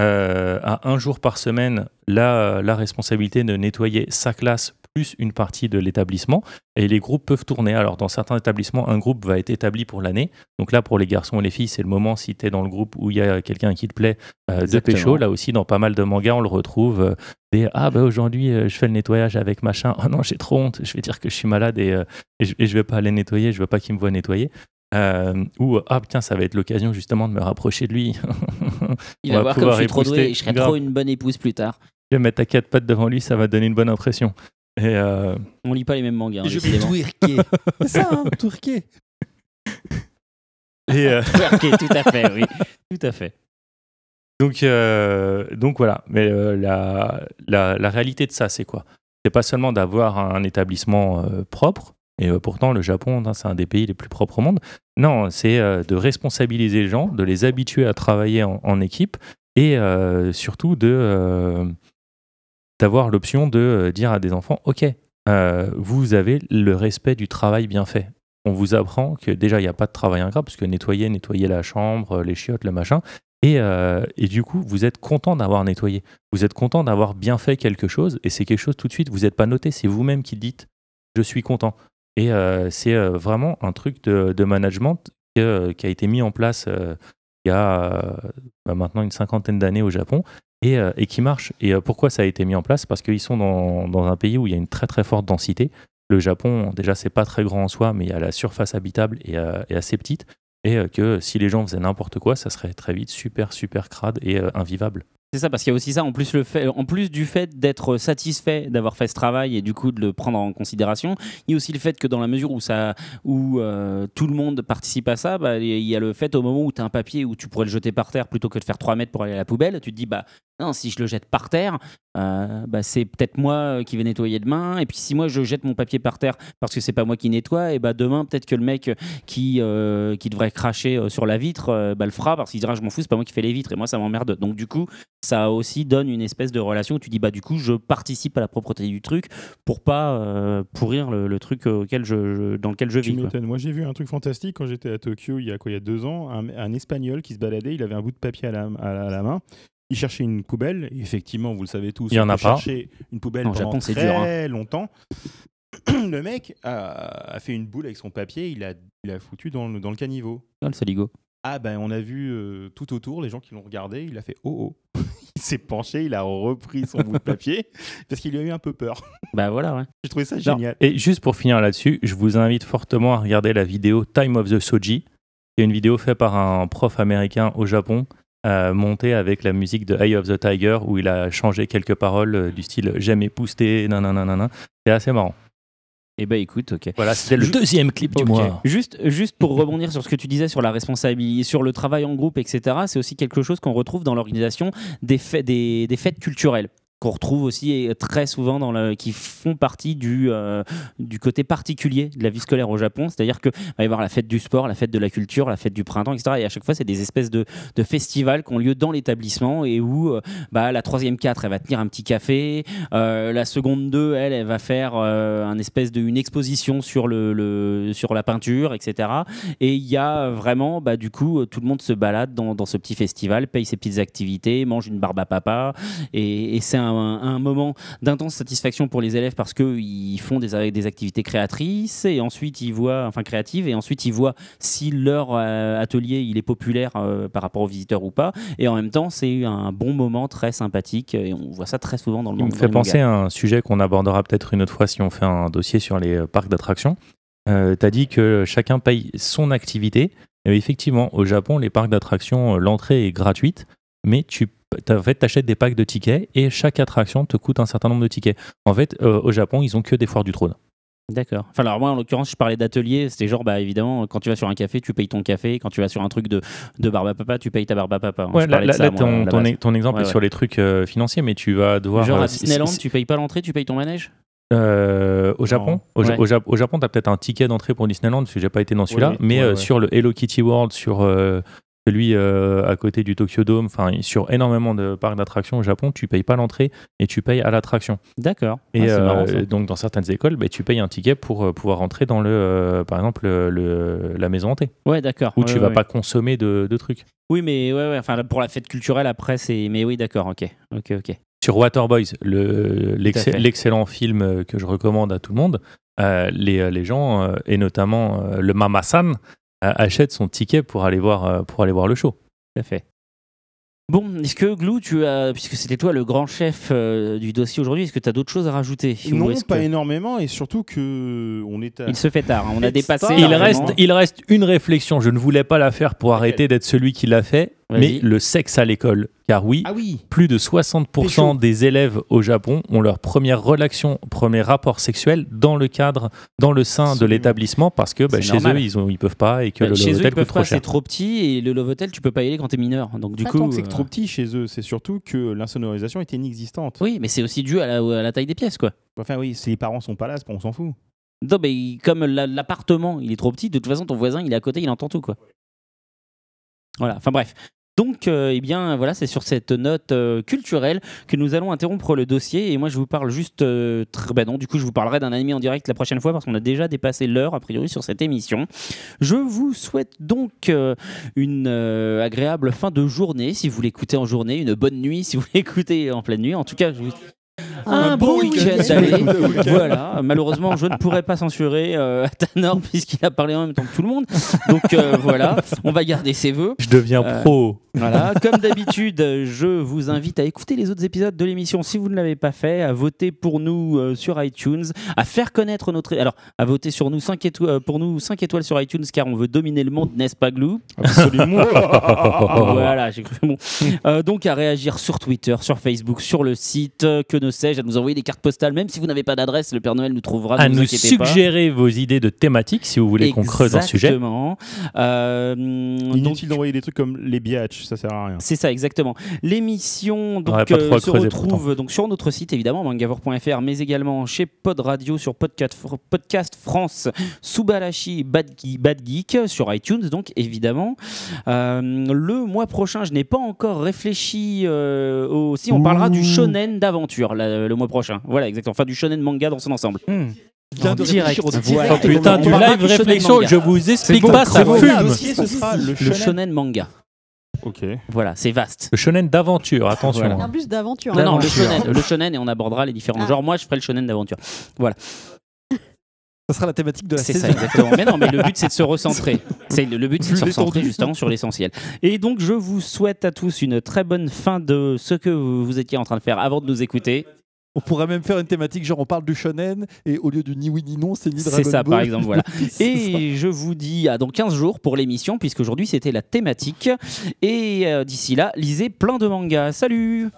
Speaker 6: euh, à un jour par semaine la, la responsabilité de nettoyer sa classe plus une partie de l'établissement et les groupes peuvent tourner. Alors dans certains établissements, un groupe va être établi pour l'année. Donc là, pour les garçons et les filles, c'est le moment, si tu es dans le groupe où il y a quelqu'un qui te plaît, euh, de
Speaker 2: Exactement.
Speaker 6: pécho. Là aussi, dans pas mal de mangas, on le retrouve. euh, des, ah bah aujourd'hui, euh, je fais le nettoyage avec machin. Oh non, j'ai trop honte. Je vais dire que je suis malade et, euh, et je, et je vais pas aller nettoyer. Je veux pas qu'il me voit nettoyer. Euh, ou euh, ah tiens, ça va être l'occasion justement de me rapprocher de lui.
Speaker 2: Il
Speaker 6: On
Speaker 2: va,
Speaker 6: va
Speaker 2: voir comme je
Speaker 6: pouvoir
Speaker 2: suis trop doué
Speaker 6: épouster.
Speaker 2: et je serai
Speaker 6: Grave.
Speaker 2: trop une bonne épouse plus tard.
Speaker 6: je vais mettre à quatre pattes devant lui, ça va donner une bonne impression. Et euh,
Speaker 2: On lit pas les mêmes mangas. hein,
Speaker 3: Je vais
Speaker 2: décidément.
Speaker 3: twerker. C'est ça, hein, twerker.
Speaker 6: et euh,
Speaker 2: Twerker, tout à fait, oui. Tout à fait.
Speaker 6: donc euh, donc voilà. Mais euh, la, la la réalité de ça, c'est quoi C'est pas seulement d'avoir un établissement euh, propre. Et euh, pourtant, le Japon, hein, c'est un des pays les plus propres au monde. Non, c'est euh, de responsabiliser les gens, de les habituer à travailler en, en équipe et euh, surtout de euh, d'avoir l'option de euh, dire à des enfants, ok, euh, vous avez le respect du travail bien fait. On vous apprend que déjà il n'y a pas de travail ingrat parce que nettoyer, nettoyer la chambre, les chiottes, le machin. Et, euh, et du coup, vous êtes content d'avoir nettoyé. Vous êtes content d'avoir bien fait quelque chose. Et c'est quelque chose tout de suite. Vous n'êtes pas noté. C'est vous-même qui dites je suis content. Et euh, c'est euh, vraiment un truc de, de management que- qui a été mis en place euh, il y a euh, bah, maintenant une cinquantaine d'années au Japon et, euh, et qui marche. Et euh, pourquoi ça a été mis en place Parce qu'ils sont dans, dans un pays où il y a une très très forte densité. Le Japon, déjà, c'est pas très grand en soi, mais il y a la surface habitable et, euh, est assez petite. Et euh, que si les gens faisaient n'importe quoi, ça serait très vite super super crade et euh, invivable.
Speaker 2: C'est ça, parce qu'il y a aussi ça, en plus, le fait, en plus du fait d'être satisfait d'avoir fait ce travail et du coup de le prendre en considération, il y a aussi le fait que dans la mesure où, ça, où euh, tout le monde participe à ça, bah, il y a le fait au moment où tu as un papier où tu pourrais le jeter par terre plutôt que de faire 3 mètres pour aller à la poubelle, tu te dis, bah non, si je le jette par terre, euh, bah, c'est peut-être moi qui vais nettoyer demain, et puis si moi je jette mon papier par terre parce que c'est pas moi qui nettoie, et bah demain peut-être que le mec qui, euh, qui devrait cracher euh, sur la vitre euh, bah, le fera parce qu'il dira, je m'en fous, c'est pas moi qui fais les vitres, et moi ça m'emmerde. Donc du coup, ça aussi donne une espèce de relation où tu dis bah du coup je participe à la propreté du truc pour pas euh, pourrir le, le truc auquel je, je- dans lequel je
Speaker 7: Tu
Speaker 2: vis quoi.
Speaker 7: m'étonnes. Moi, j'ai vu un truc fantastique quand j'étais à Tokyo il y a quoi, il y a deux ans. Un, un Espagnol qui se baladait, il avait un bout de papier à la, à la- à la main. Il cherchait une poubelle. Et effectivement, vous le savez tous,
Speaker 6: Il y en
Speaker 7: on
Speaker 6: a
Speaker 7: peut
Speaker 6: pas.
Speaker 7: chercher une poubelle
Speaker 2: En
Speaker 7: pendant
Speaker 2: Japon, c'est
Speaker 7: très
Speaker 2: dur, hein.
Speaker 7: longtemps. Le mec a, a fait une boule avec son papier. Il a, il a foutu dans le, dans le caniveau.
Speaker 2: Ah, le saligo
Speaker 7: Ah ben, on a vu euh, tout autour les gens qui l'ont regardé. Il a fait oh oh. il s'est penché, il a repris son bout de papier parce qu'il a eu un peu peur.
Speaker 2: bah voilà ouais
Speaker 7: J'ai trouvé ça
Speaker 6: Non.
Speaker 7: génial.
Speaker 6: Et juste pour finir là-dessus, je vous invite fortement à regarder la vidéo Time of the Soji, qui est une vidéo faite par un prof américain au Japon, euh, montée avec la musique de Eye of the Tiger, où il a changé quelques paroles euh, du style J'aime épouster, nanana. nanana. C'est assez marrant.
Speaker 2: et bah écoute ok
Speaker 6: Voilà, c'était le
Speaker 2: Je-
Speaker 6: deuxième clip du
Speaker 2: Ok.
Speaker 6: mois.
Speaker 2: Juste, juste pour rebondir sur ce que tu disais sur la responsabilité, sur le travail en groupe, etc., c'est aussi quelque chose qu'on retrouve dans l'organisation des, fê- des, des fêtes culturelles qu'on retrouve aussi et très souvent dans le, qui font partie du, euh, du côté particulier de la vie scolaire au Japon. C'est-à-dire qu'il va y avoir la fête du sport, la fête de la culture, la fête du printemps, etc. Et à chaque fois, c'est des espèces de, de festivals qui ont lieu dans l'établissement et où euh, bah, la troisième 4, elle va tenir un petit café, euh, la seconde 2, elle, elle va faire euh, un espèce de, une exposition sur, le, le- sur la peinture, etc. Et il y a vraiment, bah, du coup, tout le monde se balade dans, dans ce petit festival, paye ses petites activités, mange une barbe à papa. Et, et c'est un, un moment d'intense satisfaction pour les élèves parce qu'ils font des, des activités créatrices et ensuite ils voient, enfin créatives, et ensuite ils voient si leur euh, atelier il est populaire euh, par rapport aux visiteurs ou pas. Et en même temps, c'est un bon moment très sympathique et on voit ça très souvent dans le
Speaker 6: Il
Speaker 2: monde.
Speaker 6: me fait penser à un sujet qu'on abordera peut-être une autre fois si on fait un dossier sur les euh, parcs d'attractions. Euh, T'as dit que chacun paye son activité. Et effectivement, au Japon, les parcs d'attractions, euh, l'entrée est gratuite, mais tu t'as- en fait, achètes des packs de tickets et chaque attraction te coûte un certain nombre de tickets. En fait, euh, au Japon, ils ont que des foires du trône.
Speaker 2: D'accord. Enfin, alors moi, en l'occurrence, je parlais d'atelier. C'était genre, bah évidemment, quand tu vas sur un café, tu payes ton café. Quand tu vas sur un truc de, de barbe à papa, tu payes ta barbe à papa. hein.
Speaker 6: Ouais,
Speaker 2: Je
Speaker 6: là,
Speaker 2: parlais de
Speaker 6: là-
Speaker 2: ça,
Speaker 6: là,
Speaker 2: moi, à
Speaker 6: ton,
Speaker 2: la
Speaker 6: ton,
Speaker 2: base.
Speaker 6: e- ton exemple
Speaker 2: Ouais,
Speaker 6: est sur
Speaker 2: ouais.
Speaker 6: les trucs euh, financiers, mais tu vas devoir.
Speaker 2: Genre
Speaker 6: euh,
Speaker 2: à
Speaker 6: si-
Speaker 2: Disneyland,
Speaker 6: si-
Speaker 2: tu payes pas l'entrée, tu payes ton manège
Speaker 6: euh, au Japon, au, Ja-
Speaker 2: Ouais.
Speaker 6: au Ja- au Japon, t'as peut-être un ticket d'entrée pour Disneyland, parce que j'ai pas été dans celui-là,
Speaker 7: Ouais,
Speaker 6: mais
Speaker 7: ouais,
Speaker 6: euh,
Speaker 7: ouais.
Speaker 6: sur le Hello Kitty World, sur euh, celui euh, à côté du Tokyo Dome, enfin sur énormément de parcs d'attractions au Japon, tu payes pas l'entrée et tu payes à l'attraction.
Speaker 2: D'accord.
Speaker 6: Et
Speaker 2: Ah, c'est
Speaker 6: euh,
Speaker 2: marrant, ça.
Speaker 6: donc dans certaines écoles, bah, tu payes un ticket pour euh, pouvoir entrer dans le, euh, par exemple, le- le- la maison hantée,
Speaker 2: Ouais, d'accord.
Speaker 6: où
Speaker 2: Ouais,
Speaker 6: tu
Speaker 2: ouais,
Speaker 6: vas
Speaker 2: ouais.
Speaker 6: pas consommer de, de trucs.
Speaker 2: Oui, mais ouais, ouais. Enfin, là, pour la fête culturelle, après, c'est. Mais oui, d'accord, ok. Ok, ok.
Speaker 6: Sur Waterboys, le- l'exce-
Speaker 2: fait.
Speaker 6: l'excellent film euh, que je recommande à tout le monde, euh, les, euh, les gens, euh, et notamment euh, le Mamasan, achètent son ticket pour aller voir, euh, pour aller voir le show.
Speaker 2: Tout à fait. Bon, est-ce que Glou, tu as, puisque c'était toi le grand chef euh, du dossier aujourd'hui, est-ce que tu as d'autres choses à rajouter Ou
Speaker 7: Non,
Speaker 2: est-ce
Speaker 7: pas
Speaker 2: que-
Speaker 7: énormément, et surtout que on est à...
Speaker 2: Il se fait tard, hein, on a
Speaker 7: It's
Speaker 2: dépassé.
Speaker 7: time.
Speaker 6: Il
Speaker 7: Énormément.
Speaker 6: reste, il reste une réflexion, je ne voulais pas la faire pour arrêter d'être celui qui l'a fait, mais
Speaker 2: Vas-y.
Speaker 6: le sexe à l'école. Car oui,
Speaker 8: Ah oui.
Speaker 6: plus de 60% des élèves au Japon ont leur première relation, premier rapport sexuel dans le cadre, dans le sein de
Speaker 7: Absolument. l'établissement
Speaker 6: l'établissement parce que
Speaker 2: bah, C'est
Speaker 6: chez
Speaker 2: chez normal.
Speaker 6: eux
Speaker 2: eux,
Speaker 6: ils ne peuvent pas et que
Speaker 2: Bah,
Speaker 6: le
Speaker 2: chez eux, ils
Speaker 6: hôtel
Speaker 2: peuvent
Speaker 6: coûte
Speaker 2: pas,
Speaker 6: trop
Speaker 2: c'est
Speaker 6: cher.
Speaker 2: trop petit et le Love Hotel, tu peux pas y aller quand t'es mineur. Donc du
Speaker 7: Pas
Speaker 2: coup,
Speaker 7: tant que c'est que
Speaker 2: euh,
Speaker 7: trop petit chez eux, c'est surtout que l'insonorisation était inexistante.
Speaker 2: oui, mais c'est aussi dû à la, à la taille des pièces, quoi.
Speaker 7: Enfin oui, si les parents sont pas là, c'est pas- on s'en fout.
Speaker 2: Non, mais il- comme la- l'appartement, il est trop petit, de toute façon, ton voisin, il est à côté, il entend tout, quoi. Voilà, enfin bref. Donc, euh, eh bien, voilà, c'est sur cette note euh, culturelle que nous allons interrompre le dossier. Et moi, je vous parle juste. euh, tr- bah non, du coup, je vous parlerai d'un anime en direct la prochaine fois parce qu'on a déjà dépassé l'heure, a priori, sur cette émission. Je vous souhaite donc euh, une euh, agréable fin de journée si vous l'écoutez en journée, une bonne nuit si vous l'écoutez en pleine nuit. En tout cas, je vous un bon week-end d'année. Voilà, malheureusement, je ne pourrais pas censurer euh, Tanor puisqu'il a parlé en même temps que tout le monde. Donc euh, voilà, on va garder ses vœux.
Speaker 6: Je deviens
Speaker 2: Euh,
Speaker 6: pro.
Speaker 2: Voilà, comme d'habitude, euh, je vous invite à écouter les autres épisodes de l'émission si vous ne l'avez pas fait, à voter pour nous euh, sur iTunes, à faire connaître notre alors à voter sur nous 5 pour nous 5 étoiles sur iTunes car on veut dominer le monde, n'est-ce pas Glou
Speaker 7: Absolument.
Speaker 6: Oh,
Speaker 2: voilà, j'ai cru bon. Euh, donc à réagir sur Twitter, sur Facebook, sur le site, euh, que ne sais-je, à nous envoyer des cartes postales, même si vous n'avez pas d'adresse, le Père Noël nous trouvera. ah, ne
Speaker 6: à
Speaker 2: vous
Speaker 6: nous
Speaker 2: inquiétez pas.
Speaker 6: suggérer vos idées de thématiques si vous voulez qu'on creuse un sujet.
Speaker 2: Exactement. Euh, hum, donc,
Speaker 7: Inutile d'envoyer des trucs comme les biatchs, ça sert à rien.
Speaker 2: c'est ça, exactement. L'émission donc, euh,
Speaker 6: Ouais, pas trop à
Speaker 2: se
Speaker 6: creuser
Speaker 2: retrouve donc, sur notre site, évidemment, mangavor.fr, mais également chez Pod Radio, sur Podcast, Podcast France, Subarashi, Bad, Ge- Bad Geek, sur iTunes, donc évidemment. Euh, le mois prochain, je n'ai pas encore réfléchi euh, au. Si, on parlera du shonen d'aventure là, le mois prochain. Voilà, exactement. Enfin, du shonen manga dans son ensemble.
Speaker 8: Bien de
Speaker 5: direct.
Speaker 8: réfléchir au
Speaker 2: Voilà.
Speaker 6: Oh putain, du
Speaker 2: Hmm. On parlera
Speaker 6: live
Speaker 2: du shonen
Speaker 6: réflexion,
Speaker 2: manga.
Speaker 6: je vous explique
Speaker 5: beau,
Speaker 6: pas,
Speaker 5: c'est
Speaker 6: ça
Speaker 5: beau.
Speaker 7: Le
Speaker 6: fume.
Speaker 7: dossier, ce sera le
Speaker 2: Le
Speaker 7: shonen.
Speaker 2: shonen manga.
Speaker 7: Ok.
Speaker 2: Voilà, c'est vaste.
Speaker 6: Le shonen d'aventure, attention.
Speaker 2: Voilà.
Speaker 4: En plus d'aventure.
Speaker 2: Non, non, le
Speaker 5: D'aventure.
Speaker 2: shonen, le shonen, et on abordera les différents
Speaker 4: Ah.
Speaker 2: genres. Moi, je ferai le shonen d'aventure.
Speaker 8: Ça sera la thématique de la
Speaker 2: C'est ça,
Speaker 8: saison.
Speaker 2: exactement. Mais non, mais le but, c'est de se recentrer. C'est le, le but, c'est de se
Speaker 8: Plus
Speaker 2: recentrer
Speaker 8: détendu.
Speaker 2: justement sur l'essentiel. Et donc, je vous souhaite à tous une très bonne fin de ce que vous vous étiez en train de faire avant de nous écouter.
Speaker 8: On pourrait même faire une thématique genre on parle du shonen et au lieu de ni oui ni non, c'est ni Dragon
Speaker 2: C'est ça, par
Speaker 8: Ball,
Speaker 2: exemple, voilà.
Speaker 8: ni- c'est ça.
Speaker 2: Et je vous dis à dans 15 jours pour l'émission, puisque aujourd'hui c'était la thématique. Et euh, d'ici là, lisez plein de mangas. Salut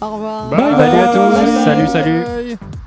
Speaker 4: Au revoir.
Speaker 7: Bye.
Speaker 5: Salut à tous.
Speaker 8: Bye.
Speaker 5: Salut, salut.
Speaker 8: Bye.